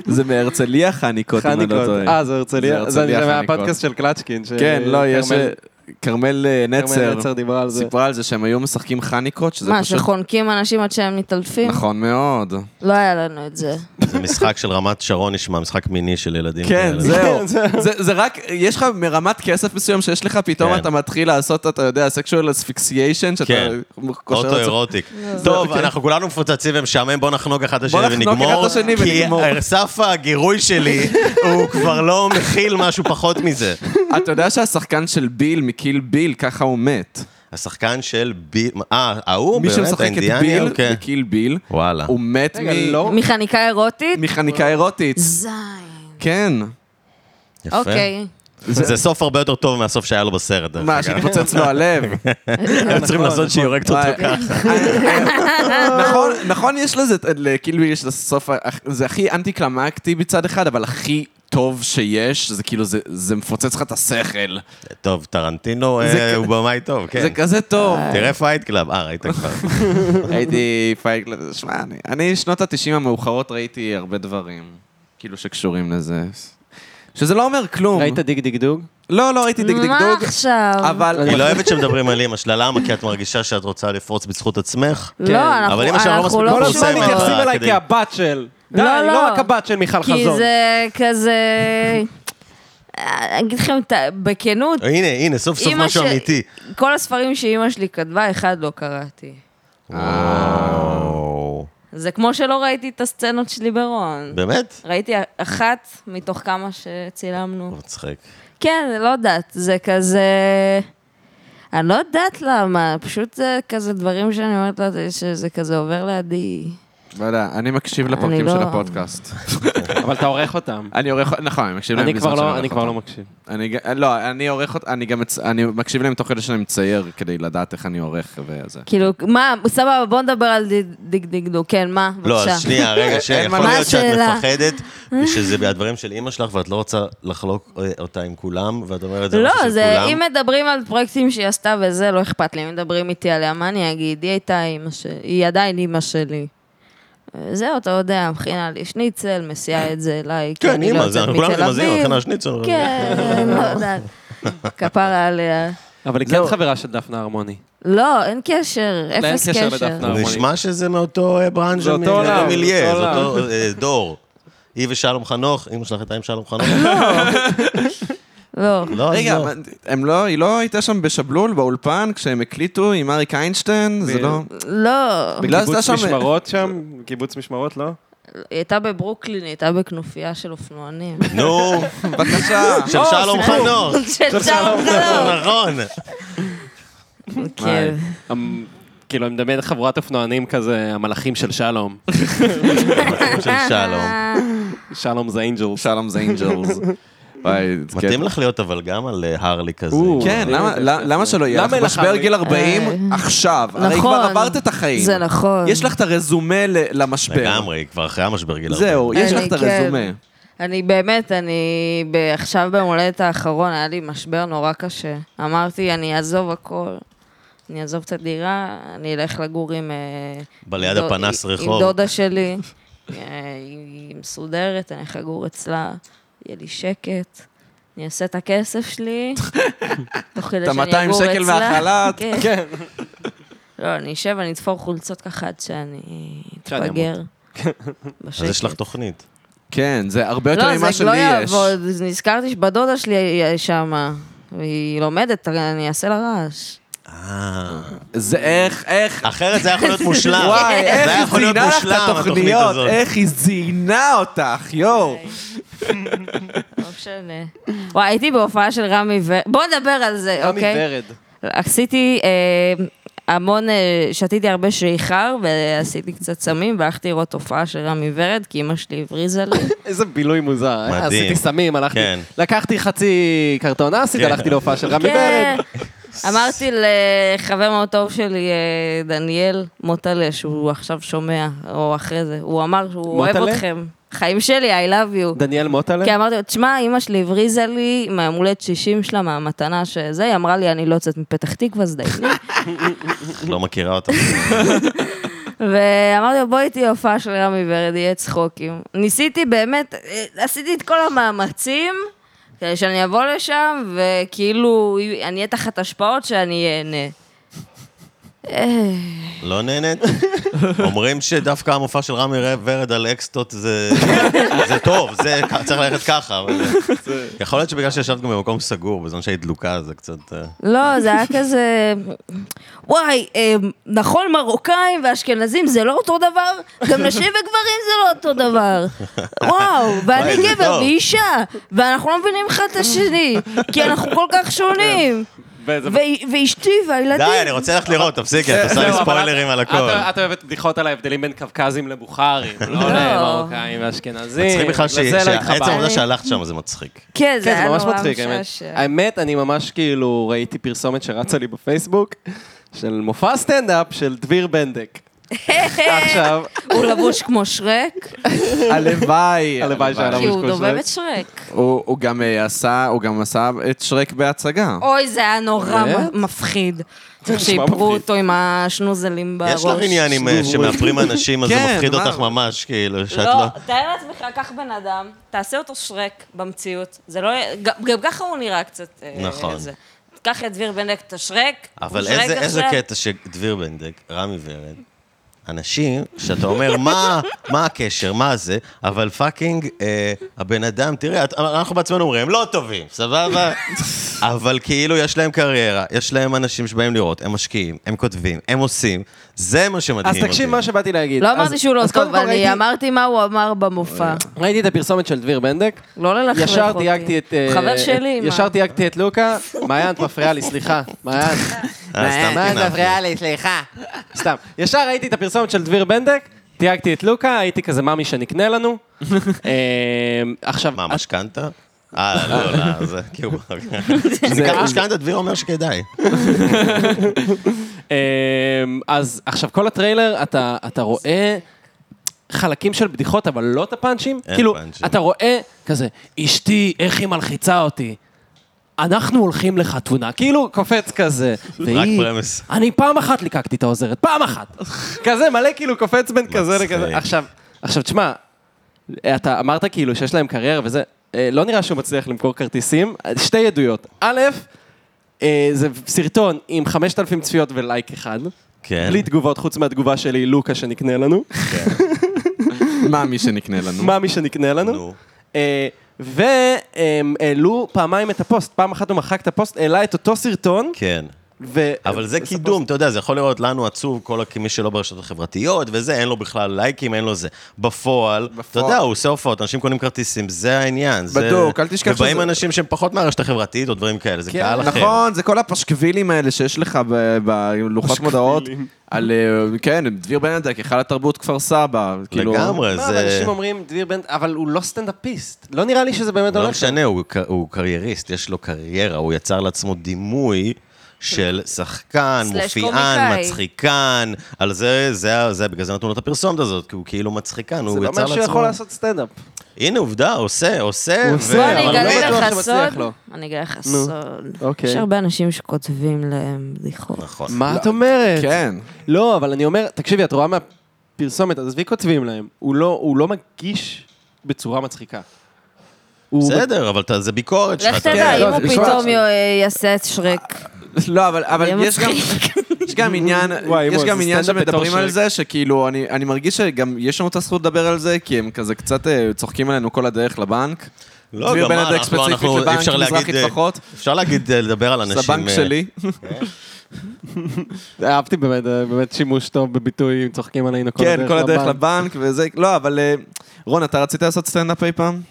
זה מהרצליה חניקות, אם אני לא
חניקות.
טועה.
אה, זה הרצליה.
זה
זה
הרצליה חניקות.
מהפודקאסט של קלצ'קין. ש-
כן, לא, יש...
כרמל-
כרמל אה,
כרמל
נצר
נצר דיברה על זה.
סיפרה על זה שהם היו משחקים חניקות, שזה
מה,
פשוט...
שחונקים אנשים עד שהם מתעלפים?
נכון מאוד.
לא היה לנו את זה.
זה משחק של רמת שרון נשמע, משחק מיני של ילדים.
כן,
כאלה.
זהו. זה- זה רק, יש לך מרמת כסף מסוים שיש לך, פתאום
כן.
אתה מתחיל לעשות, אתה יודע, sexual asphyxiation, שאתה
כן.
קושר את זה.
אוטו-אירוטיק. טוב, אנחנו כולנו מפוצצים ומשעמם, בוא נחנוג אחד את השני
נחנוג אחד את
ונגמור.
השני ונגמור.
כי סף הגירוי שלי, הוא כבר לא מכיל משהו פחות מזה.
אתה יודע שהשחקן של ביל, מקיל ביל, ככה הוא מת.
השחקן של ביל... אה, ההוא?
מי
באמת?
שמשחק את
האינדיאני?
ביל,
אוקיי.
מקיל ביל,
וואלה.
הוא מת
רגע,
מ-
לא?
מחניקה אירוטית?
מחניקה אירוטית.
זין.
כן.
יפה.
אוקיי.
זה סוף הרבה יותר טוב מהסוף שהיה לו בסרט. דרך
מה, נכון,
אגב.
שהתפוצץ לו הלב.
הם צריכים לעשות שיורקת אותו
וואי.
ככה.
נכון, נכון, יש לזה, כאילו יש לסוף, ה- זה הכי אנטי קלמקטי מצד אחד, אבל הכי טוב שיש, זה כאילו, זה- זה מפוצץ לך את השכל.
טוב, טרנטינו אה,
זה-
הוא במאי טוב, כן.
זה כזה טוב.
תראה פייט קלאב, אה, ראית כבר.
הייתי פייגלר, שמע, אני, אני שנות התשעים המאוחרות ראיתי הרבה דברים, כאילו שקשורים לזה. שזה לא אומר כלום.
ראית דיג דיג דוג?
לא, לא ראיתי
מה
דגדגדוג,
עכשיו?
אבל...
היא לא אוהבת שמדברים על אימא שלה, למה? כי את מרגישה שאת רוצה לפרוץ בזכות עצמך?
לא, אנחנו
אבל אמא שלנו לא
אנחנו
מספיק
לא
כל
פורסמת.
הזמן
מפורסמות.
מתייחסים
אה,
אליי
כדי-
כהבת לא, של. די,
לא,
היא
לא.
לא רק הבת של מיכל
כי
חזון.
זה כזה... אני אגיד לכם את ה- בכנות,
הנה, הנה, סוף סוף
לא. אמא
משהו
ש-
אמיתי.
כל הספרים שאימא שלי כתבה, אחד לא קראתי.
וואו.
זה כמו שלא ראיתי את הסצנות שלי ברון.
באמת? לא,
ראיתי אחת מתוך כמה שצילמנו.
מצחיק.
כן, לא יודעת, זה כזה... אני לא יודעת למה, פשוט זה כזה דברים שאני אומרת לה, זה- שזה כזה עובר לידי.
לא יודע, אני מקשיב לפרקים
לא-
של הפודקאסט.
אבל אתה עורך אותם.
אני עורך, נכון, אני מקשיב להם
אני כבר
בזמן שאני
לא-
עורך
אני כבר לא
אותם.
מקשיב.
אני ג- לא, אני עורך אותם, אני גם, מצ- אני מקשיב להם תוך כדי שאני מצייר, כדי לדעת איך אני עורך וזה.
כאילו, מה, סבבה, בוא נדבר על דיג- דיג דיג דו, כן, מה,
לא,
בבקשה.
אז שנייה, רגע, שיכול
מה
להיות שאת
השאלה?
מפחדת, ושזה הדברים של אימא שלך, ואת לא רוצה לחלוק אה, אותה עם כולם, ואת אומרת, זה משהו
לא,
של
זה,
כולם.
אם מדברים על פרויקטים שהיא עשתה וזה, לא אכפת לי. אם מדברים איתי עליה, מה אני אגיד? היא הייתה אימא שלי, היא עדיין אימא שלי. זהו, אתה יודע, מכינה לי שניצל, מסיעה את זה אליי, כי
כן,
אני לא
אימא, זה-
יוצאת
אנחנו כולנו
מתל
ממזים,
אביב.
לכן השניצל.
כן, לא יודעת. כפרה עליה.
אבל היא כן חברה של דפנה הרמוני.
לא, אין קשר,
אין
אפס
קשר
קשר.
לדפנה.
נשמע שזה מאותו אה, ברנז'ה,
לא, זה אותו עולם, זה
מיליה,
אותו
זה
עולם.
אותו אה, דור. היא ושלום חנוך, אימא שלך הייתה עם שלום חנוך.
לא.
לא, אז
רגע,
לא.
מה, הם לא, היא לא הייתה שם בשבלול, באולפן, כשהם הקליטו עם אריק איינשטיין, זה
ב-
לא...
לא,
בגלל זה
קיבוץ
שם-
משמרות שם? קיבוץ משמרות, לא?
היא הייתה בברוקלין, היא הייתה בכנופיה של אופנוענים.
נו,
בבקשה.
של שלום חנוך.
של שלום
לא.
חנוך.
נכון.
כן.
המ- כאילו, אני מדמיין חבורת אופנוענים כזה, המלאכים של שלום.
של שלום.
שלום זה אינג'לס.
שלום זה אינג'לס. וואי,
מתאים
כן.
לך להיות אבל גם על אה, הרלי כזה.
כן, למה- למה למה שלא יהיה לך
למה אין לך
משבר
הרי?
גיל 40 עכשיו? הרי
אה, נכון.
כבר עברת את החיים.
זה נכון.
יש לך את הרזומה ל- למשבר.
לגמרי, כבר אחרי המשבר גיל 40.
כן. זהו, יש לך
אני-
את
כן.
הרזומה.
אני באמת, אני ב- עכשיו ביום הולדת האחרון, היה לי משבר נורא קשה. אמרתי, אני אעזוב הכל. אני אעזוב את הדירה, אני אלך לגור עם... אה,
בליד
דוד-
הפנס
עם
רחוב.
דודה שלי. אה, היא מסודרת, אני הולך לגור אצלה, יהיה לי שקט. אני אעשה את הכסף שלי, תוך כדי
את
שאני אגור אצלה.
ה- 200 שקל מהחל"ת.
כן. לא, אני אשב, אני אתפור חולצות ככה עד שאני
שאני
אתבגר.
כן, אז יש לך תוכנית.
כן, זה הרבה יותר
לא,
ממה
זה לא
שלי יש.
יעבוד. נזכרתי שבדודה שלי היא שמה, והיא לומדת, אני אעשה לה רעש.
אה.
זה איך, איך...
אחרת זה היה יכול להיות מושלם.
וואי,
אה, זה היה
איך
יכול
היא זיינה
להיות
לך
מושלם,
את
התוכנית
התוכניות,
הזאת.
איך היא זיינה אותך, יואו.
לא משנה. וואי, הייתי בהופעה של רמי ו... בוא נדבר על זה,
רמי
אוקיי?
ורד.
עשיתי אה, המון, אה, שתיתי הרבה שיכר ועשיתי קצת סמים והלכתי לראות הופעה של רמי ורד, כי אמא שלי הבריזה לי.
איזה בילוי מוזר. אה,
מדהים.
עשיתי סמים, הלכתי...
כן.
לקחתי חצי קרטון אסיד,
כן.
הלכתי להופעה של רמי
כן.
ורד.
אמרתי לחבר מאוד טוב שלי, אה, דניאל מוטלה, שהוא עכשיו שומע, או אחרי זה, הוא אמר שהוא אוהב
מוטלה?
אתכם. חיים שלי, I love you.
דניאל מוטלה?
כי כן, אמרתי לו, תשמע, אמא שלי הבריזה לי מהיום הולדת 60 שלה, מהמתנה שזה, היא אמרה לי, אני לא יוצאת מפתח תקווה, זה די.
לא מכירה אותה.
ואמרתי לו, בוא איתי להופעה של רמי ורד, יהיה צחוקים. ניסיתי באמת, אה, עשיתי את כל המאמצים כדי שאני אבוא לשם, וכאילו, אני אהיה תחת השפעות שאני אהנה. אה,
לא נהנית? אומרים שדווקא המופע של רמי ורד על אקסטות זה זה טוב, זה צריך ללכת ככה. אבל- יכול להיות שבגלל שישבת גם במקום סגור, בזמן שהיית דלוקה, זה קצת... אה,
לא, זה היה כזה... וואי, אה, נכון, מרוקאים ואשכנזים זה לא אותו דבר? גם נשים וגברים זה לא אותו דבר. וואו, ואני
וואי, זה
גבר
טוב.
ואישה, ואנחנו לא מבינים אחד את השני, כי אנחנו כל כך שונים.
וזה-
ו- ואשתי והילדים.
די, אני רוצה ללכת לראות, תפסיקי, את עושה
זהו,
לי
אבל
ספוילרים על
את-
הכל.
את- את אוהבת בדיחות על ההבדלים בין קווקזים לבוכרים, לא למרוקאים ואשכנזים.
מצחיק בכלל ש-
לזה לא
שעצם
התחברתי.
העובדה שהלכת שם זה מצחיק.
כן, זה
כן,
היה
זה ממש
נורא
מצחיק, האמת.
משעשע.
האמת, אני ממש כאילו ראיתי פרסומת שרצה לי בפייסבוק, של מופע סטנדאפ של דביר בנדק.
כן.
עכשיו,
אה, הוא לבוש כמו שרק,
הלוואי.
הלוואי שהיה
כי
לבוש
הוא
כמו
דובב
שרק.
את שרק.
הוא הוא גם אה, עשה, הוא גם עשה את שרק בהצגה.
אוי, זה היה נורא
באמת?
מפחיד. צריך שיפרו אותו עם השנוזלים בראש.
יש לך עניין עם אה, שמאפרים אנשים, אז זה
כן,
מפחיד
מה?
אותך ממש, כאילו, שאת
לא,
לא...
תאר לעצמך, קח בן אדם, תעשה אותו שרק במציאות. זה לא... יהיה- גם- גם ככה הוא נראה קצת... אה,
נכון.
זה. קח את דביר בנק, את השרק.
אבל
הוא שרק
איזה, איזה
עכשיו.
קטע שדביר בנדק, רמי ורד, אנשים שאתה אומר, מה, מה הקשר, מה זה, אבל פאקינג, אה, הבן אדם, תראה, את- אנחנו בעצמנו אומרים, הם לא טובים, סבבה? אבל כאילו יש להם קריירה, יש להם אנשים שבאים לראות, הם משקיעים, הם כותבים, הם עושים, זה מה שמדהים
אז
אותי.
תקשיב מה שבאתי להגיד.
לא
אז-
אמרתי שהוא לא
אז קודם
טוב,
כל
אני
ראיתי-
אמרתי מה הוא אמר במופע.
ראיתי את הפרסומת של דביר בנדק.
לא ללכלך אותי.
ישר דייקתי את... אה,
חבר
את-
שלי, מה?
ישר דייקתי את לוקה. מעיין, את מפריעה לי, סליחה. מעיין.
אה, סתם
מעיין,
תינפתי.
את מפריעה לי, סליחה. סתם. ישר ראיתי את הפרסומת של דביר בנדק, דייקתי את לוקה, הייתי כזה מאמי שנקנה לנו. אה, עכשיו,
מה, משכנתה? אה, לא, לא, זה כאילו... ניקח משכנתה, דביר אומר שכדאי.
אמ, אז עכשיו כל הטריילר, אתה, אתה רואה חלקים של בדיחות, אבל לא את הפאנצ'ים.
אין
כאילו,
פאנצ'ים.
אתה רואה כזה, אשתי, איך היא מלחיצה אותי. אנחנו הולכים לחתונה, כאילו קופץ כזה. והיא,
פרמס.
אני פעם אחת ליקקתי את העוזרת, פעם אחת. כזה מלא כאילו קופץ בין כזה
מצחיק.
לכזה. עכשיו, עכשיו תשמע, אתה אמרת כאילו שיש להם קריירה וזה, אה, לא נראה שהוא מצליח למכור כרטיסים. שתי עדויות. א', אה, זה סרטון עם 5,000 צפיות ולייק אחד.
כן.
בלי תגובות, חוץ מהתגובה שלי, לוקה שנקנה לנו.
מה מי שנקנה לנו?
מה מי שנקנה לנו.
נו.
אה, והם העלו פעמיים את הפוסט. פעם אחת הוא מחק את הפוסט, העלה את אותו סרטון.
כן.
ו-
אבל זה קידום, אתה יודע, זה יכול לראות לנו עצוב, כל הכ- מי שלא ברשתות החברתיות וזה, אין לו בכלל לייקים, אין לו זה. בפועל, אתה יודע, הוא עושה הופעות, אנשים קונים כרטיסים, זה העניין. זה-
בדוק, אל תשכח
ובאים
שזה-
אנשים שהם פחות מהרשת החברתית או דברים כאלה, זה קהל אחר.
נכון, זה כל הפשקווילים האלה שיש לך ב- בלוחות מודעות. על, אה, כן, דביר בנדק, היכל התרבות כפר סבא. כאילו-
לגמרי,
מה, לא, אבל
זה...
אנשים אומרים, דביר בן... אבל הוא לא סטנדאפיסט. לא נראה לי שזה באמת
לא
הולך.
משנה, הוא ק- הוא קרייריסט, יש לו קריירה, הוא יצר לעצמו דימוי. של שחקן,
סלאש
מופיען,
קומיקאי.
מצחיקן, על זה, זה, זה, בגלל זה נתנו לו את הפרסומת הזאת, כי הוא כאילו מצחיקן,
זה
הוא
לא
יצר
אומר
לעצמו...
שהוא יכול לעשות סטנדאפ.
הנה עובדה, עושה, עושה,
הוא
ו-
עושה,
בוא,
אבל
אני
הוא לא
אגלה
בטוח
לך
שמצליח לו.
סוד. אני אגלה לך
נו,
סוד.
אוקיי.
יש הרבה אנשים שכותבים להם בדיחות.
נכון.
מה את אומרת?
כן.
לא, אבל אני אומר, תקשיבי, את רואה מהפרסומת, אז עזבי כותבים להם, הוא לא, הוא לא מגיש בצורה מצחיקה. הוא-
בסדר, אבל אתה- זה ביקורת שלך.
לך
אתה-
תדע,
לא,
אם הוא
זה
פתאום
מצחיק.
יו- יעשה את שרק.
לא, אבל- אבל
זה
יש גם...
מצחיק.
יש גם עניין,
וואי,
יש
בוא,
גם
זה
עניין
סטנדאפ
שמדברים
בתור
על
שרק.
זה, שכאילו, אני אני מרגיש שגם יש לנו את הזכות לדבר על זה, כי הם כזה קצת אה, צוחקים עלינו כל הדרך לבנק.
לא,
דביר
גם מה,
בנדק
אנחנו,
ספציפית
אנחנו, אי
לבנק,
אפשר להגיד...
מזרחי
אה,
טפחות.
אפשר להגיד, אה, לדבר על
זה
אנשים...
הבנק
אה,
שלי.
אהבתי באמת, אה, באמת שימוש טוב בביטוי, אם צוחקים עלינו כל הדרך
כן, כל הדרך
לבנק.
לבנק וזה, לא, אבל אה, רון, אתה רצית לעשות סטנדאפ אי פעם?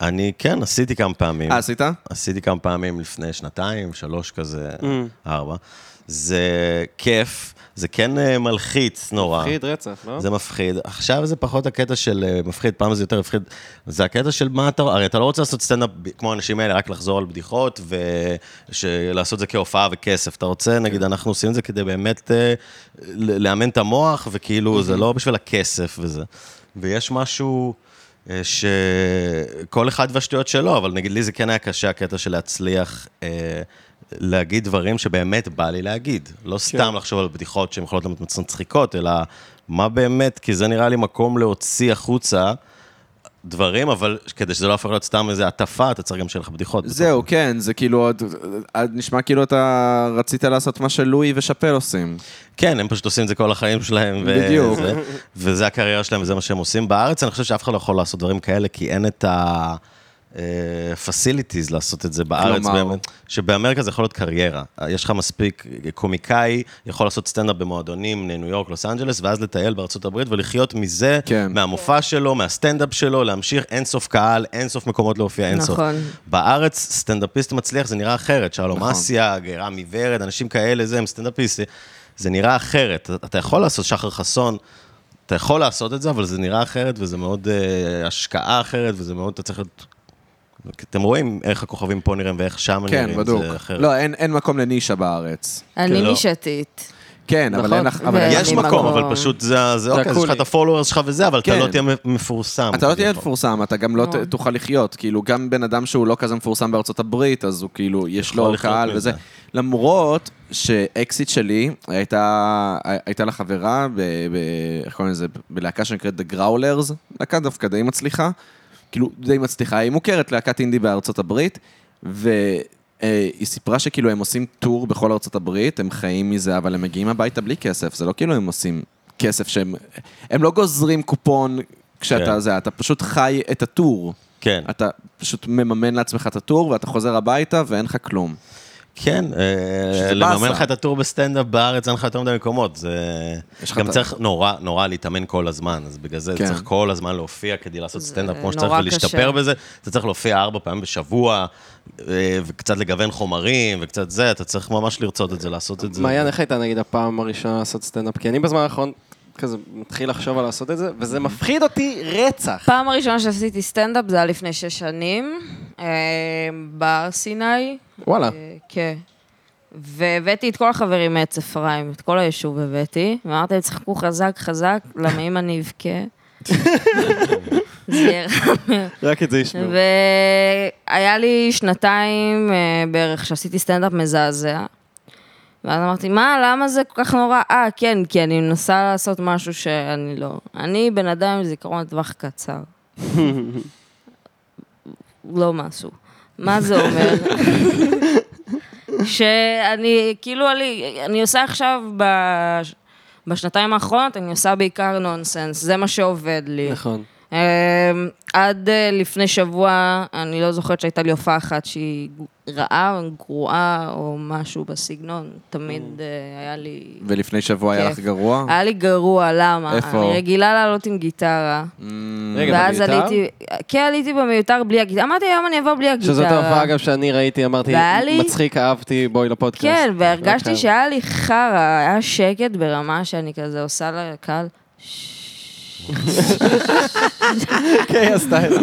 אני, כן, עשיתי כמה פעמים.
אה, עשית?
עשיתי כמה פעמים לפני שנתיים, שלוש כזה, ארבע. זה כיף, זה כן אה, מלחיץ נורא.
מפחיד רצח, לא?
זה מפחיד. עכשיו זה פחות הקטע של אה, מפחיד, פעם זה יותר מפחיד. זה הקטע של מה אתה, הרי אתה לא רוצה לעשות סטנדאפ ב- כמו האנשים האלה, רק לחזור על בדיחות ולעשות זה כהופעה וכסף. אתה רוצה, נגיד, אנחנו עושים את זה כדי באמת אה, ל- לאמן את המוח, וכאילו, זה לא בשביל הכסף וזה. ויש משהו... אה, שכל אחד והשטויות שלו, אבל נגיד לי זה כן היה קשה, הקטע של להצליח אה, להגיד דברים שבאמת בא לי להגיד. לא סתם לחשוב על בדיחות שהן יכולות להיות מצחיקות, אלא מה באמת, כי זה נראה לי מקום להוציא החוצה דברים, אבל כדי שזה לא יהפוך להיות סתם איזו הטפה, אתה צריך גם שיהיה לך בדיחות.
זהו, כן, זה כאילו, עוד- עוד נשמע כאילו אתה רצית לעשות מה שלואי ושאפל עושים.
כן, הם פשוט עושים את זה כל החיים שלהם. ו-
בדיוק.
זה, וזה הקריירה שלהם וזה מה שהם עושים. בארץ אני חושב שאף אחד לא יכול לעשות דברים כאלה, כי אין את ה... פסיליטיז לעשות את זה בארץ,
כלומר?
באמת, שבאמריקה זה יכול להיות קריירה. יש לך מספיק קומיקאי, יכול לעשות סטנדאפ במועדונים, ניו יורק, לוס אנג'לס, ואז לטייל בארצות הברית ולחיות מזה,
כן.
מהמופע שלו, מהסטנדאפ שלו, להמשיך אין סוף קהל, אין סוף מקומות להופיע, אין סוף.
נכון.
בארץ סטנדאפיסט מצליח, זה נראה אחרת. שלום נכון. אסיה, רמי ורד, אנשים כאלה, זה, הם סטנדאפיסטים. זה נראה אחרת. אתה יכול לעשות שחר חסון, אתה יכול לעשות את זה, אבל זה נראה אחרת, וזה מאוד אה, השקעה אחרת, וזה מאוד, אתה צריך להיות... אתם רואים איך הכוכבים פה נראים ואיך שם
כן,
נראים,
בדוק.
זה אחרת.
לא, אין אין מקום לנישה בארץ.
אני
לא.
נישתית.
כן, אבל
נכון.
אין לך... אבל
ו-
אין לך-
יש
אני
מקום,
מקום.
אבל פשוט זה, זה אוקיי, אז יש לך
הקולי.
את הפולוורס שלך וזה, אבל אתה
כן.
לא תהיה מפורסם.
אתה לא תהיה
כביכול.
מפורסם, אתה גם לא ת-
נכון.
תוכל לחיות. כאילו, גם בן אדם שהוא לא כזה מפורסם בארצות הברית, אז הוא כאילו, יש
יכול
לו
לחיות
קהל
מזה.
וזה. למרות שאקסיט שלי, הייתה הייתה לה חברה, ב- ב- איך קוראים לזה? בלהקה שנקראת The Growlers, להקה דווקא די מצליחה. כאילו, די מצליחה, היא מוכרת, להקת אינדי בארצות הברית, והיא סיפרה שכאילו הם עושים טור בכל ארצות הברית, הם חיים מזה, אבל הם מגיעים הביתה בלי כסף, זה לא כאילו הם עושים כסף שהם... הם לא גוזרים קופון כשאתה
כן.
זה, אתה פשוט חי את הטור.
כן.
אתה פשוט מממן לעצמך את הטור, ואתה חוזר הביתה ואין לך כלום.
כן, אה,
שזה
לממן
באסה.
לך את הטור בסטנדאפ בארץ, אין לך יותר מדי מקומות. זה...
יש לך
גם
את ה-
צריך נורא, נורא להתאמן כל הזמן, אז בגלל זה
כן.
צריך כל הזמן להופיע כדי לעשות סטנדאפ כמו שצריך
נורא
ולהשתפר
קשה.
בזה. אתה צריך להופיע ארבע פעמים בשבוע, אה, וקצת לגוון חומרים, וקצת זה, אתה צריך ממש לרצות את זה, לעשות את זה.
מעיין, איך הייתה נגיד הפעם הראשונה לעשות סטנדאפ? כי אני בזמן האחרון כזה מתחיל לחשוב על לעשות את זה, וזה מפחיד אותי רצח.
פעם הראשונה שעשיתי סטנדאפ זה היה לפני שש שנים, אה, בהר סיני.
וואלה.
אה, כן. והבאתי את כל החברים מעץ אפרים, את כל היישוב הבאתי, ואמרתי להם, צחקו חזק, חזק, למה אם אני אבכה? זה יהיה רע מאוד."
רק את זה ישמעו.
והיה לי שנתיים אה, בערך שעשיתי סטנדאפ מזעזע. ואז אמרתי, מה, למה זה כל כך נורא? אה, כן, כי אני מנסה לעשות משהו שאני לא. אני בן אדם עם זיכרון לטווח קצר. לא משהו. מה זה אומר? שאני, כאילו, אני, אני עושה עכשיו, בש... בשנתיים האחרונות, אני עושה בעיקר נונסנס, זה מה שעובד לי.
נכון.
אמ, עד אה, לפני שבוע, אני לא זוכרת שהייתה לי הופעה אחת שהיא רעה, גרועה או משהו בסגנון. תמיד
Mm.
אה, היה לי...
ולפני שבוע היה
כיף. אה,
לך
אה.
גרוע?
היה לי גרוע, למה?
איפה?
אני רגילה לעלות עם גיטרה.
רגע,
ואז
במיותר?
עליתי... כן, עליתי במיותר בלי הגיטרה. אמרתי, היום אני אבוא בלי הגיטרה.
שזאת ההופעה, אגב, שאני ראיתי, אמרתי,
והיה לי-
מצחיק, אהבתי, בואי לפודקאסט.
כן, והרגשתי
אוקיי.
שהיה לי חרא, היה שקט ברמה שאני כזה עושה לקהל.
כן, היא עשתה את זה.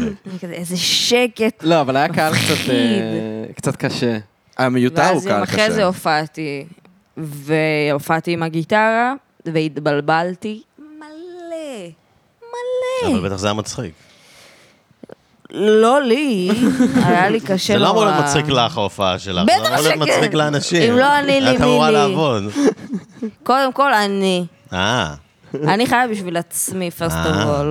אני כזה, איזה שקט.
לא, אבל היה קהל
מפחיד.
קצת, אה, קצת קשה.
המיותר הוא
ואז יום
קהל
אחרי זה
קשה.
הופעתי, והופעתי עם הגיטרה, והתבלבלתי מלא.
אבל בטח זה היה מצחיק.
לא לי, היה לי קשה
זה
נורא.
לא אמור להיות מצחיק לך ההופעה שלך,
כן, בטח
זה אמור להיות
שכן.
מצחיק לאנשים.
אם לא, אני, לי,
את
מי
אמורה
לי?
לעבוד.
קודם כל, אני.
אה,
אני חיה בשביל עצמי, first of
אה.
all.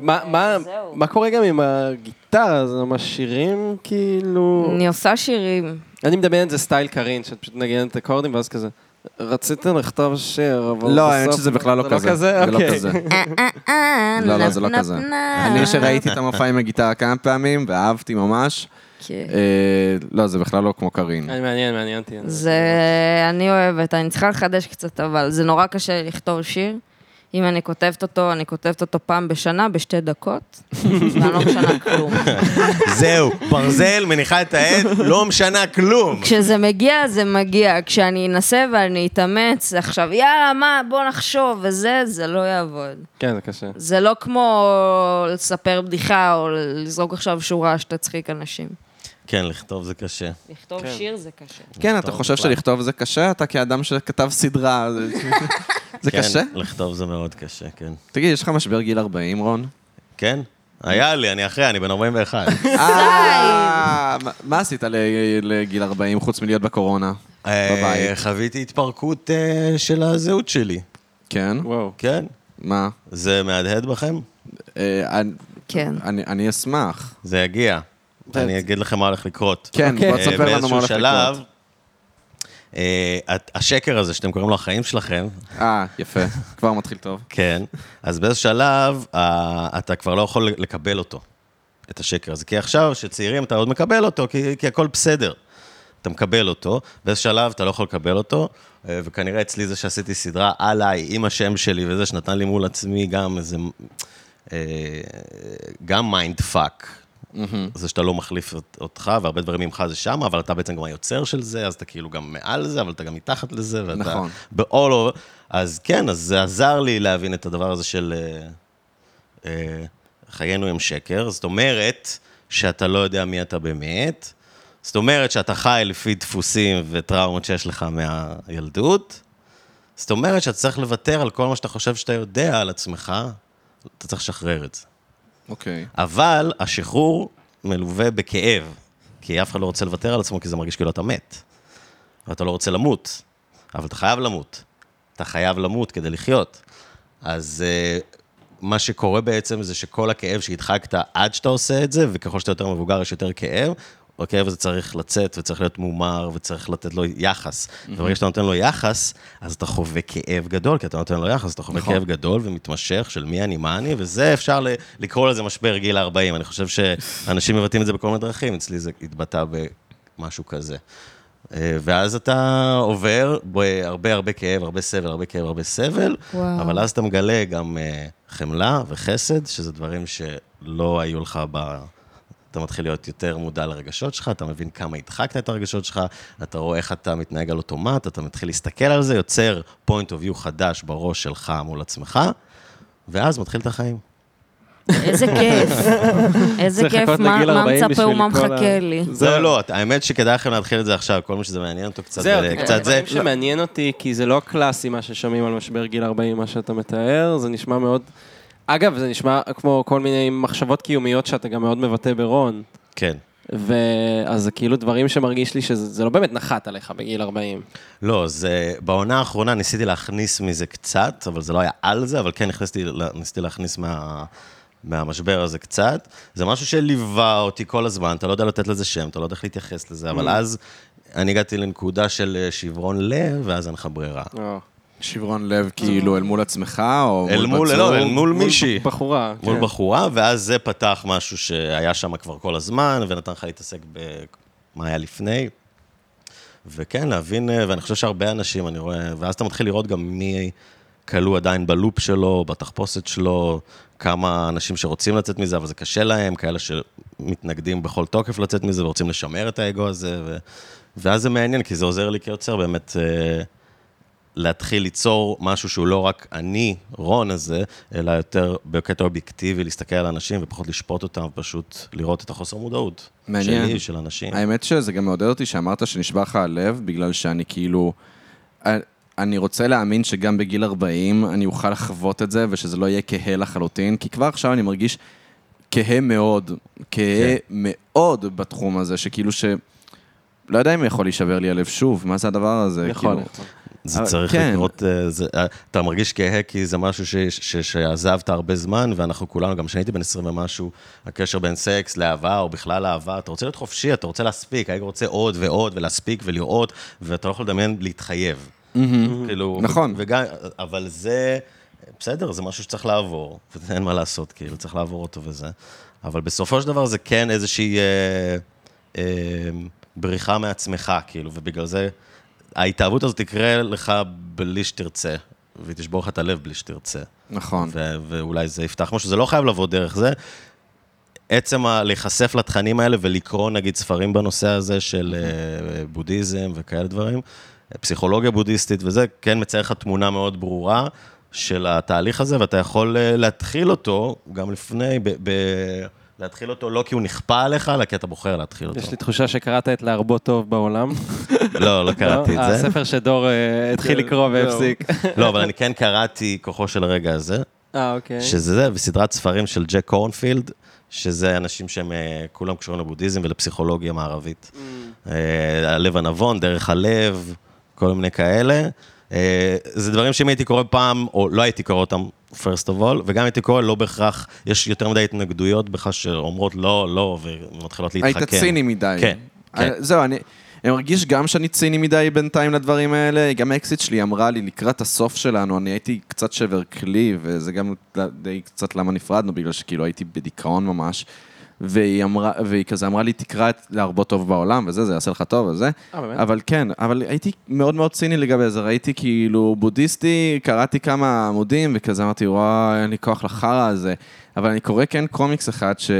מה- מה-
אה, זהו.
מה קורה גם עם הגיטרה? זה ממש שירים, כאילו...
אני עושה שירים.
אני מדמיין את זה סטייל קארין, שאת פשוט נגנת אקורדים, ואז כזה, רצית לכתוב שיר, אבל
לא, האמת
בסוף...
שזה בכלל לא כזה.
זה
זה
לא
לא
כזה?
כזה.
אוקיי.
אה, אה, אה,
לא, לא,
נפ,
זה לא
נפ,
כזה.
נפ.
אני שראיתי את המופע עם הגיטרה כמה פעמים, ואהבתי ממש,
כן.
אה, לא, זה בכלל לא כמו קארין.
אה,
אני מעניין, מעניין אותי.
זה... אני אוהבת, אני צריכה לחדש קצת, אבל זה נורא קשה לי לכתוב שיר. אם אני כותבת אותו, אני כותבת אותו פעם בשנה, בשתי דקות, ואני לא משנה כלום.
נכון.
זהו, ברזל, מניחה את העט, לא משנה כלום.
כשזה מגיע, זה מגיע. כשאני אנסה ואני אתאמץ, עכשיו, יאללה, מה, בוא נחשוב, וזה, זה לא יעבוד.
כן, זה קשה.
זה לא כמו לספר בדיחה או לזרוק עכשיו שורה שתצחיק אנשים.
כן, לכתוב זה קשה.
לכתוב שיר זה קשה.
כן, אתה
לכתוב
חושב
בכלל.
שלכתוב זה קשה? אתה כאדם שכתב סדרה, זה- זה
כן,
קשה?
לכתוב זה מאוד קשה, כן.
תגיד, יש לך משבר גיל 40, רון?
כן? היה לי, אני אחרי, אני בן 41.
אה, מה- מה עשית ל- לגיל 40 חוץ מלהיות בקורונה?
אה,
בבית.
חוויתי התפרקות אה, של הזהות שלי.
כן?
וואו.
כן?
מה?
זה מהדהד בכם?
אה, אני-
כן.
אני אני אשמח.
זה יגיע. אני אגיד לכם מה הולך לקרות.
כן,
אוקיי.
בוא
אה,
תספר לנו מה
באיזשהו
הולך
שלב,
לקרות.
אה, הת- השקר הזה שאתם קוראים לו החיים שלכם,
אה, יפה. כבר מתחיל טוב.
כן, אז באיזשהו שלב אה, אתה כבר לא יכול לקבל אותו, את השקר הזה. כי עכשיו, שצעירים, אתה עוד מקבל אותו, כי, כי הכל בסדר. אתה מקבל אותו, באיזשהו שלב אתה לא יכול לקבל אותו, אה, וכנראה אצלי זה שעשיתי סדרה עליי, עם השם שלי וזה, שנתן לי מול עצמי גם איזה... אה, גם מיינד פאק. זה שאתה לא מחליף אות- אותך, והרבה דברים ממך זה שם, אבל אתה בעצם גם היוצר של זה, אז אתה כאילו גם מעל זה, אבל אתה גם מתחת לזה, ואתה...
נכון.
ב-all over. אז כן, אז זה עזר לי להבין את הדבר הזה של... אה, אה, חיינו הם שקר, זאת אומרת שאתה לא יודע מי אתה באמת, זאת אומרת שאתה חי לפי דפוסים וטראומות שיש לך מהילדות. זאת אומרת שאתה צריך לוותר על כל מה שאתה חושב שאתה יודע על עצמך, אתה צריך לשחרר את זה.
אוקיי.
אבל השחרור מלווה בכאב, כי אף אחד לא רוצה לוותר על עצמו, כי זה מרגיש כאילו אתה מת. ואתה לא רוצה למות, אבל אתה חייב למות. אתה חייב למות כדי לחיות. אז uh, מה שקורה בעצם זה שכל הכאב שהדחקת עד שאתה עושה את זה, וככל שאתה יותר מבוגר יש יותר כאב, הכאב הזה צריך לצאת וצריך להיות מומר וצריך לתת לו יחס. וברגע שאתה נותן לו יחס, אז אתה חווה כאב גדול, כי אתה נותן לו יחס, אתה חווה כאב גדול ומתמשך של מי אני, מה אני, וזה אפשר ל- לקרוא לזה משבר גיל 40. אני חושב שאנשים מבטאים את זה בכל מיני דרכים, אצלי זה התבטא במשהו כזה. אה, ואז אתה עובר בהרבה הרבה כאב, הרבה סבל, הרבה כאב, הרבה סבל,
וואו.
אבל אז אתה מגלה גם אה, חמלה וחסד, שזה דברים שלא היו לך ב... אתה מתחיל להיות יותר מודע לרגשות שלך, אתה מבין כמה הדחקת את הרגשות שלך, אתה רואה איך אתה מתנהג על אוטומט, אתה מתחיל להסתכל על זה, יוצר point of view חדש בראש שלך מול עצמך, ואז מתחיל את החיים.
איזה כיף. איזה
צריך
כיף,
לחכות
מה
לגיל
מה
40
מצפה
בשביל
ומה
כל ה-
מחכה לי.
זהו, לא, האמת שכדאי לכם להתחיל את זה עכשיו, כל מי שזה מעניין אותו קצת,
זהו,
אה,
תגיד,
קצת זה.
הדברים שמעניין אותי, כי זה לא הקלאסי מה ששומעים על משבר גיל 40, מה שאתה מתאר, זה נשמע מאוד... אגב, זה נשמע כמו כל מיני מחשבות קיומיות שאתה גם מאוד מבטא ברון.
כן.
ואז זה כאילו דברים שמרגיש לי שזה זה לא באמת נחת עליך בגיל 40.
לא, זה... בעונה האחרונה ניסיתי להכניס מזה קצת, אבל זה לא היה על זה, אבל כן נכנסתי, ניסיתי להכניס מה... מהמשבר הזה קצת. זה משהו שליווה אותי כל הזמן, אתה לא יודע לתת לזה שם, אתה לא יודע איך להתייחס לזה, אבל אז אני הגעתי לנקודה של אה, שברון לב, ואז אין לך ברירה.
שברון לב כאילו אל מול עצמך, או מול
אל מול,
בת
לא,
זוג?
אל מול מישהי.
בחורה.
מול
כן.
בחורה, ואז זה פתח משהו שהיה שם כבר כל הזמן, ונתן לך להתעסק במה היה לפני. וכן, להבין, אה, ואני חושב שהרבה אנשים, אני רואה, ואז אתה מתחיל לראות גם מי כלוא עדיין בלופ שלו, בתחפושת שלו, כמה אנשים שרוצים לצאת מזה, אבל זה קשה להם, כאלה שמתנגדים בכל תוקף לצאת מזה ורוצים לשמר את האגו הזה, ו... ואז זה מעניין, כי זה עוזר לי כיוצר באמת אה, להתחיל ליצור משהו שהוא לא רק אני, רון הזה, אלא יותר בקטע אובייקטיבי, להסתכל על אנשים ופחות לשפוט אותם, ופשוט לראות את החוסר מודעות.
מעניין.
שלי, של אנשים.
האמת שזה גם מעודד אותי שאמרת שנשבר לך הלב, בגלל שאני כאילו... אני רוצה להאמין שגם בגיל 40 אני אוכל לחוות את זה, ושזה לא יהיה כהה לחלוטין, כי כבר עכשיו אני מרגיש כהה מאוד,
כן.
כהה מאוד בתחום הזה, שכאילו ש... לא יודע אם יכול להישבר לי הלב שוב, מה זה הדבר הזה?
יכול.
כאילו,
זה
אבל-
צריך
כן.
לקרות, אה, זה- אה, אתה מרגיש כהה, כי זה משהו ש- ש- שעזבת הרבה זמן, ואנחנו כולנו, גם כשאני הייתי בן 20 ומשהו, הקשר בין סקס לאהבה, או בכלל אהבה, אתה רוצה להיות חופשי, אתה רוצה להספיק, האגו רוצה עוד ועוד, ולהספיק ולראות, ואתה לא יכול לדמיין להתחייב. כאילו...
נכון.
ו- וגם, אבל זה, בסדר, זה משהו שצריך לעבור, ואין מה לעשות, כאילו, צריך לעבור אותו וזה. אבל בסופו של דבר זה כן איזושהי אה, אה, בריחה מעצמך, כאילו, ובגלל זה ההתאהבות הזאת תקרה לך בלי שתרצה, והיא תשבור לך את הלב בלי שתרצה.
נכון.
ו- ואולי זה יפתח משהו, זה לא חייב לבוא דרך זה. עצם ה- להיחשף לתכנים האלה ולקרוא נגיד ספרים בנושא הזה של אה, בודהיזם וכאלה דברים, פסיכולוגיה בודהיסטית וזה, כן מצייר לך תמונה מאוד ברורה של התהליך הזה, ואתה יכול אה, להתחיל אותו גם לפני, ב- ב- להתחיל אותו לא כי הוא נכפה עליך, אלא כי אתה בוחר להתחיל אותו.
יש לי תחושה שקראת את להרבות טוב בעולם.
לא, לא קראתי את זה. כן,
הספר שדור אה, התחיל לקרוא והפסיק.
לא, אבל אני כן קראתי כוחו של הרגע הזה.
אה, אוקיי.
שזה זה, וסדרת ספרים של ג'ק קורנפילד, שזה אנשים שהם אה, כולם קשורים לבודהיזם ולפסיכולוגיה מערבית. אה, הלב הנבון, דרך הלב, כל מיני כאלה. אה, זה דברים שאם הייתי קורא פעם, או לא הייתי קורא אותם, first of all, וגם הייתי קורא, לא בהכרח, יש יותר מדי התנגדויות בך שאומרות לא, לא, ומתחילות להתחכם.
היית ציני מדי.
כן, כן.
אה, זהו, אני... אני מרגיש גם שאני ציני מדי בינתיים לדברים האלה, גם האקסיט שלי אמרה לי, לקראת הסוף שלנו, אני הייתי קצת שבר כלי, וזה גם די קצת למה נפרדנו, בגלל שכאילו הייתי בדיכאון ממש, והיא, אמרה, והיא כזה אמרה לי, תקרא את להרבות טוב בעולם, וזה, זה יעשה לך טוב, וזה.
אה, באמת?
אבל כן, אבל הייתי מאוד מאוד ציני לגבי זה, ראיתי כאילו בודהיסטי, קראתי כמה עמודים, וכזה אמרתי, וואי, אין לי כוח לחרא הזה. אבל אני קורא כן קומיקס אחד ש...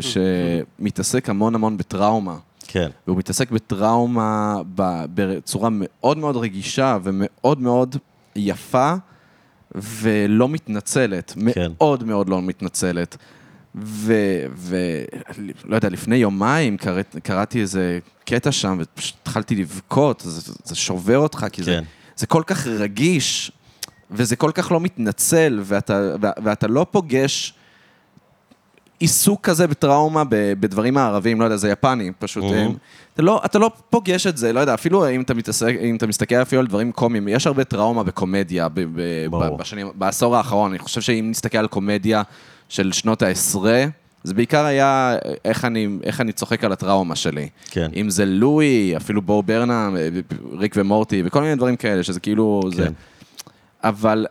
שמתעסק המון המון בטראומה.
כן.
והוא מתעסק בטראומה ב- בצורה מאוד מאוד רגישה ומאוד מאוד יפה ולא מתנצלת.
כן.
מאוד מאוד לא מתנצלת. ולא יודע, לפני יומיים קראת- קראתי איזה קטע שם, ופשוט התחלתי לבכות, זה, זה שובר אותך, כי זה,
כן.
זה כל כך רגיש, וזה כל כך לא מתנצל, ואתה, ו- ואתה לא פוגש עיסוק כזה בטראומה ב- בדברים הערבים, לא יודע, זה יפני, פשוט.
אהה.
הם- אתה לא, אתה לא פוגש את זה, לא יודע, אפילו אם אתה, מתעסק, אם אתה מסתכל אפילו על דברים קומיים, יש הרבה טראומה בקומדיה ב- ב-
ברור.
ב- בשנים, בעשור האחרון. אני חושב שאם נסתכל על קומדיה של שנות העשרה, זה בעיקר היה אה, איך אני, איך אני צוחק על הטראומה שלי.
כן.
אם זה לואי, אפילו בו ברנה, ריק ומורטי, וכל מיני דברים כאלה, שזה כאילו... זה.
כן.
אבל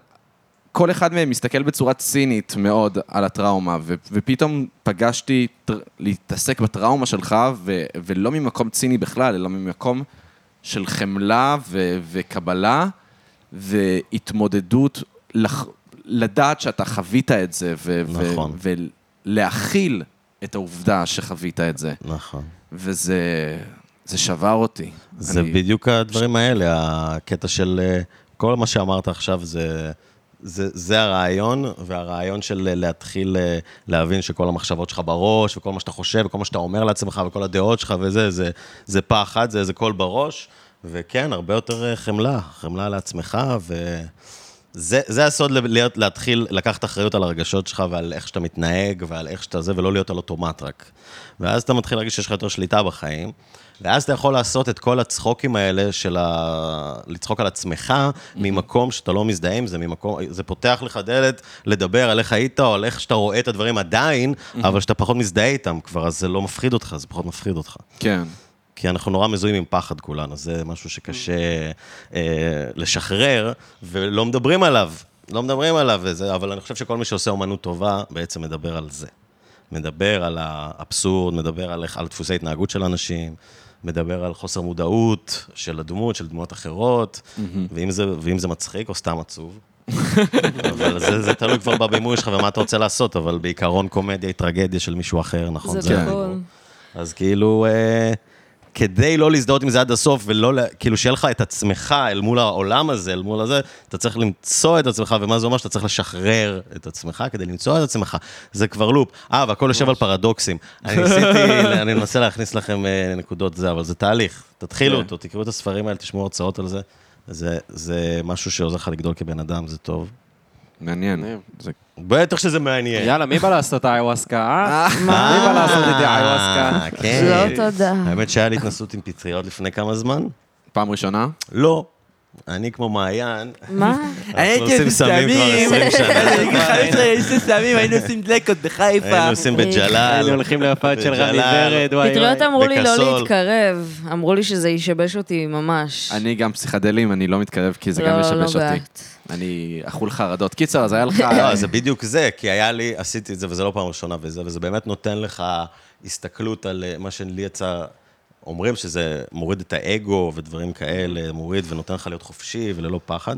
כל אחד מהם מסתכל בצורה צינית מאוד על הטראומה, ו- ופתאום פגשתי טר- להתעסק בטראומה שלך, ו- ולא ממקום ציני בכלל, אלא ממקום של חמלה ו- וקבלה והתמודדות, לח- לדעת שאתה חווית את זה, ו-
נכון.
ו- ולהכיל את העובדה שחווית את זה.
נכון.
וזה זה שבר אותי.
זה
אני-
בדיוק הדברים האלה, הקטע של אה, כל מה שאמרת עכשיו זה... זה, זה הרעיון, והרעיון של אה, להתחיל אה, להבין שכל המחשבות שלך בראש, וכל מה שאתה חושב, וכל מה שאתה אומר לעצמך, וכל הדעות שלך וזה, זה, זה פחד, זה איזה קול בראש, וכן, הרבה יותר אה, חמלה, חמלה לעצמך, וזה זה הסוד ל- להיות, להתחיל לקחת אחריות על הרגשות שלך ועל איך שאתה מתנהג ועל איך שאתה זה, ולא להיות על אוטומט רק. ואז אתה מתחיל להרגיש שיש לך יותר שליטה בחיים, ואז אתה יכול לעשות את כל הצחוקים האלה של ה... לצחוק על עצמך ממקום שאתה לא מזדהה עם זה, ממקום... זה פותח לך דלת לדבר על איך היית או על איך שאתה רואה את הדברים עדיין, אבל שאתה פחות מזדהה איתם כבר, אז זה לא מפחיד אותך, זה פחות מפחיד אותך.
כן.
כי אנחנו נורא מזוהים עם פחד כולנו, זה משהו שקשה אה, לשחרר, ולא מדברים עליו. לא מדברים עליו, וזה, אבל אני חושב שכל מי שעושה אומנות טובה בעצם מדבר על זה. מדבר על האבסורד, מדבר על, איך- על דפוסי התנהגות של אנשים, מדבר על חוסר מודעות של הדמות, של דמויות אחרות, ואם זה, ואם זה מצחיק או סתם עצוב. אבל זה, זה תלוי כבר בבימוי שלך ומה אתה רוצה לעשות, אבל בעיקרון קומדיה היא טרגדיה של מישהו אחר, נכון?
זה
כאילו-
נכון.
אז כאילו, אה, כדי לא להזדהות עם זה עד הסוף, ולא, ל- כאילו, שיהיה לך את עצמך אל מול העולם הזה, אל מול הזה, אתה צריך למצוא את עצמך, ומה זה אומר? שאתה צריך לשחרר את עצמך כדי למצוא את עצמך. זה כבר לופ. אה, והכל יושב על פרדוקסים. אני ניסיתי, אני מנסה להכניס לכם אה, נקודות זה, אבל זה תהליך. תתחילו אותו, תקראו את הספרים האלה, תשמעו הרצאות על זה. זה, זה משהו שעוזר לך לגדול כבן אדם, זה טוב.
מעניין. זה
בטח שזה מעניין.
יאללה, מי בא לעשות איוואסקה, אה? מי בא לעשות איתי איוואסקה?
אה, כן.
לא, תודה.
האמת שהיה לי התנסות עם פטריות לפני כמה זמן.
פעם ראשונה?
לא. אני כמו מעיין,
מה?
אנחנו עושים סמים כבר 20
אני אגיד לך,
שנה.
יש לי סמים, היינו עושים דלקות בחיפה.
היינו עושים
אה,
היינו
בג'לal.
הולכים ליפת של רמי
בג'לל.
ורד, וואי וואי.
פטריות אמרו לי לא
בקסול.
להתקרב, אמרו לי שזה ישבש אותי ממש.
אני גם פסיכדלים, אני לא מתקרב כי זה
לא,
גם ישבש
לא
אותי.
בעט.
אני אכול חרדות. קיצר, אז היה לך...
לא, זה בדיוק זה, כי היה לי, עשיתי את זה, וזה לא פעם ראשונה וזה, וזה באמת נותן לך הסתכלות על אה, מה שלי יצא, אומרים שזה מוריד את האגו ודברים כאלה, מוריד ונותן לך להיות חופשי וללא פחד.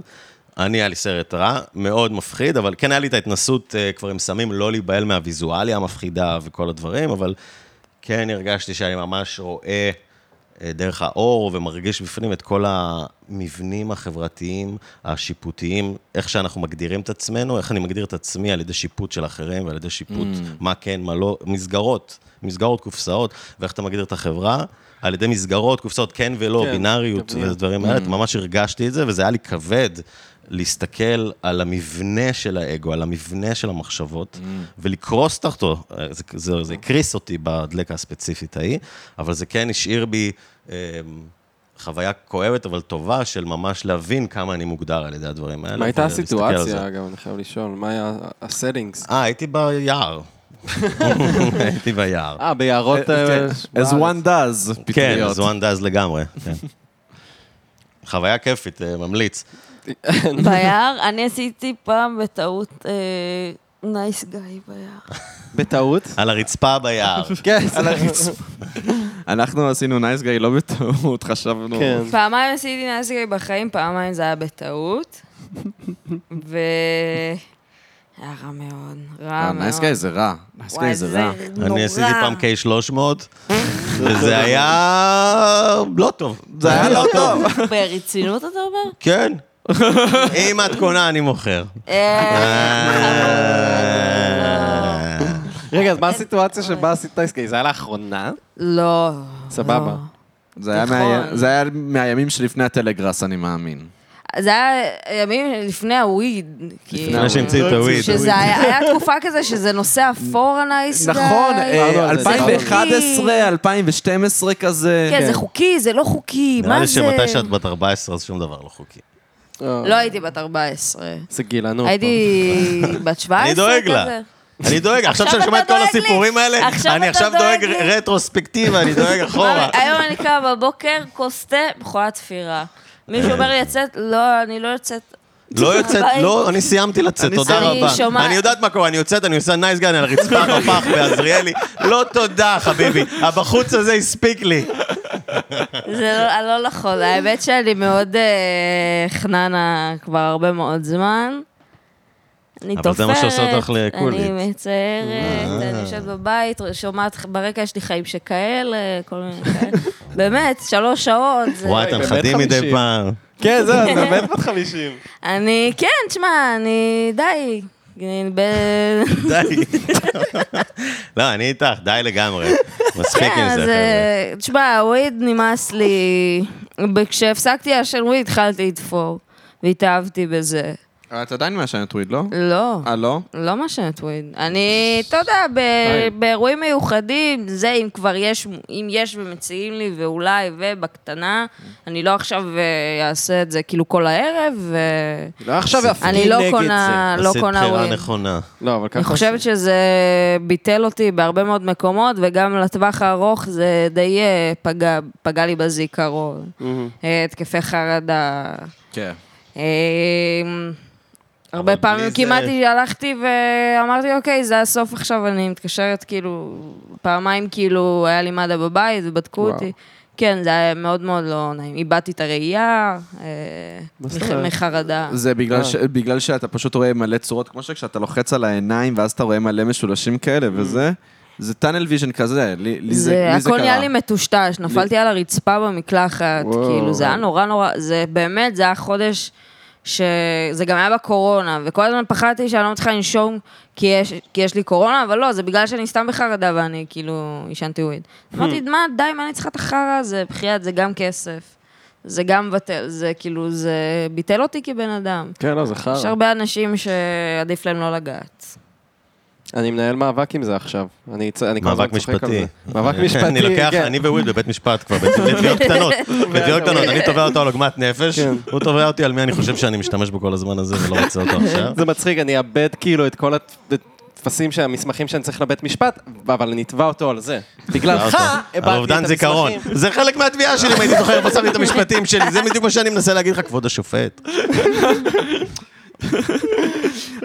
אני, היה לי סרט רע, מאוד מפחיד, אבל כן היה לי את ההתנסות אה, כבר עם סמים, לא להיבהל מהוויזואליה המפחידה וכל הדברים, אבל כן הרגשתי שאני ממש רואה אה, דרך האור ומרגיש בפנים את כל המבנים החברתיים, השיפוטיים, איך שאנחנו מגדירים את עצמנו, איך אני מגדיר את עצמי על ידי שיפוט של אחרים ועל ידי שיפוט
Mm.
מה כן, מה לא, מסגרות, מסגרות, קופסאות, ואיך אתה מגדיר את החברה. על ידי מסגרות, קופסאות כן ולא,
כן,
בינאריות
תבניות.
ודברים האלה, ממש הרגשתי את זה, וזה היה לי כבד להסתכל על המבנה של האגו, על המבנה של
Mm.
המחשבות, ולקרוס תחתו. זה- זה זה הקריס אותי בדלקה הספציפית ההיא, אבל זה כן השאיר בי אה, חוויה כואבת, אבל טובה, של ממש להבין כמה אני מוגדר על ידי הדברים האלה.
מה הייתה
ולהסתכל על זה.
הסיטואציה, אגב, אני חייב לשאול? מה היה הסטינגס?
אה, הייתי ביער. הייתי ביער.
אה, ביערות... אה, בארץ.
As one does,
כן,
פטריות.
זו אנדז לגמרי. כן. חוויה כיפית, אה, ממליץ.
ביער, אני עשיתי פעם בטעות נייס גיא ביער.
בטעות.
על הרצפה ביער.
כן,
אנחנו עשינו נייס גיא לא בטעות, חשבנו.
כן.
פעמיים עשיתי נייס גיא בחיים, פעמיים זה היה בטעות. ו... היה רע מאוד, רע אה, מאוד.
נייס גיא אה, זה רע. נייס גיא
וואי,
זה רע.
נורא.
אני עשיתי פעם K300, וזה היה לא טוב. זה היה לא טוב.
ברצינות אתה אומר?
כן. אם את קונה, אני מוכר.
אה,
אה,
רגע, אז מה הסיטואציה שבה עשית טייסקי? זה היה לאחרונה?
לא.
סבבה.
לא.
זה היה
נכון.
מהי- זה היה מהימים שלפני הטלגראס, אני מאמין.
זה היה ימים לפני הוויד. כאילו.
לפני שהמציאו את הוויד.
שזה היה, היה תקופה כזה שזה נושא אפור הנייס
נכון,
גאי.
אה,
דיברנו על זה,
2011, 2012 כזה.
כן, זה חוקי, זה לא חוקי,
נראה
מה
לי
זה?
שמתי שאת בת 14, אז שום דבר לא חוקי.
לא הייתי בת 14.
זה גילנות.
הייתי בת 17 כזה.
אני דואג לה. אני דואג, עכשיו
עכשיו
שאני שומע את
אתה
כל
דואג לי.
הסיפורים האלה,
עכשיו
אני
אתה
עכשיו דואג
דואג לי.
רטרוספקטיבה, אני דואג אחורה.
אבל היום אני קמה בבוקר, כוס תה, מכונת תפירה. מישהו אומר לי לצאת, לא, אני לא יוצאת.
לא יוצאת,
ביי.
לא, אני סיימתי לצאת, תודה
סיימתי. אני
רבה.
שומעת.
אני יודעת מה קורה, אני יוצאת, אני עושה נייס גאי על הרצפה בפח בעזריאלי. לא תודה, חביבי, הבחוץ הזה הספיק לי.
זה לא, לא נכון, האמת שאני מאוד אה, חננה כבר הרבה מאוד זמן. אני
אבל
תופרת,
זה מה שעושה אותך אה. לקולית.
אני מציירת, אני יושבת בבית, שומעת ברקע יש לי חיים שכאלה, כל מיני כאלה. באמת, שלוש שעות. זה-
וואי, אתם
באמת
חדים מדי
חמישים.
פעם.
כן, זהו, את באמת בת 50.
אני, כן, תשמע, אני, די. אני ב-
די. לא, אני איתך, די לגמרי. מספיק
כן,
עם זה,
אז...
חבר'ה.
אה, תשמע, וויד נמאס לי. כשהפסקתי לעשן וויד התחלתי לדפור, והתאהבתי בזה.
אבל את אה, עדיין מעשנת וויד, לא?
לא.
אה, לא?
לא מעשנת וויד. אני, אתה יודע, ב- באירועים מיוחדים, זה אם כבר יש, אם יש ומציעים לי, ואולי, ובקטנה, אני לא עכשיו אה, אעשה את זה כאילו כל הערב, ו...
לא עכשיו
אני לא
נגד
קונה, לא
עשית
קונה
בחירה
וויד.
נכונה.
לא, אבל
אני
ככה...
חושבת שזה ביטל אותי בהרבה מאוד מקומות, וגם לטווח הארוך זה די אה, פגע, פגע לי בזיכרון. אה, התקפי חרדה,
כן.
אמ, הרבה פעמים
בלי
כמעט
זה-
הלכתי ואמרתי, אוקיי, זה הסוף עכשיו, אני מתקשרת כאילו, פעמיים כאילו, היה לי מד"א בבית ובדקו אותי. כן, זה היה מאוד מאוד לא נעים. איבדתי את הראייה, אה,
זאת
מח-
אומרת?
מחרדה.
זה בגלל, ש... בגלל שאתה פשוט רואה מלא צורות, כמו שכשאתה לוחץ על העיניים ואז אתה רואה מלא משולשים כאלה וזה, זה טאנל ויז'ן כזה, לי, לי זה,
זה,
לי זה
הכל
קרה.
נהיה לי מטושטש, נפלתי על הרצפה במקלחת,
וואו.
כאילו, זה היה נורא נורא, זה באמת, זה היה חודש ש... זה גם היה בקורונה, וכל הזמן פחדתי שאני לא מצליחה לנשום כי יש, כי יש לי קורונה, אבל לא, זה בגלל שאני סתם בחרדה ואני כאילו עישנתי וויד. אמרתי, מה, די, מה אני צריכה את החרא הזה? בחייאת, זה גם כסף. זה גם בטל, זה כאילו, זה ביטל אותי כבן אדם.
כן, לא, זה חרא.
יש הרבה אנשים שעדיף להם לא לגעת.
אני מנהל מאבק עם זה עכשיו. אני צ- אני כל הזמן
מאבק
צוחק על
משפטי.
זה. מאבק משפטי,
אני לוקח,
כן.
אני וויל בבית משפט כבר, בתביעות קטנות. בתביעות קטנות, אני תובע אותו על עוגמת נפש,
כן.
הוא תובע אותי על מי אני חושב שאני משתמש בו כל הזמן הזה ולא רוצה אותו עכשיו.
זה מצחיק, אני אאבד כאילו את כל הט- הטפסים, של המסמכים שאני צריך לבית משפט, אבל אני אתבע אותו על זה. בגללך
על
איבדתי את
אובדן זיכרון.
המסמכים.
זה חלק מהתביעה שלי, אם הייתי זוכר איפה שמתי את המשפטים שלי. זה בדיוק מה שאני מנסה להגיד לך, כבוד השופט.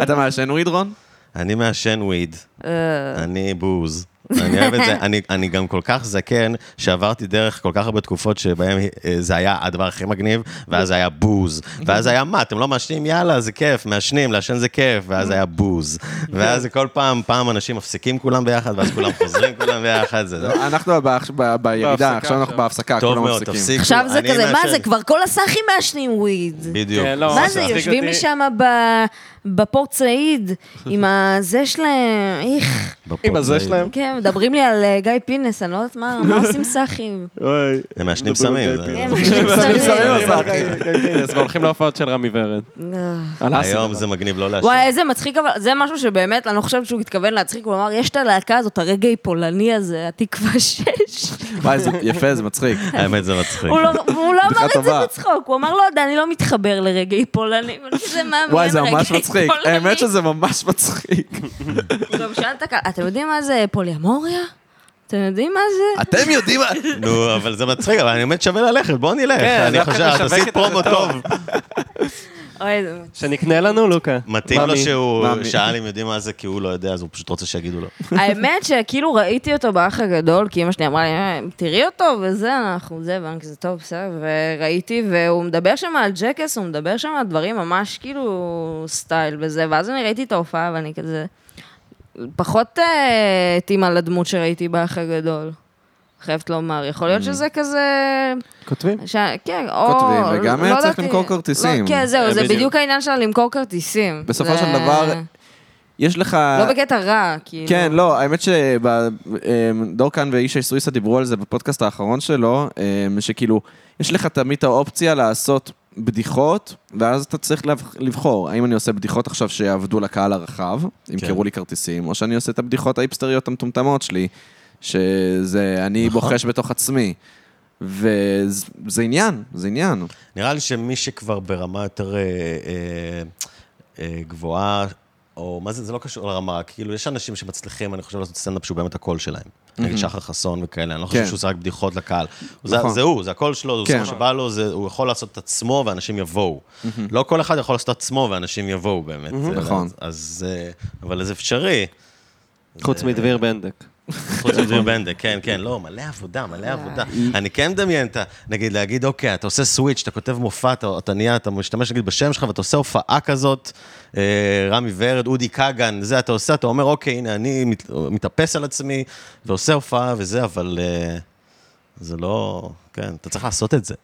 אתה מעשן וויד, רון?
אני מעשן וויד,
אה.
אני בוז. אני אוהב את זה, אני, אני גם כל כך זקן, שעברתי דרך כל כך הרבה תקופות שבהן אה, זה היה הדבר הכי מגניב, ואז היה בוז. ואז היה מה, אתם לא מעשנים? יאללה, זה כיף, מעשנים, לעשן זה כיף, ואז היה בוז.
כן.
ואז זה כל פעם, פעם אנשים מפסיקים כולם ביחד, ואז כולם חוזרים כולם ביחד, זה לא...
אנחנו ב- ב- בירידה, עכשיו אנחנו בהפסקה,
טוב
כולם
מאוד,
לא מפסיקים.
תפסיקו.
עכשיו זה
אני
כזה, מה
מעשן."
זה, כבר כל הסאחים מעשנים וויד.
בדיוק.
כן, לא,
מה זה,
מצחיק
יושבים
אותי.
לי שם ב- בפורט סעיד, עם הזה שלהם, איך,
בפופ
עם הזה שלהם.
כן, מדברים לי על אה, גיא פינס, אני לא יודעת מה, מה עושים סאחים? כן,
הם מעשנים סמים. זה-
הם חושבים סמים.
כן, אז הולכים להופעות של רמי ורד. על האסי.
היום זה מגניב לא לעשן.
וואי, איזה מצחיק, אבל זה משהו שבאמת, אני לא חושבת שהוא התכוון להצחיק, הוא אמר, יש את הלהקה הזאת, הרגעי פולני הזה, התקווה 6.
וואי, זה יפה, זה מצחיק.
האמת זה מצחיק.
הוא לא הוא לא אמר את זה
טובה.
בצחוק, הוא אמר, לא יודע, אני לא מתחבר לרגעי פולני. אבל זה מה,
וואי,
מי
זה
הם
ממש
רגעי
מצחיק.
פולני?
האמת שזה ממש מצחיק.
הוא גם שאל את הקהל, אתם יודעים מה זה פוליאמוריה? אתם יודעים מה זה?
אתם יודעים מה...
נו, אבל זה מצחיק, אבל אני באמת שווה ללכת, בוא נלך.
כן,
אני
זה אף אחד משווק
חושב, את עשית
את זה
פרומו טוב.
אוי, זה
שנקנה לנו, לוקה.
מתאים לו
ממי.
שהוא
מאמי.
שאל אם יודעים מה זה, כי הוא לא יודע, אז הוא פשוט רוצה שיגידו לו.
האמת שכאילו ראיתי אותו באח הגדול, כי אמא שלי אמרה לי, "אה, תראי אותו וזה, אנחנו זה, ואני כזה טוב, בסדר, וראיתי, והוא מדבר שם על ג'קס, הוא מדבר שם על דברים ממש כאילו סטייל וזה, ואז אני ראיתי את ההופעה ואני כזה, פחות אה, התאימה לדמות שראיתי באח הגדול. חייבת לומר, יכול להיות שזה כזה...
כותבים.
ש... כן, או...
Mm. כותבים, וגם
לא
צריך
יודעת,
למכור
אה,
כרטיסים.
לא, כן, זהו, זה
בדיוק.
בדיוק העניין של למכור כרטיסים.
בסופו
זה-
של דבר, יש לך...
לא בקטע רע, כאילו.
כן, לא, האמת אמ, שדור כאן וישי סויסה דיברו על זה בפודקאסט האחרון שלו, אמ, שכאילו, יש לך תמיד את האופציה לעשות בדיחות, ואז אתה צריך לבח- לבחור, האם אני עושה בדיחות עכשיו שיעבדו לקהל הרחב,
כן.
ימכרו לי כרטיסים, או שאני עושה את הבדיחות ההיפסטריות המטומטמות שלי, שזה אני
נכון.
בוחש בתוך עצמי. וזה עניין, זה עניין.
נראה לי שמי שכבר ברמה יותר אה, אה, אה, גבוהה, או מה זה, זה לא קשור לרמה, כאילו, יש אנשים שמצליחים, אני חושב, לעשות סטנדאפ שהוא באמת הקול שלהם. נגיד שחר חסון וכאלה, אני לא חושב
Mm-hmm. כן.
שהוא עושה רק בדיחות לקהל. זה
נכון.
זה הוא, זה הקול שלו, זה עושה מה
כן. Mm-hmm.
שבא לו, זה- הוא יכול לעשות את עצמו ואנשים יבואו. לא כל אחד יכול לעשות את עצמו ואנשים יבואו באמת. אה,
נכון.
אז, אה, אבל זה אפשרי.
חוץ מדביר בנדק.
חוץ מדביר בנדק, כן, כן, לא, מלא עבודה, מלא עבודה. אני כן מדמיין את ה... נגיד, להגיד, אוקיי, אתה עושה סוויץ', אתה כותב מופע, אתה, אתה נהיה, אתה משתמש נגיד בשם שלך, ואתה עושה הופעה כזאת, אה, רמי ורד, אודי כגן, זה אתה עושה, אתה אומר, אוקיי, הנה, אני מת, מתאפס על עצמי, ועושה הופעה וזה, אבל אה, זה לא... כן, אתה צריך לעשות את זה.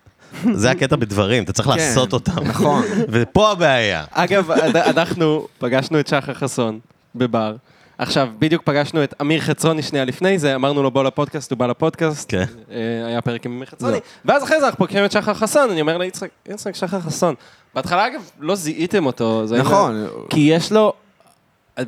זה הקטע בדברים, אתה
כן.
צריך לעשות אותם. נכון. ופה הבעיה.
אגב, אד- אנחנו פגשנו את שחר חסון בבר. עכשיו, בדיוק פגשנו את אמיר חצרוני שנייה לפני זה, אמרנו לו בוא לפודקאסט, הוא בא לפודקאסט.
כן. לא.
אה, היה פרק עם אמיר חצרוני. ואז אחרי זה אנחנו פוגשים את שחר חסון, אני אומר ליצחק, יצחק, שחר חסון. בהתחלה, אגב, לא זיהיתם אותו. זה היה-
נכון.
כי יש לו...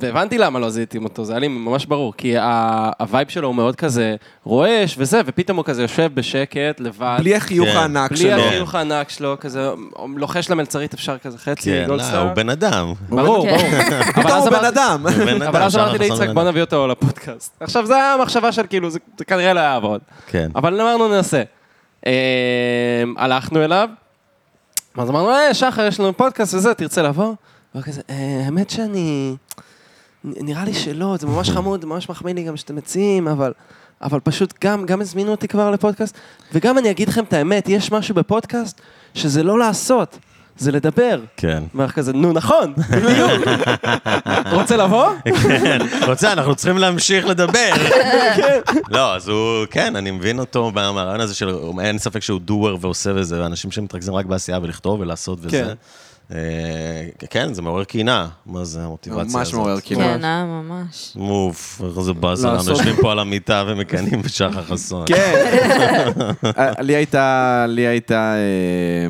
והבנתי למה לא זיהיתם אותו, זה היה לי ממש ברור, כי ה- הווייב שלו הוא מאוד כזה רועש וזה, ופתאום הוא כזה יושב בשקט, לבד.
בלי החיוך
כן.
הענק
בלי
שלו.
החיוך הענק שלו, כזה לוחש למלצרית אפשר כזה חצי,
כן, לא,
גולדסטאר.
הוא בן אדם.
ברור,
כן.
ברור. אבל
פתאום
אז
הוא בן
אמרתי-
אדם.
הוא בן אדם,
אבל אז
שחר
אמרתי
חסון
ליצחק,
בן
בוא
אדם."
נביא אותו לפודקאסט. עכשיו, זו המחשבה של כאילו, זה זה כנראה לא יעבוד.
כן.
אבל אמרנו, ננסה. אמ, הלכנו אליו, אז אמרנו, אה, שחר, יש לנו פודקאסט וזה, תרצה לבוא? והוא כזה, "אה, האמת שאני... נ- נראה לי שלא, זה ממש חמוד, זה ממש מחמיא לי גם שאתם מציעים, אבל... אבל פשוט גם, גם הזמינו אותי כבר לפודקאסט, וגם אני אגיד לכם את האמת, יש משהו בפודקאסט שזה לא לעשות, זה לדבר.
כן.
אומר לך כזה, נו נכון, בדיוק. רוצה לבוא?
כן, רוצה, אנחנו צריכים להמשיך לדבר.
כן.
לא, אז הוא, כן, אני מבין אותו מה- מהרעיון הזה של, אין ספק שהוא doer ועושה וזה, ואנשים שמתרכזים רק בעשייה ולכתוב ולעשות
כן.
וזה. אה, כן, זה מעורר קינה, מה זה המוטיבציה הזאת.
ממש מעורר כאילו.
כאילו,
קינה.
כן, אה, ממש.
מוף, איזה באסה, אנחנו
לעשות.
יושבים פה על המיטה ומקנאים בשחר חסון.
כן. אה, לי הייתה, לי הייתה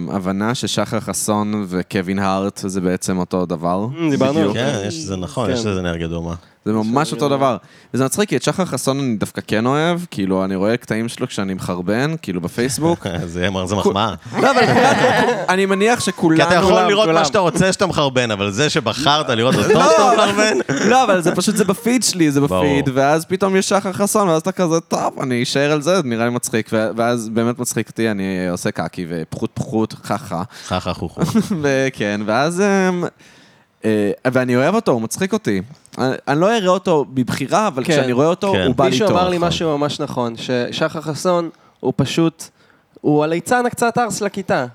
אה, הבנה ששחר חסון וקווין הארט זה בעצם אותו דבר.
דיברנו על
בדיוק.
זה.
כן, יש, זה נכון,
כן.
יש לזה אנרגיה דומה.
זה ממש אותו דבר. וזה מצחיק, כי את שחר חסון אני דווקא כן אוהב, כאילו, אני רואה קטעים שלו כשאני מחרבן, כאילו בפייסבוק.
זה יהיה- זה מחמאה.
לא, אבל כולנו, אני מניח
כי
שכולנו...
אתה יכול
כולם,
לראות מה
כולם.
שאתה רוצה שאתה מחרבן, אבל זה שבחרת לראות אותו שאתה מחרבן,
לא, אבל זה פשוט, זה בפיד שלי, זה
ברור.
בפיד, ואז פתאום יש שחר חסון, ואז אתה כזה, טוב, אני אשאר על זה, נראה לי מצחיק, ו- ואז באמת מצחיק אותי, אני עושה קקי ופחות פחות, חכה.
חכה חוכו.
וכן, ואז... אמ, אה, ואני אוהב אותו, הוא מצחיק אותי. אני- אני לא אראה אותו בבחירה, אבל
כן.
כשאני רואה אותו,
כן.
הוא בא לי טוב.
מישהו אמר לי משהו ממש נכון, ששחר חסון הוא פשוט, הוא הליצן הקצת ארס לכיתה.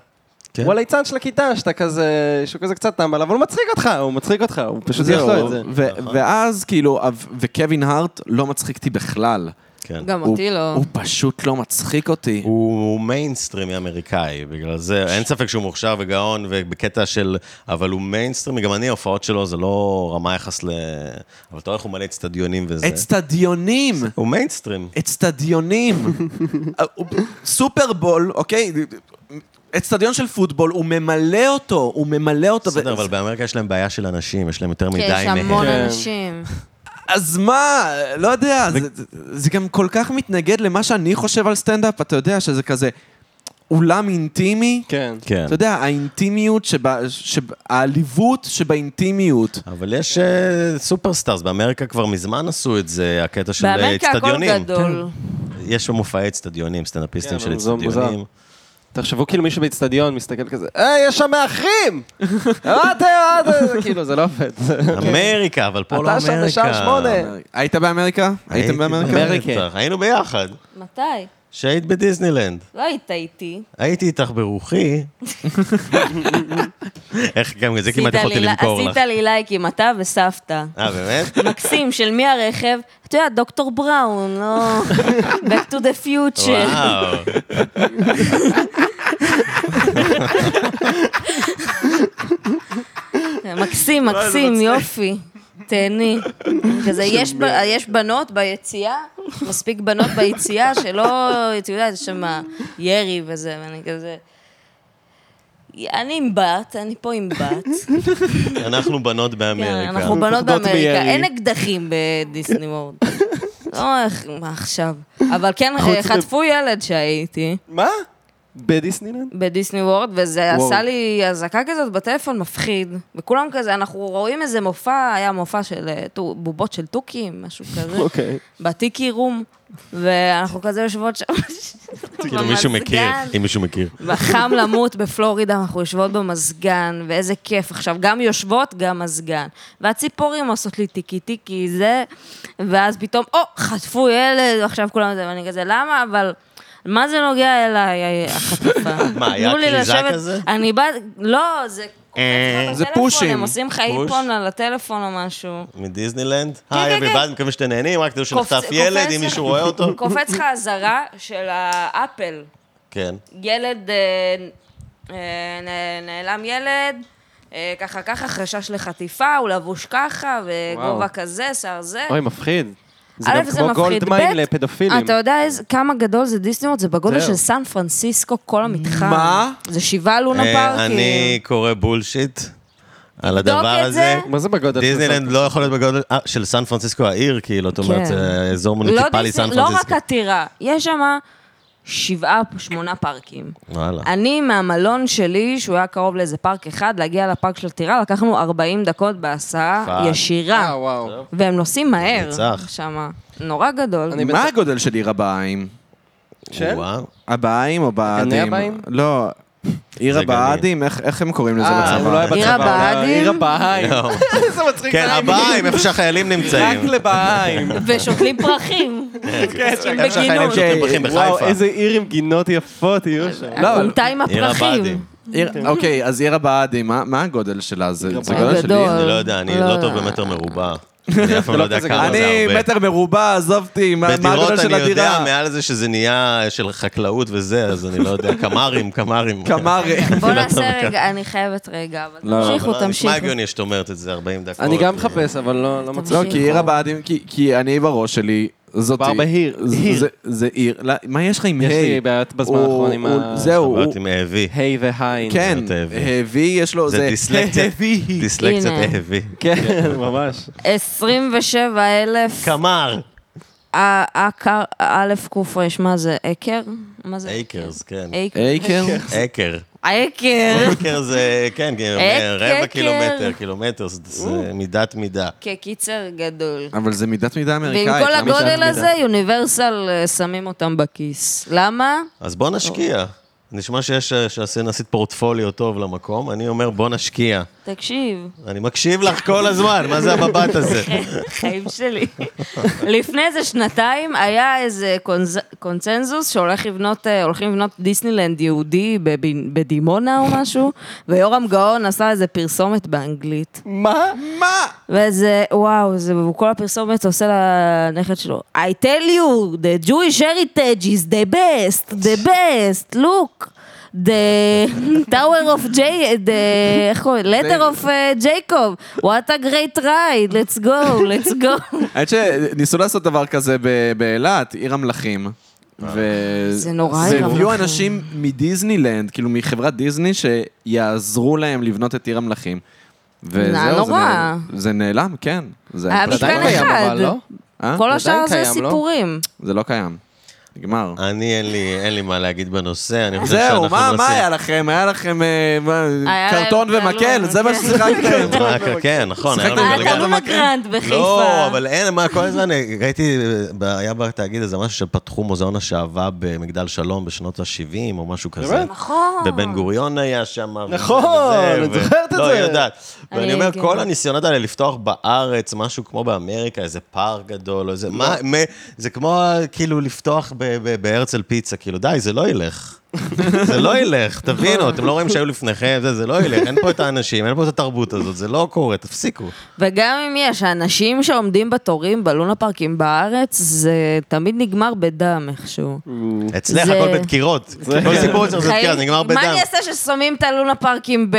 כן.
הוא הליצן של הכיתה, שאתה כזה, שהוא כזה קצת טמבל, אבל הוא מצחיק אותך, הוא מצחיק אותך, הוא פשוט יש
זהו,
לו את זה.
ו- ואז כאילו, אב- וקווין הארט לא מצחיק אותי בכלל.
אה.
כן.
גם
הוא-
אותי לא.
הוא פשוט לא מצחיק אותי.
הוא מיינסטרימי אמריקאי, בגלל זה אין ספק שהוא מוכשר וגאון ובקטע של... אבל הוא מיינסטרימי, גם אני, ההופעות שלו זה לא רמה יחס ל... אבל אתה רואה איך הוא מלא אצטדיונים וזה.
אצטדיונים!
הוא מיינסטרים.
אצטדיונים! אה, הוא- סופרבול, אוקיי? אצטדיון של פוטבול, הוא ממלא אותו, הוא ממלא אותו.
בסדר,
ו-
אבל באמריקה יש להם בעיה של אנשים, יש להם יותר
כי
מדי
יש
מהם.
המון
כן.
אנשים.
אז מה, לא יודע, זה, זה, זה גם כל כך מתנגד למה שאני חושב על סטנדאפ, אתה יודע שזה כזה אולם אינטימי.
כן.
כן.
אתה יודע, האינטימיות, שבה, שבה, העליבות שבאינטימיות.
אבל יש אה, סופרסטארס, באמריקה כבר מזמן עשו את זה, הקטע של אה,
באמריקה הכל
אצטדיונים.
גדול.
כן. יש שם מופעי אצטדיונים, סטנדאפיסטים
כן,
של
אבל זה מוזר.
אצטדיונים.
תחשבו כאילו מישהו באיצטדיון מסתכל כזה, היי, יש שם מאחרים! אה, אתה, אה, אתה, כאילו, זה לא עובד.
אמריקה, אבל פה לא אמריקה.
אתה שם בשעה שמונה.
כן.
היית באמריקה? הייתם באמריקה?
אמריקה.
בטח, היינו ביחד.
מתי?
שהיית בדיסנילנד.
לא היית איתי.
הייתי איתך ברוחי. איך גם זה כמעט
עשית
יכולתי
לי-
למכור לך.
עשית לי לייקים, אתה וסבתא.
אה, באמת?
מקסים, של מי הרכב? אתה יודע, דוקטור בראון, לא... Back to the future.
וואו.
מקסים, מקסים, יופי. תהני. כזה, יש, ב, יש בנות ביציאה, מספיק בנות ביציאה, שלא, את יודעת, יש שם ירי וזה, ואני כזה... אני עם בת, אני פה עם בת.
אנחנו בנות באמריקה.
כן, אנחנו בנות
מפחדות
באמריקה,
מירי.
אין אקדחים בדיסני וורד. לא, איך- מה עכשיו? אבל כן, אה, חטפו ילד שהייתי
מה? בדיסנילנד?
בדיסני וורד, וזה עשה לי אזעקה כזאת בטלפון, מפחיד. וכולם כזה, אנחנו רואים איזה מופע, היה מופע של אה, טו- בובות של תוכים, משהו כזה,
אוקיי.
בתיקי רום, ואנחנו כזה יושבות שם.
כאילו מישהו מכיר,
במזגן.
אם מישהו מכיר.
חם למות בפלורידה, אנחנו יושבות במזגן, ואיזה כיף עכשיו, גם יושבות, גם מזגן. והציפורים עושות לי טיקי טיקי זה, ואז פתאום, או, חטפו ילד, ועכשיו כולם זה, ואני כזה, למה? אבל... מה זה נוגע אליי, החטיפה?
מה, היה
תנו לי
כריזה
לשבת-
כזה?
אני באה, לא, זה...
אה,
בטלפון,
זה פושים.
הם עושים לך איפון על הטלפון או משהו.
מדיסנילנד?
כן,
היי,
כן,
אביבד, מקווה שאתם נהנים, רק תדעו
קופצ-
שנחטף ילד,
קופץ-
אם מישהו רואה אותו.
קופץ לך אזהרה של האפל.
כן.
ילד, אה, אה, נ- נעלם ילד, אה, ככה ככה, חשש לחטיפה, הוא לבוש ככה, וגובה
וואו.
כזה, שיער זה.
אוי, מפחיד. זה
א',
גם כמו גולד מיין
ב',
לפדופילים.
אה, אתה יודע איזה- כמה גדול זה דיסניוורד? זה בגודל
זהו.
של סן פרנסיסקו, כל המתחם.
מה?
זה שבעה לונה
אה,
פארקים.
אני קורא בולשיט על הדבר
את זה.
הזה.
מה זה בגודל של
דיסנילנד לא יכול להיות בגודל אה, של סן פרנסיסקו העיר, כאילו, זאת אומרת,
כן.
אה, אזור
לא,
מוניציפלי סן
דיסני, לא רק
פרנסיסקו.
עתירה, יש שם שבעה, שמונה פארקים.
וואלה.
אני מהמלון שלי, שהוא היה קרוב לאיזה פארק אחד, להגיע לפארק של טירה, לקחנו 40 דקות בהסעה
פאק.
ישירה.
אה, וואו.
והם נוסעים מהר
ניצח.
שמה. נורא גדול.
מה הגודל של עיר הבעיים?
של?
וואו.
הבעיים או בעדים?
הבעיים?
לא. עיר
זה
הבעדים? איך- איך הם קוראים לזה
אה, הוא לא היה
בצבא?
בצבא.
עיר הבה"דים?
עיר הבהיים. איזה מצחיק.
כן,
זה היה.
הבהיים, איפה שהחיילים נמצאים.
רק לבהיים.
ושותלים פרחים.
כן,
איפה שהחיילים
בגינון.
שותים פרחים
וואו,
בחיפה.
איזה עיר עם גינות יפות יהיו שם.
הכומתה עם
עיר הבה"דים.
הפרחים. כן.
עיר- אוקיי, אז עיר הבעדים, מה מה הגודל שלה? זה זה גודל של עיר?
אה, גדול.
אני לא יודע, אני לא טוב במטר מרובע. אני אף פעם לא יודע כמה זה
אני
הרבה.
מטר מרובע, עזבתי, מה מה
בדירות
הגודל של
אני יודע,
הדירה?
מעל זה שזה נהיה של חקלאות וזה, אז אני לא יודע, קמרים, קמרים.
קמרי.
בוא נעשה רגע, אני חייבת רגע, אבל תמשיכו,
אבל לא, נשמע
תמשיכו.
הגיוני שאת אומרת את זה 40 דקות.
אני גם מחפש, אבל לא לא מצליח.
לא, כי
נכון.
עיר הבה"דים, כי- כי אני בראש שלי, זאת
כבר בהיר,
זה-
היר.
זה- זה עיר. לא, מה יש לך עם ה'?
יש לי בעיות בזמן
הוא-
האחרון עם
הוא-
ה-
זהו, הוא-
חברת עם האבי.
היי והיין.
כן,
זה יותר הביא.
הביא, יש לו,
זה
זה
דיסלקציה, דיסלקציית
הנה.
האבי.
כן, ממש.
27 אלף, אה,
קמר.
א' ק' ר', מה זה, עקר? מה זה?
אייקרס, כן.
עקר.
אייקר?
עקר.
עקר.
עקר זה, כן, כן,
עקר.
רבע קילומטר, קילומטר, זה- זה מידת מידה.
כקיצר גדול.
אבל זה מידת מידה אמריקאית.
ועם כל
לא
למה זה-
הגודל הזה, יוניברסל אה, שמים אותם בכיס. למה?
אז בוא נשקיע. נשמע שיש, אה, שעשינו, עשית פורטפוליו טוב למקום, אני אומר בוא נשקיע.
תקשיב.
אני מקשיב לך כל הזמן, מה זה המבט הזה?
חיים שלי. לפני איזה שנתיים היה איזה קונז- קונצנזוס שהולך לבנות, אה, הולכים לבנות דיסנילנד יהודי בב- בדימונה או משהו, ויורם גאון עשה איזה פרסומת באנגלית.
מה?
וזה, וואו, זה, כל הפרסומת עושה לנכד שלו, I tell you, the Jewish heritage is the best, the best, look. The tower of J... the איך קוראים? letter of uh, Jacob. What a great ride, let's go, let's go.
האמת שניסו לעשות דבר כזה ב- באילת, עיר
אה.
המלכים. ו-
זה נורא
זה
עיר
הביאו
המלכים.
אנשים מדיסנילנד, כאילו מחברת דיסני, שיעזרו להם לבנות את עיר המלכים. וזהו, זה
נורא.
נעלם. זה נעלם, כן. זה
היה
פשוט-
מתקן
עדיין קיים,
אחד.
אבל לא?
אה?
כל
עדיין
השאר זה
קיים, לא?
סיפורים.
זה לא קיים. נגמר.
אני, אין לי, אין לי מה להגיד בנושא, אני חושב שאנחנו
זהו, מה
נעשה...
מה היה לכם? היה לכם אה, מה,
היה להם
קרטון
תלוי,
ומקל? זה מה
כן.
ששיחקתם.
מה, כן, נכון, היה לנו
אה,
בלגן.
תעלו לגרנד בחיפה.
לא, אבל אין, מה, כל הזמן, אה, ראיתי, ב- היה בתאגיד איזה משהו שפתחו מוזיאון השעווה במגדל שלום בשנות ה-70 או משהו כזה.
באמת?
נכון.
ובן גוריון היה שם. וזה
נכון,
וזה,
את
ו-
זוכרת את
לא,
זה.
היא יודעת.
אני
ואני אומר,
כן.
כל הניסיונות האלה לפתוח בארץ משהו כמו באמריקה, איזה פער גדול, או איזה...
לא.
מה, מה- זה כמו כאילו לפתוח ב- ב- בהרצל פיצה, כאילו, די, זה לא ילך. זה לא ילך, תבינו, אתם לא רואים שהיו לפניכם, זה, זה לא ילך, אין פה את האנשים, אין פה את התרבות הזאת, זה לא קורה, תפסיקו.
וגם אם יש, האנשים שעומדים בתורים בלונה פארקים בארץ, זה תמיד נגמר בדם איכשהו.
אצלך
זה- כן.
הכל בדקירות. כל סיפור אצלך זה דקירות,
חיים-
כן, נגמר
מה
בדם.
אני אעשה ששמים את הלונה פארקים ב...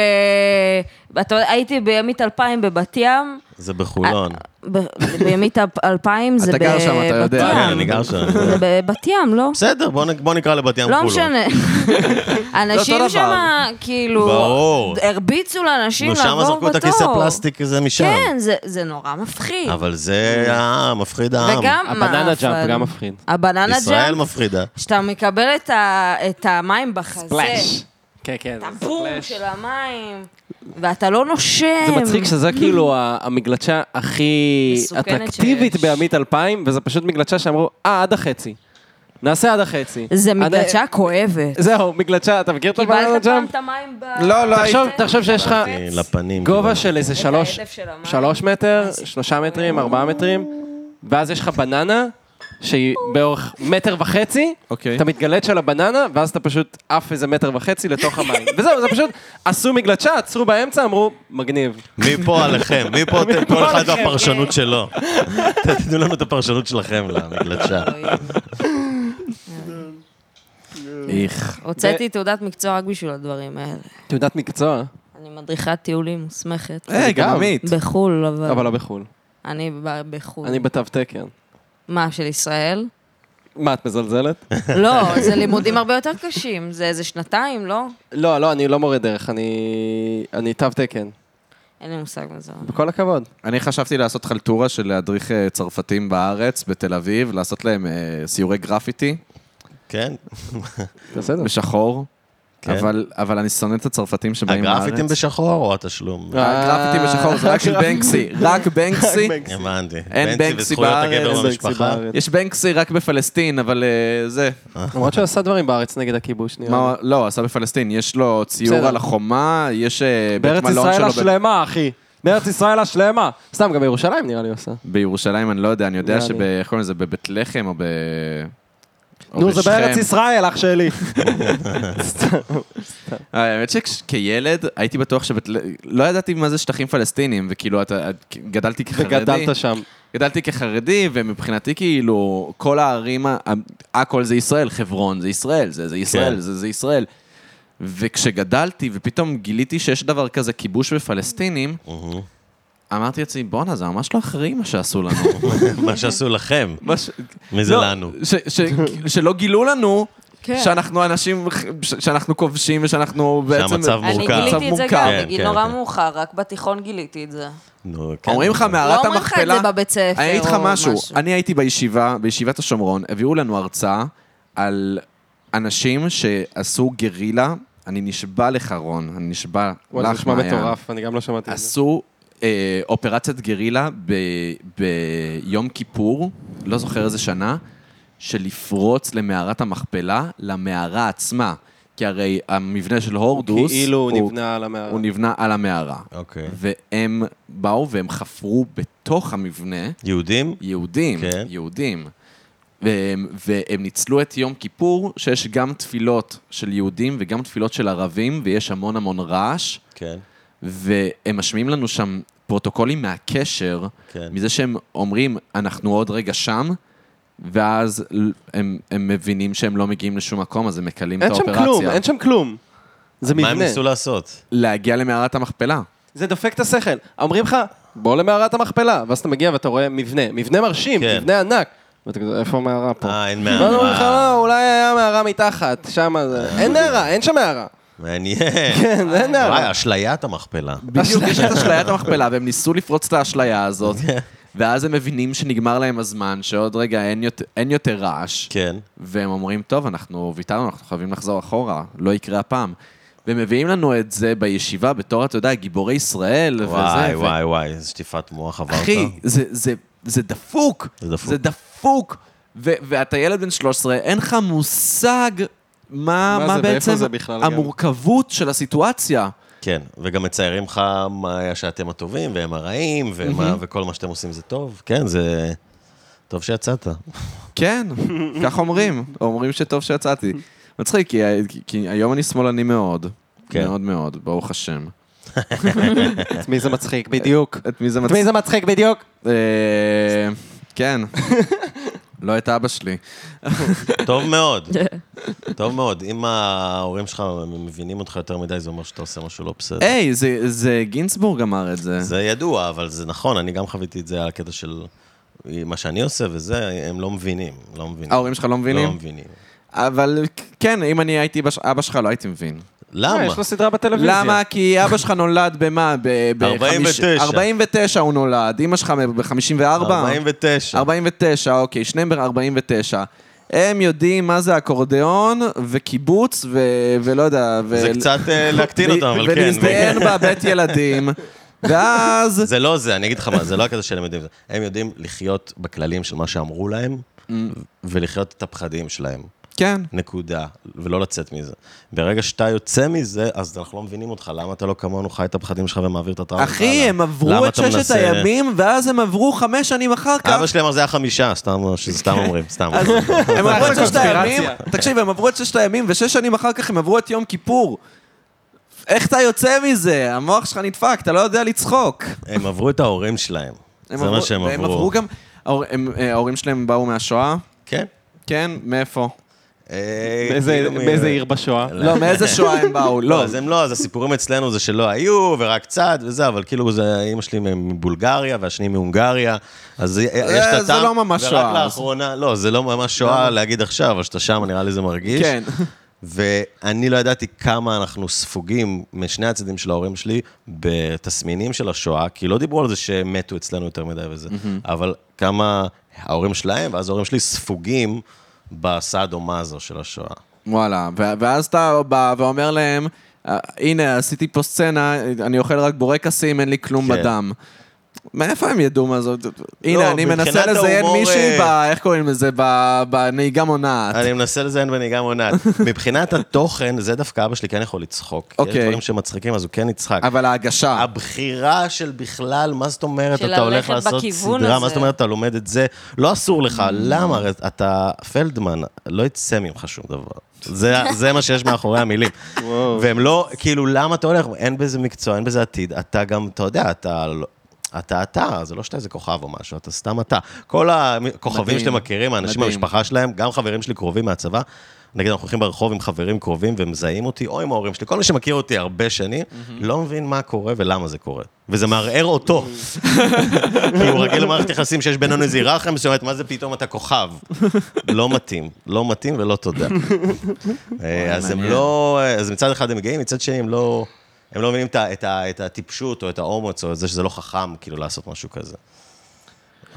אתה יודע, הייתי בימית 2000 בבת ים,
זה בחולון.
אה, ב- בימית אפ- 2000 זה
אתה
בבת
גר שם, אתה יודע.
ים.
אה, אני גר שם.
זה בבת ים, לא?
בסדר, בוא נ- בוא נקרא לבת ים חולון.
לא משנה.
לא,
אנשים
דבר.
שם, כאילו,
ברור.
הרביצו לאנשים
נו,
לעבור בתור.
שמה זרקו את הכיסא פלסטיק הזה משם.
כן, זה- זה נורא מפחיד.
אבל זה העם, מפחיד העם.
וגם...
הבננה
מעפן.
ג'אמפ גם מפחיד.
הבננה
ישראל
ג'אמפ,
מפחידה.
שאתה מקבל את ה- את המים בחזה.
כן, כן.
את הבום של המים, ואתה לא נושם.
זה מצחיק שזה כאילו ה- המגלשה הכי
מסוכנת
אטרקטיבית
שיש.
בעמית 2000, וזה פשוט מגלשה שאמרו, אה, עד החצי. נעשה עד החצי.
זה
עד-
מגלשה כואבת.
זהו, מגלשה, אתה מכיר את הבננה
קיבלת פעם
ג'אמפ?
את אוקיי. המים ב...
לא, לא,
תחשוב-
הייתי.
תחשוב שיש לך
אה, לפנים.
גובה
כאילו.
של איזה שלוש,
ההדף של המים.
שלוש מטר,
אז-
שלושה מטרים, ארבעה מטרים, ואז יש לך בננה, שהיא באורך מטר וחצי,
אוקיי.
אתה מתגלץ של הבננה, ואז אתה פשוט עף איזה מטר וחצי לתוך המים. וזהו, זה פשוט, עשו מגלצ'ה, עצרו באמצע, אמרו, מגניב.
מפה עליכם, מפה אתם-
מפה
כל אחד
עליכם, כן.
והפרשנות שלו. תתנו לנו את הפרשנות שלכם למגלשה.
איך.
הוצאתי תעודת מקצוע רק בשביל הדברים האלה.
תעודת מקצוע,
אני מדריכת טיולים מוסמכת.
היי, אה, גם עמית.
בחו"ל, אבל...
אה, אבל לא בחו"ל.
אני ב- בחו"ל.
אני בתו תקן.
מה, של ישראל?
מה, את מזלזלת?
לא, זה לימודים הרבה יותר קשים. זה איזה שנתיים, לא?
לא, לא, אני לא מורה דרך, אני... אני תו תקן.
אין לי מושג מה זה.
בכל הכבוד.
אני חשבתי לעשות חלטורה של להדריך אה, צרפתים בארץ, בתל אביב, לעשות להם אה, סיורי גרפיטי
כן?
בסדר.
בשחור,
כן.
אבל אבל אני שונא את הצרפתים שבאים לארץ. אה,
הגרפיטים בשחור או התשלום?
הגרפיטים בשחור זה רק של בנקסי, רק בנקסי.
הבנתי.
אין בנקסי
וזכויות
בארץ,
הגבר
אין
בנקסי
במשפחה.
בארץ.
יש בנקסי רק בפלסטין, אבל אה, זה.
למרות שהוא עשה דברים בארץ נגד הכיבוש, נראה לי.
מה- לא, הוא עשה בפלסטין, יש לו ציור
כן. בסדר.
על החומה, יש אה, בית
בארץ
מלון
ישראל לא
שלו ב-
השלמה, אחי. בארץ ישראל השלמה. סתם, גם בירושלים נראה לי הוא עשה.
בירושלים, אני לא יודע, אני יודע
נראה
שב...
לי.
איך קוראים לזה? בבית לחם או ב... או
נו, זה
בשכם.
בארץ ישראל, אח שלי.
אה, האמת שכילד הייתי בטוח שבית... ל- לא ידעתי מה זה שטחים פלסטינים, וכאילו, אתה... גדלתי כחרדי.
וגדלת שם.
גדלתי כחרדי, ומבחינתי כאילו, כל הערים, ה- הכל זה ישראל, חברון זה ישראל, זה, זה ישראל,
כן.
כן. זה, זה ישראל. וכשגדלתי, ופתאום גיליתי שיש דבר כזה כיבוש בפלסטינים,
מהמם.
אמרתי לעצמי, בואנה, זה ממש לא אחראי מה שעשו לנו.
מה שעשו לכם,
מה ש-
מי זה
לא,
לנו?
ש- ש- שלא גילו לנו
כן.
שאנחנו אנשים, ש- שאנחנו כובשים ושאנחנו בעצם...
שהמצב
אני
מורכב.
גיליתי את זה גם
כן,
בגיל
כן,
נורא
כן.
מאוחר, רק בתיכון גיליתי את זה.
נו, כן.
אומרים לך
לא
מערת המכפלה...
אומרים לך את זה בבית ספר
אני אגיד לך
או
משהו,
משהו.
אני הייתי בישיבה, בישיבת השומרון, הביאו לנו הרצאה על אנשים שעשו גרילה, אני נשבע לך רון, אני נשבע
וואי, זה
לך
נשמע
מעיין.
מטורף, אני גם לא שמעתי את זה.
עשו אה, אופרציית גרילה ב- ביום כיפור, לא זוכר איזה שנה, של לפרוץ למערת המכפלה, למערה עצמה. כי הרי המבנה של הורדוס,
כאילו הוא נבנה על המערה.
הוא נבנה על המערה.
אוקיי.
והם באו והם חפרו בתוך המבנה,
יהודים?
יהודים,
כן.
יהודים. והם, והם ניצלו את יום כיפור, שיש גם תפילות של יהודים וגם תפילות של ערבים, ויש המון המון רעש,
כן.
והם משמיעים לנו שם פרוטוקולים מהקשר,
כן.
מזה שהם אומרים, אנחנו עוד רגע שם, ואז ל- הם, הם מבינים שהם לא מגיעים לשום מקום, אז הם מקלים את
אין שם
האופרציה.
כלום, אין שם כלום. זה
מה הם
מבנה.
ניסו לעשות?
להגיע למערת המכפלה.
זה דופק את השכל. אומרים לך, בוא למערת המכפלה, ואז אתה מגיע ואתה רואה מבנה, מבנה מרשים,
כן.
מבנה ענק. ואתה כזה, איפה המערה פה?
אה, אין
ואז אומרים לך,
מערה.
לא, אולי היה מערה מתחת, שמה זה... אין מערה, אין שם מערה.
מעניין.
אין, אין
וואי,
מערה.
אשליית המכפלה.
בדיוק, יש את אשליית המכפלה, והם ניסו לפרוץ את האשליה הזאת,
כן.
ואז הם מבינים שנגמר להם הזמן, שעוד רגע אין יותר, אין יותר רעש,
כן.
והם אומרים, טוב, אנחנו ויתרנו, אנחנו חייבים לחזור אחורה, לא יקרה הפעם. והם מביאים לנו את זה בישיבה בתור, אתה יודע, גיבורי ישראל, וזה,
וואי,
ו-
וואי, וואי, איזה שטיפת מוח עברת.
אחי, זה, זה, זה דפוק,
זה דפוק.
זה דפוק, ו- ואתה ילד בן 13, אין לך מושג מה, מה,
מה זה, ואיפה
בעצם
זה בכלל גם?
המורכבות של הסיטואציה.
כן, וגם מציירים לך מה היה שאתם הטובים והם הרעים, ומה- וכל מה שאתם עושים זה טוב. כן, זה... טוב שיצאת.
כן, כך אומרים. אומרים שטוב שיצאתי. מצחיק, כי, כי היום אני שמאלני מאוד.
כן.
כן. מאוד מאוד, ברוך השם.
את מי זה מצחיק בדיוק?
את מי זה
את מי
מצחיק?
זה מצחיק בדיוק?
אה, כן. לא את אבא שלי.
טוב מאוד. טוב מאוד. אם ההורים שלך מבינים אותך יותר מדי, זה אומר שאתה עושה משהו לא בסדר.
היי, זה- זה גינצבורג אמר את זה.
זה ידוע, אבל זה נכון, אני גם חוויתי את זה על הקטע של מה שאני עושה וזה, הם לא מבינים. לא מבינים.
ההורים שלך לא מבינים?
לא מבינים.
אבל כן, אם אני הייתי אבא ש- אבא שלך, לא הייתי מבין.
למה?
אה, יש לו סדרה בטלוויזיה.
למה? כי אבא שלך נולד במה? ב- ב-
49.
49 הוא נולד. אמא שלך ב-54?
49.
49, אוקיי, שניהם ב-49. הם יודעים מה זה אקורדיאון וקיבוץ ו... ולא יודע. ו...
זה קצת אה, להקטין אותם, אבל כן.
ולהזדיין בבית ילדים, ואז...
זה לא זה, אני אגיד לך מה, זה לא הקטע שהם יודעים. הם יודעים לחיות בכללים של מה שאמרו להם,
Mm.
ולחיות את הפחדים שלהם.
כן.
נקודה, ולא לצאת מזה. ברגע שאתה יוצא מזה, אז אנחנו לא מבינים אותך, למה אתה לא כמונו חי את הפחדים שלך ומעביר את הטראומה
אחי, הם עברו את ששת הימים, ואז הם עברו חמש שנים אחר כך.
אבא שלי אמר זה היה חמישה, סתם סתם אומרים, סתם.
כן. הם עברו את ששת
קונספירציה.
הימים, תקשיב, הם עברו את ששת הימים, ושש שנים אחר כך הם עברו את יום כיפור. איך אתה יוצא מזה? המוח שלך נדפק, אתה לא יודע לצחוק.
הם עברו את ההורים שלהם,
הם
זה מה שהם
והם עברו
עברו.
גם... ההור- הם- אה, ההורים שלהם באו מהשואה?
כן.
כן, מאיפה?
אה,
באיזה-
כאילו מ-
באיזה עיר בשואה.
לא, מאיזה שואה הם באו?
לא,
לא.
אז הם לא, אז הסיפורים אצלנו זה שלא היו, ורק קצת וזה, אבל כאילו זה, אימא שלי מבולגריה והשני מהונגריה, אז יש את
אה,
הטעם.
זה לא ממש שואה,
ורק
אז-
לאחרונה, לא, זה לא ממש שואה להגיד עכשיו, אבל שאתה שם, נראה לי זה מרגיש.
כן.
ואני לא ידעתי כמה אנחנו ספוגים משני הצדדים של ההורים שלי בתסמינים של השואה, כי לא דיברו על זה שהם מתו אצלנו יותר מדי וזה, אבל כמה ההורים שלהם, ואז ההורים שלי ספוגים בסעדו מאזו של השואה.
וואלה, ו- ואז אתה בא ואומר להם, "אה, הנה, עשיתי פה סצנה, אני אוכל רק בורקסים, אין לי כלום
כן.
בדם. מאיפה הם ידעו מה זאת?
לא,
הנה, אני מנסה
מבחינת
לזיין
ההומור,
מישהי
אה,
ב... איך קוראים לזה? ב- בנהיגה מונעת.
אני מנסה לזיין בנהיגה מונעת. מבחינת התוכן, זה דווקא אבא שלי כן יכול לצחוק. כי יש
אוקיי.
דברים שמצחיקים, אז הוא כן יצחק.
אבל
אה,
ההגשה.
הבחירה של בכלל, מה זאת אומרת,
של
אתה הולך
ללכת
לעשות
בכיוון
סדרה, מה
הזה.
זאת אומרת, אתה לומד את זה, לא אסור לך,
Mm.
למה? הרי אתה פלדמן, לא יצא ממך שום דבר. זה, זה מה שיש מאחורי המילים. והם לא, כאילו, למה אתה הולך? אין בזה מקצוע, אין בזה עתיד, אתה גם, אתה יודע, אתה... לא- אתה אתה, זה לא שאתה איזה כוכב או משהו, אתה סתם אתה. כל הכוכבים
מדהים.
שאתם מכירים, האנשים
מדהים.
במשפחה שלהם, גם חברים שלי קרובים מהצבא, נגיד אנחנו הולכים ברחוב עם חברים קרובים ומזהים אותי, או עם ההורים שלי, כל מי שמכיר אותי הרבה שנים, לא מבין מה קורה ולמה זה קורה. וזה מערער אותו. כי הוא רגיל למערכת יחסים שיש בינינו איזו היררכיה מסוימת, מה זה פתאום אתה כוכב? לא מתאים, לא מתאים ולא תודה. אה, אז הם
מעניין.
לא, אז מצד אחד הם גאים, מצד שני הם לא, הם לא מבינים את ה- את ה- את הטיפשות או את האומץ או את זה שזה לא חכם כאילו לעשות משהו כזה.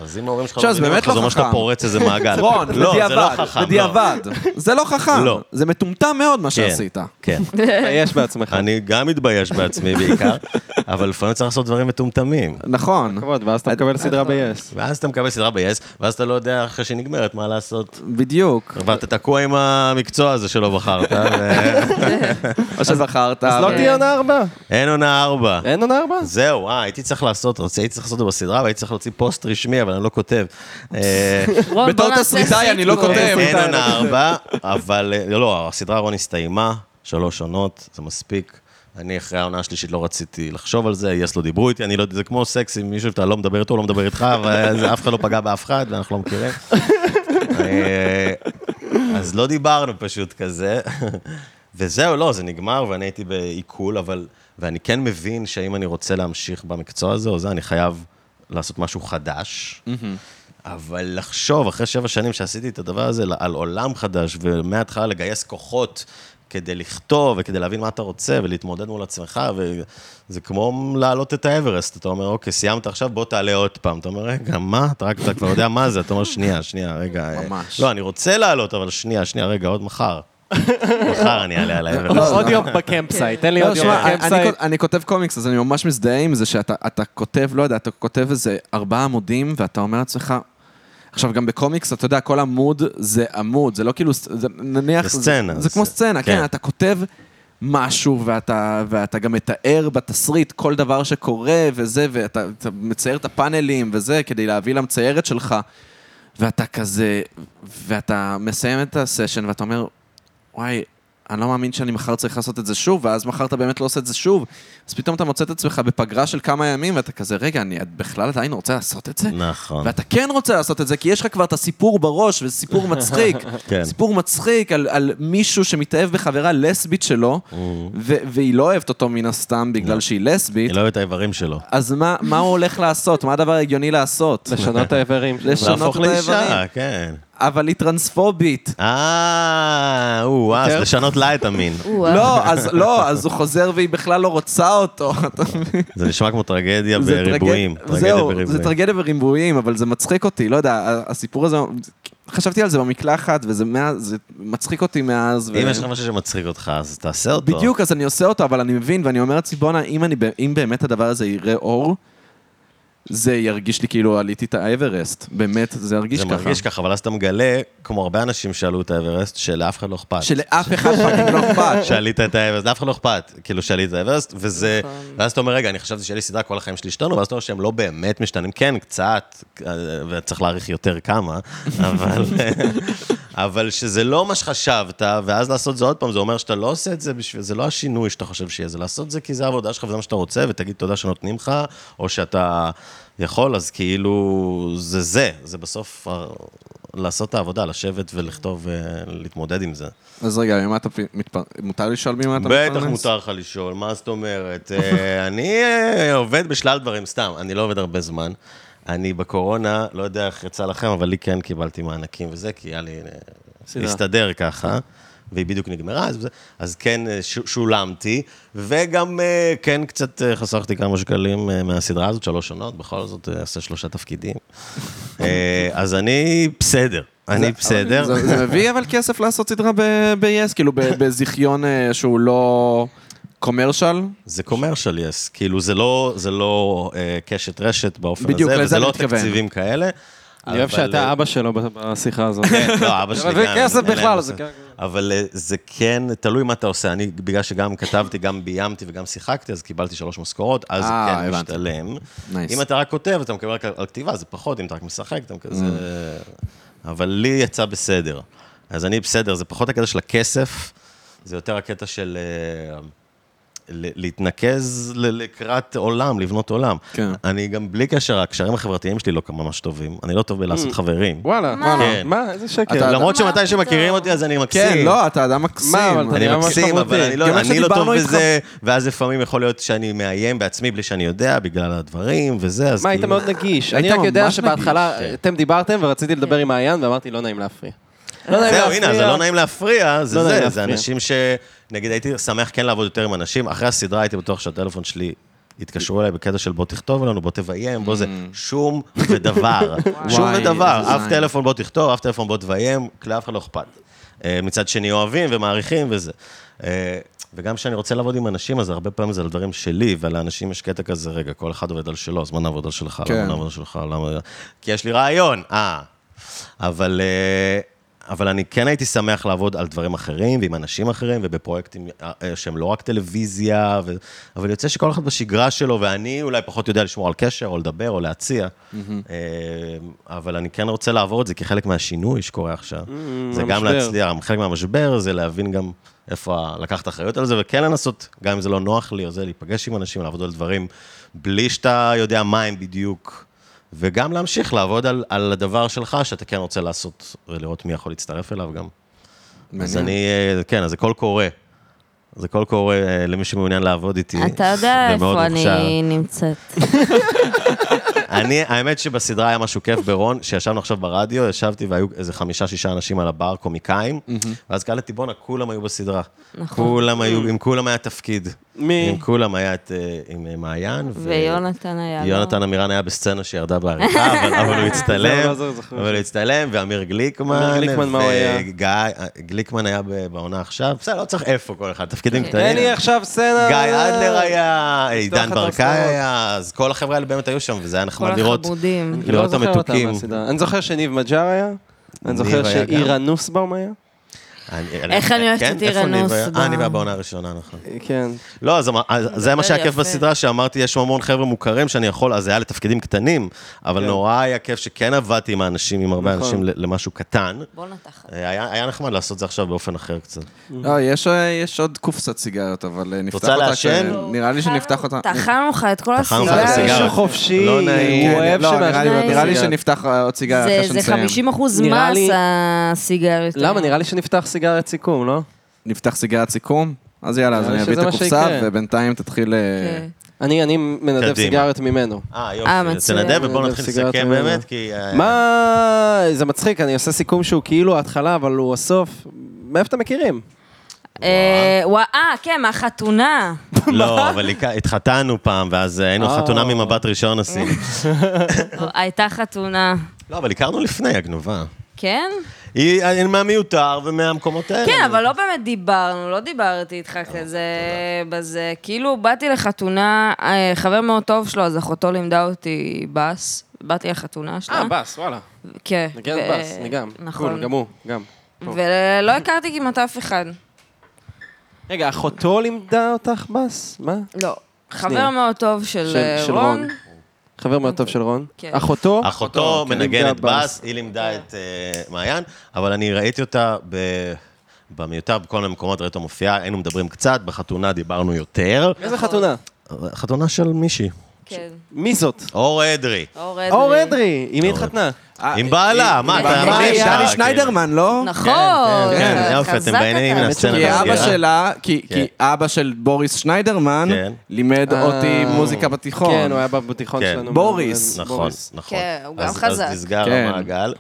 אז אם ההורים שלך
עכשיו, זה
מבינים
באמת
אותך,
לא
זה אומר שאתה
חכם.
פורץ איזה מעגל.
רון,
לא, זה לא
בדיעבד,
חכם, לא.
בדיעבד. זה לא חכם.
לא.
זה מטומטם מאוד מה
כן,
שעשית.
כן.
תתבייש בעצמך.
אני גם מתבייש בעצמי בעיקר, אבל לפעמים צריך לעשות דברים מטומטמים.
נכון,
כבוד, ואז אתה מקבל סדרה ב-yes.
ואז אתה מקבל סדרה ב-yes, ואז אתה לא יודע אחרי שהיא נגמרת מה לעשות.
בדיוק.
ואתה תקוע עם המקצוע הזה שלא בחרת, אה, ו-
או שבחרת.
אז לא
אבל-
תהיה עונה ארבע.
אין עונה ארבע.
אין עונה ארבע?
זהו, אה, הייתי צריך לעשות, רציתי- הייתי צריך לעשות את זה בסדרה, והייתי צריך להוציא פוסט רשמי, אבל אני לא כותב. אה,
רון,
בתור
בוא נעשה
תסריטאי אני לא
סיטקום.
כותב.
אין
אתה-
עונה ארבע, אבל אה, לא, לא, הסדרה רון הסתיימה, שלוש עונות, זה מספיק. אני אחרי העונה השלישית לא רציתי לחשוב על זה, יס לא דיברו איתי, אני לא יודע, זה כמו סקס עם מישהו שאתה לא מדבר איתו, לא מדבר איתך, ואף אחד לא פגע באף אחד, ואנחנו לא מכירים. אה, אז לא דיברנו פשוט כזה. וזהו, לא, זה נגמר, ואני הייתי בעיכול, אבל... ואני כן מבין שאם אני רוצה להמשיך במקצוע הזה או זה, אני חייב לעשות משהו חדש. אבל לחשוב, אחרי שבע שנים שעשיתי את הדבר הזה, על עולם חדש, ומההתחלה לגייס כוחות כדי לכתוב וכדי להבין מה אתה רוצה ולהתמודד מול עצמך, וזה כמו להעלות את האברסט. אתה אומר, אוקיי, סיימת עכשיו, בוא תעלה עוד פעם. אתה אומר, רגע, מה? אתה רק, אתה כבר יודע מה זה. אתה אומר, שנייה, שנייה, רגע. אה,
ממש.
לא, אני רוצה לעלות, אבל שנייה, שנייה, רגע, עוד מחר. מחר אני אעלה על האברסט.
לא, עוד יום בקמפסייט, תן לי
לא,
עוד יום
שמע, אני- אני
בקמפסייט.
כות- אני כותב קומיקס, אז אני ממש מזדהה עם זה שאתה אתה כותב, לא יודע, אתה כותב איזה ארבעה עמודים, ואתה אומר לעצמך... עכשיו, גם בקומיקס, אתה יודע, כל עמוד זה עמוד, זה לא כאילו, ס- זה, נניח...
זה סצנה,
זה,
זה-
זה כמו סצנה, כן.
כן.
כן, אתה כותב משהו, ואתה, ואתה גם מתאר בתסריט כל דבר שקורה, וזה, ואתה אתה מצייר את הפאנלים, וזה, כדי להביא למציירת שלך. ואתה כזה, ואתה מסיים את הסשן ואתה אומר, וואי, אני לא מאמין שאני מחר צריך לעשות את זה שוב, ואז מחר אתה באמת לא עושה את זה שוב. אז פתאום אתה מוצא את עצמך בפגרה של כמה ימים, ואתה כזה, רגע, אני בכלל עדיין רוצה לעשות את זה?
נכון.
ואתה כן רוצה לעשות את זה, כי יש לך כבר את הסיפור בראש, וזה סיפור מצחיק.
כן.
סיפור מצחיק על, על מישהו שמתאהב בחברה לסבית שלו, ו- והיא לא אוהבת אותו מן הסתם בגלל שהיא לסבית,
היא Mm. לא אוהבת את האיברים שלו.
אז מה, מה הוא הולך לעשות? מה הדבר ההגיוני לעשות?
לשנות את האיברים.
לשנות
להפוך
את האיברים.
לאישה, כן.
אבל היא טרנספובית.
אה, או, אה, אז לשנות לה את המין.
וואו.
לא, אז לא, אז הוא חוזר והיא בכלל לא רוצה אותו. אתה מבין?
זה נשמע כמו טרגדיה
זה טרגד-
בריבועים. טרגדיה
זהו, זה
בריבועים.
טרגדיה בריבועים, אבל זה מצחיק אותי, לא יודע, ה- הסיפור הזה, חשבתי על זה במקלחת, וזה מה- זה מצחיק אותי מאז. ו-
אם יש לך משהו שמצחיק אותך, אז תעשה אותו.
בדיוק, אז אני עושה אותו, אבל אני מבין, ואני אומר לעצמי, בואנה, אם אני ב- אם באמת הדבר הזה יראה אור, זה ירגיש לי כאילו עליתי את האברסט. באמת, זה ירגיש
זה
ככה.
מרגיש ככה, אבל אז אתה מגלה, כמו הרבה אנשים שעלו את האברסט, שלאף אחד לא אכפת.
שלאף אחד פאקינג לא אכפת.
שעלית את האברסט, לאף אחד לא אכפת, כאילו שעלית את האברסט, וזה, ואז אתה אומר, רגע, אני חשבתי שיהיה לי סדרה, כל החיים שלי השתנו, ואז אתה אומר שהם לא באמת משתנים, כן, קצת, אה, וצריך להעריך יותר כמה, אבל, אבל שזה לא מה שחשבת, ואז לעשות זה עוד פעם, זה אומר שאתה לא עושה את זה בשביל, זה לא השינוי שאתה חושב שיהיה, זה לעשות זה כי זה העבודה שלך וזה מה שאתה רוצה, ותגיד תודה שנותנים לך, או שאתה יכול, אז כאילו, זה זה, זה בסוף ה- לעשות את העבודה, לשבת ולכתוב ולהתמודד עם זה.
אז רגע, ממה אתה פ- מתפר- מותר לשאול ממה אתה מתפרנס?
בטח מותר לך לשאול, מה זאת אומרת? אה, אני אה, עובד בשלל דברים, סתם, אני לא עובד הרבה זמן. אני בקורונה, לא יודע איך יצא לכם, אבל לי כן קיבלתי מענקים וזה, כי היה לי... אה, הסתדר ככה, והיא בדיוק נגמרה, אז, אז כן אה, ש, שולמתי, וגם אה, כן קצת אה, חסכתי כמה שקלים אה, מהסדרה הזאת, שלוש עונות, בכל זאת אה, עשה שלושה תפקידים. אה, אז אני בסדר, אני בסדר.
זה זה מביא אבל כסף לעשות סדרה ב- ב-yes, כאילו ב- בזיכיון אה, שהוא לא קומרשל.
זה קומרשל יס, כאילו זה לא, זה לא אה, קשת רשת באופן
בדיוק,
הזה,
לזה
וזה
אני
לא
מתכוון.
תקציבים כאלה.
אני אוהב שאתה אבא שלו בשיחה הזאת.
לא, אבא שלי גם.
וכסף
אין להם
בכלל,
מושג.
זה כן.
אבל אה, זה כן, תלוי מה אתה עושה. אני, בגלל שגם כתבתי, גם ביימתי וגם שיחקתי, אז קיבלתי שלוש משכורות, אז זה
אה,
כן
הבנתי.
משתלם.
Nice.
אם אתה רק כותב, אתה מקבל רק על על כתיבה, זה פחות, אם אתה רק משחק, אתה כזה... אבל לי יצא בסדר. אז אני בסדר, זה פחות הקטע של הכסף, זה יותר הקטע של... אה, ל- להתנקז ל- לקראת עולם, לבנות עולם.
כן.
אני גם בלי קשר, הקשרים החברתיים שלי לא ממש טובים. אני לא טוב בלעשות חברים.
וואלה,
מה?
כן.
מה, לא איזה שקר.
אתה-
למרות
מה
שמתי שמכירים
פתאום?
אותי אז אני מקסים.
כן, לא, אתה אדם מקסים.
מה, אבל אתה
אני
נראה ממש
מקסים, אבל
חמודי.
אני לא,
גם איך
אני לא טוב
שדיברנו איתך-
בזה, ואז לפעמים יכול להיות שאני מאיים בעצמי בלי שאני יודע, בגלל הדברים וזה, אז
מה, היית
כאילו-
מאוד נגיש. אני
היית
רק יודע
ממש
שבהתחלה
נגיש,
אתם דיברתם ורציתי לדבר עם מעיין ואמרתי, לא נעים להפריע. לא נעים
זהו,
להפריע.
הנה, זה לא נעים להפריע, זה
לא נעים
זה, זה
להפריע.
אנשים ש... נגיד, הייתי שמח כן לעבוד יותר עם אנשים, אחרי הסדרה הייתי בטוח שהטלפון שלי... התקשרו אליי בקטע של בוא תכתוב לנו, בוא תביים, בוא זה, שום ודבר, שום
Mm. וואי,
ודבר,
איזה
אף
זין.
טלפון בוא תכתוב, אף טלפון בוא תביים, לאף אחד לא אכפת. אה, מצד שני אוהבים ומעריכים וזה. אה, וגם כשאני רוצה לעבוד עם אנשים, אז הרבה פעמים זה על דברים שלי, ולאנשים יש קטע כזה, רגע, כל אחד עובד על שלו, אז מה נעבוד על שלך, למה
כן.
נעבוד על שלך, למה... כי יש לי רעיון, אה. אבל, אה, אבל אני כן הייתי שמח לעבוד על דברים אחרים ועם אנשים אחרים ובפרויקטים אה, אה, שהם לא רק טלוויזיה, ו... אבל יוצא שכל אחד בשגרה שלו, ואני אולי פחות יודע לשמור על קשר או לדבר או להציע, אה, אבל אני כן רוצה לעבור את זה כחלק מהשינוי שקורה עכשיו. זה גם
המשבר.
להצליח, חלק מהמשבר זה להבין גם איפה ה- לקחת אחריות על זה, וכן לנסות, גם אם זה לא נוח לי, או זה להיפגש עם אנשים, לעבוד על דברים בלי שאתה יודע מה הם בדיוק. וגם להמשיך לעבוד על, על הדבר שלך, שאתה כן רוצה לעשות, ולראות מי יכול להצטרף אליו גם. אז
מעניין.
אני, אה, כן, אז זה קול קורא. זה קול קורא אה, למי שמעוניין לעבוד איתי.
אתה יודע
זה מאוד
איפה
מוכשר.
אני נמצאת.
אני, האמת שבסדרה היה משהו כיף ברון, שישבנו עכשיו ברדיו, ישבתי והיו איזה חמישה-שישה אנשים על הבר, קומיקאים, ואז קלטתי, בואנה, כולם היו בסדרה. כולם היו, עם כולם היה תפקיד.
מי?
עם כולם היה את, אה, עם אה, מעיין. ו-
ויונתן היה. לו-
יונתן עמירן היה בסצנה שירדה בעריכה, אבל- אבל הוא
זהו,
הצטלם,
לא, זהו, זוכר.
אבל הוא הצטלם, ואמיר גליקמן,
אמיר גליקמן, מה הוא היה?
וגיא, גליקמן היה ב- בעונה עכשיו, בסדר, לא צריך איפה כל אחד, תפקידים
תן
קטנים.
לי עכשיו סצנה.
גיא אדלר היה,
לפתוח
עידן
את
ברקאי
ההופעות.
היה, אז כל החבר'ה האלה באמת היו שם, וזה היה
כל
נחמד לראות.
החמודים. כאילו,
אני לא
לראות את
זוכר אותם
המתוקים.
מהסדרה. אני זוכר שניב מג'אר היה. אני
ניב
זוכר
היה גם.
שאירה נוסבאום היה.
איך אני אוהבת את עירנוס ב-
אה, אני בא בעונה הראשונה, נכון.
כן.
לא, אז אמר- אז זה מה שהיה
יפה.
כיף בסדרה, שאמרתי, יש שם המון חבר'ה מוכרים שאני יכול, אז זה היה לתפקידים קטנים, אבל נורא היה כיף שכן עבדתי עם האנשים, עם הרבה אנשים ל- למשהו קטן.
בוא נתחת.
היה היה נחמד לעשות את זה עכשיו באופן אחר קצת.
לא, יש, אה, יש עוד קופסת סיגריות, אבל אה, נפתח אותה...
רוצה לעשן?
כש- נראה לי שנפתח אותה...
טחנו לך את כל
טחנו לך את
לא,
הסיגריה.
הסיגריה.
שהוא חופשי,
לא נעים.
הוא אוהב
לא, נראה לי-
שמעשנים.
לו
נראה לי
סיגריות.
שנפתח אה, עוד סיגריה
זה-
אחרי
זה
שנסיים.
50 אחוז
נראה
מס
לי-
הסיגריות.
למה? נראה לי שנפתח סיגריית סיכום, לא?
נפתח סיגרת סיכום, אז יאללה, אז
נראה לי
אני אביא את
אה, שזה מה
הקופסה,
שיקרה.
ובינתיים תתחיל... אה,
כן.
אני אני מנדב
קדימה.
סיגריות ממנו.
אה,
אה,
יופי,
מצוין.
תנדב ובואו
נדב
נתחיל
סיגריות
לסכם
ממנו.
באמת, כי... אה,
מה... זה מצחיק, אני עושה סיכום שהוא כאילו ההתחלה, אבל הוא הסוף. מאיפה אתם מכירים?
אה, וואו, אה, כן, מהחתונה.
לא, אבל הכ- התחתנו פעם, ואז אה, היינו
אה.
חתונה ממבט ראשון עשינו.
הייתה חתונה.
לא, אבל הכרנו לפני, הגנובה.
כן?
היא היא מהמיותר ומהמקומות האלה.
כן, אבל לא באמת דיברנו, לא דיברתי איתך כזה בזה. כאילו, באתי לחתונה, אה, חבר מאוד טוב שלו, אז אחותו לימדה אותי בס. באתי לחתונה שלה.
אה, בס, וואלה.
כן.
נגן
אה. ו-
בס, אני גם.
נכון.
קול, גם הוא, גם.
ולא הכרתי כמעט אף אחד.
רגע, אחותו לימדה אותך בס? מה?
לא.
שנייה.
חבר מאוד טוב של
של-
אה,
של רון.
רון.
חבר מאוד טוב של רון.
כן.
אחותו?
אחותו
כן,
מנגנת
לימדה
בס, היא לימדה את אה, מעיין, אבל אני ראיתי אותה ב... במיותר, בכל מיני מקומות ראיתי אותה מופיעה, היינו מדברים קצת, בחתונה דיברנו יותר.
איזה חתונה?
חתונה של מישהי.
כן.
מי זאת?
אור אדרי.
אור
אור
אדרי.
אדרי, עם מי התחתנה?
עם בעלה, מה, אתה...
בעלה,
מה
עם
יש
דני
לה? כאילו?
אה, שניידרמן, לא?
נכון.
כן, כן,
חזק
יופי, אתם
אתה.
בעניינים מן הסצנה.
כי
אה,
כן.
אבא שלה, כי כי אבא של בוריס שניידרמן,
כן.
לימד
כן. אה.
אותי מוזיקה בתיכון.
כן, הוא היה בתיכון
כן.
שלנו.
בוריס.
נכון,
בוריס.
נכון.
כן, הוא גם
אז-
חזק.
אז נסגר
כן.
המעגל.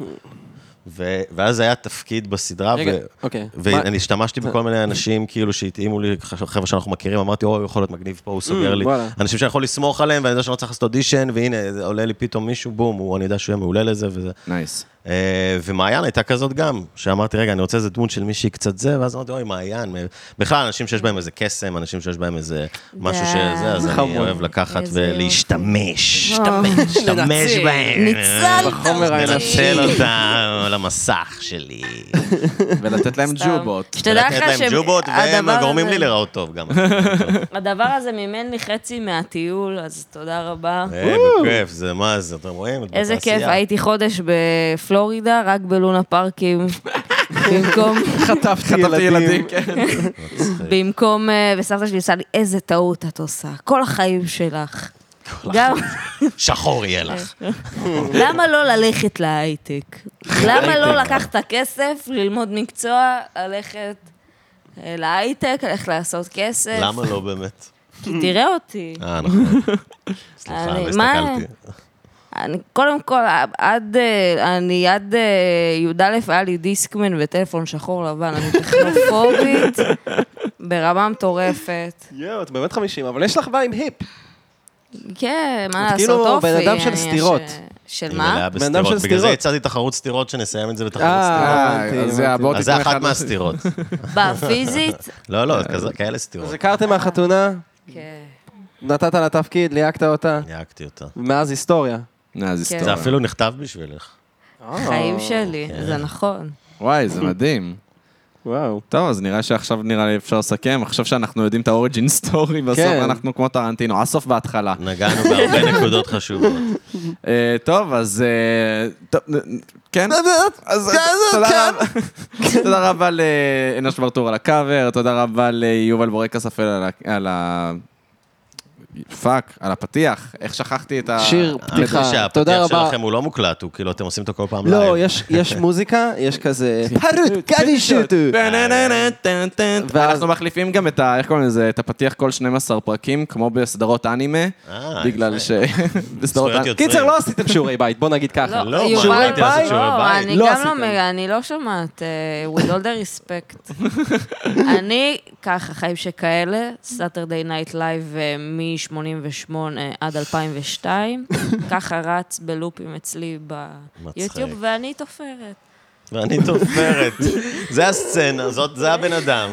ו- ואז היה תפקיד בסדרה,
רגע,
ו-
אוקיי.
ואני השתמשתי בכל מיני אנשים כאילו שהתאימו לי, חבר'ה שאנחנו מכירים, אמרתי, או, יכול להיות מגניב פה, הוא סוגר לי.
Mm, וואלה.
אנשים שאני יכול לסמוך עליהם, ואני יודע שאני לא צריך לעשות אודישן, והנה, זה עולה לי פתאום מישהו, בום, הוא- אני יודע שהוא יהיה מעולה לזה וזה.
נייס.
אה, ומעיין הייתה כזאת גם, שאמרתי, רגע, אני רוצה איזה דמות של מישהי קצת זה, ואז אמרתי, אוי, מעיין. בכלל, אנשים שיש בהם איזה קסם, אנשים שיש בהם איזה משהו שזה, אז אני
חמוד.
אוהב לקחת
איזה יופי.
ולהשתמש.
וואו.
להשתמש בהם.
ניצלת
בחומר
אותי.
לנצל אותם על המסך שלי.
ולתת להם
סתם.
ג'ובות.
שתדע לך
לתת להם ג'ובות, והם
שהדבר
גורמים
הזה-
לי להיראות טוב גם. אה,
הדבר הזה מימן לי חצי מהטיול, אז תודה רבה.
אה, בכיף, זה מה זה, אתם רואים? את
איזה
בתעשייה.
כיף, הייתי חודש בפלורידה, רק בלונה פארקים. במקום,
חטפתי ילדים. כן.
במקום, אה, וסבתא שלי עושה לי, איזה טעות את עושה, כל החיים שלך. גם,
שחור יהיה לך.
אה, למה לא ללכת להייטק? למה לא לקחת את הכסף, ללמוד מקצוע, ללכת אה, להייטק, ללכת לעשות כסף?
למה לא באמת?
כי תראה אותי.
אה, נכון. סליחה, לא
אני- אה, מה-
הסתכלתי.
אני, קודם כל, עד, אה, אני עד אה, י"א היה לי דיסקמן וטלפון שחור לבן, אני טכנופובית ברמה מטורפת.
יואו, את באמת 50, אבל יש לך וייב היפ.
כן, מה
את
לעשות,
כאילו
אופי.
בן אדם של
אני-
סטירות.
ש- של
היא
מה?
מלאה
בן אדם של
בסתירות. בגלל זה
סתירות.
הצעתי תחרות סטירות, שנסיים את זה בתחרות סטירות.
אה,
אה,
הבנתי,
אז זה
הבנתי.
הבוט
אז זה אחת מהסתירות.
בפיזית?
לא, לא, כזה- כאלה סתירות.
אז הכרתם מהחתונה,
כן.
נתת לה תפקיד, ליהקת אותה,
ניהקתי אותה.
מאז היסטוריה.
נה, זה
כן.
זה
היסטוריה.
אפילו נכתב בשבילך.
אה,
חיים שלי,
כן.
זה נכון.
וואי, זה מדהים.
וואו.
טוב, אז נראה שעכשיו נראה לי אפשר לסכם. עכשיו שאנחנו יודעים את האוריג'ין סטורי, בסוף
כן.
אנחנו כמו טרנטינו, הסוף בהתחלה.
נגענו בהרבה נקודות חשובות.
אה, טוב, אז... אה, טוב, נ- נ-
אה,
כן? אז תודה רבה.
כן.
תודה רבה לאנוש ברטור על הקאבר, תודה רבה ליובל בורקס אפל על ה- על ה... פאק, על הפתיח. איך שכחתי את ה...
שיר
האמת היא
פתיחה, תודה
אה, שהפתיח
רבה.
שלכם הוא לא מוקלט, הוא כאילו, אתם עושים אותו כל פעם לייב.
לא, יש- יש מוזיקה, יש לא כזה... פרוט, קדי שוטו. ואז-
אנחנו מחליפים גם את ה... איך קוראים לזה? את הפתיח כל 12 פרקים, כמו בסדרות אנימה,
אה,
בגלל
יפה.
ש... בסדרות אה,
זכויות
אנימה.
יוצרים.
קיצר, לא עשיתם שיעורי בית, בוא נגיד ככה.
לא, מה,
יובל,
הייתי עושה שיעורי
לא,
בית.
אני
לא
גם
עשיתם.
לא, מ- אני לא שומעת, אה, with all the respect. אני, ככה, חיים שכאלה, Saturday Night Live אה, מ-88 עד 2002, ככה רץ בלופים אצלי ביוטיוב,
מצחיק.
ואני תופרת.
ואני תופרת. זה הסצנה, זאת- זה הבן אדם.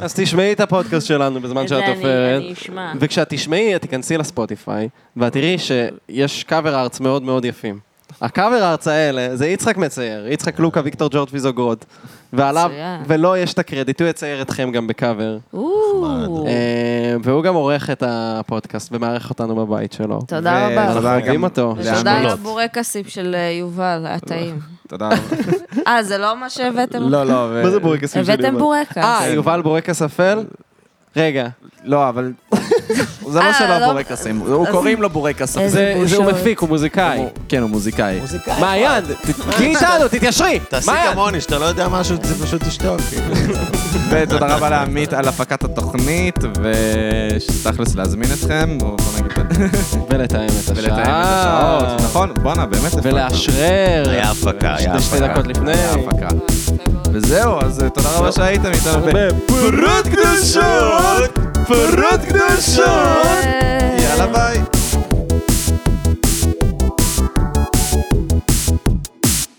אז תשמעי את הפודקאסט שלנו בזמן
את זה
שאת
אני-
עופרת.
אני אשמע.
וכשאת תשמעי, את תיכנסי לספוטיפיי, ואת תראי שיש קאבר ארץ מאוד מאוד יפים. הקאבר הארצה האלה, זה יצחק מצייר, יצחק לוקה, ויקטור ג'ורג' ויזוגרוד. ועליו,
מצוין.
ולא יש את הקרדיט, הוא יצייר אתכם גם בקאבר.
או,
אה, והוא גם עורך את הפודקאסט ומארח אותנו בבית שלו.
תודה
אנחנו
רבה.
תודה
אוהבים
גם-
אותו.
ותודה על
לאן
הבורקסים של אה, יובל, היה טעים.
תודה רבה.
אה, זה לא מה שהבאתם?
לא, לא,
אוקיי.
ו-
בורקסים
הבאתם בורקס.
אה, יובל בורקס אפל? רגע,
לא, אבל... זה לא
אה,
שלא
לא-
בורקסים, הוא
אז- אה.
קוראים לו בורקס.
איזה
זה זה הוא
בושות.
מפיק, הוא מוזיקאי.
כן, הוא מוזיקאי.
מעיין, תהיי איתנו, תתיישרי!
תעשי
מעיין!
כמוני, שאתה לא יודע משהו, זה פשוט תשתוק. כאילו.
ותודה רבה לעמית על הפקת התוכנית, ושתכלס להזמין אתכם, בואו בואו נגיד את זה.
ולתאם את השעה.
ולתאם את השעות, נכון? בואנה, באמת. איפה
ולאשרר.
היה הפקה, היה
שתי
הפקה.
דקות לפני.
אתה? הפקה. וזהו, אז אה, תודה רבה שהייתם איתנו. ו-
ב-
אה.
פרות קדושות! פרות קדושות!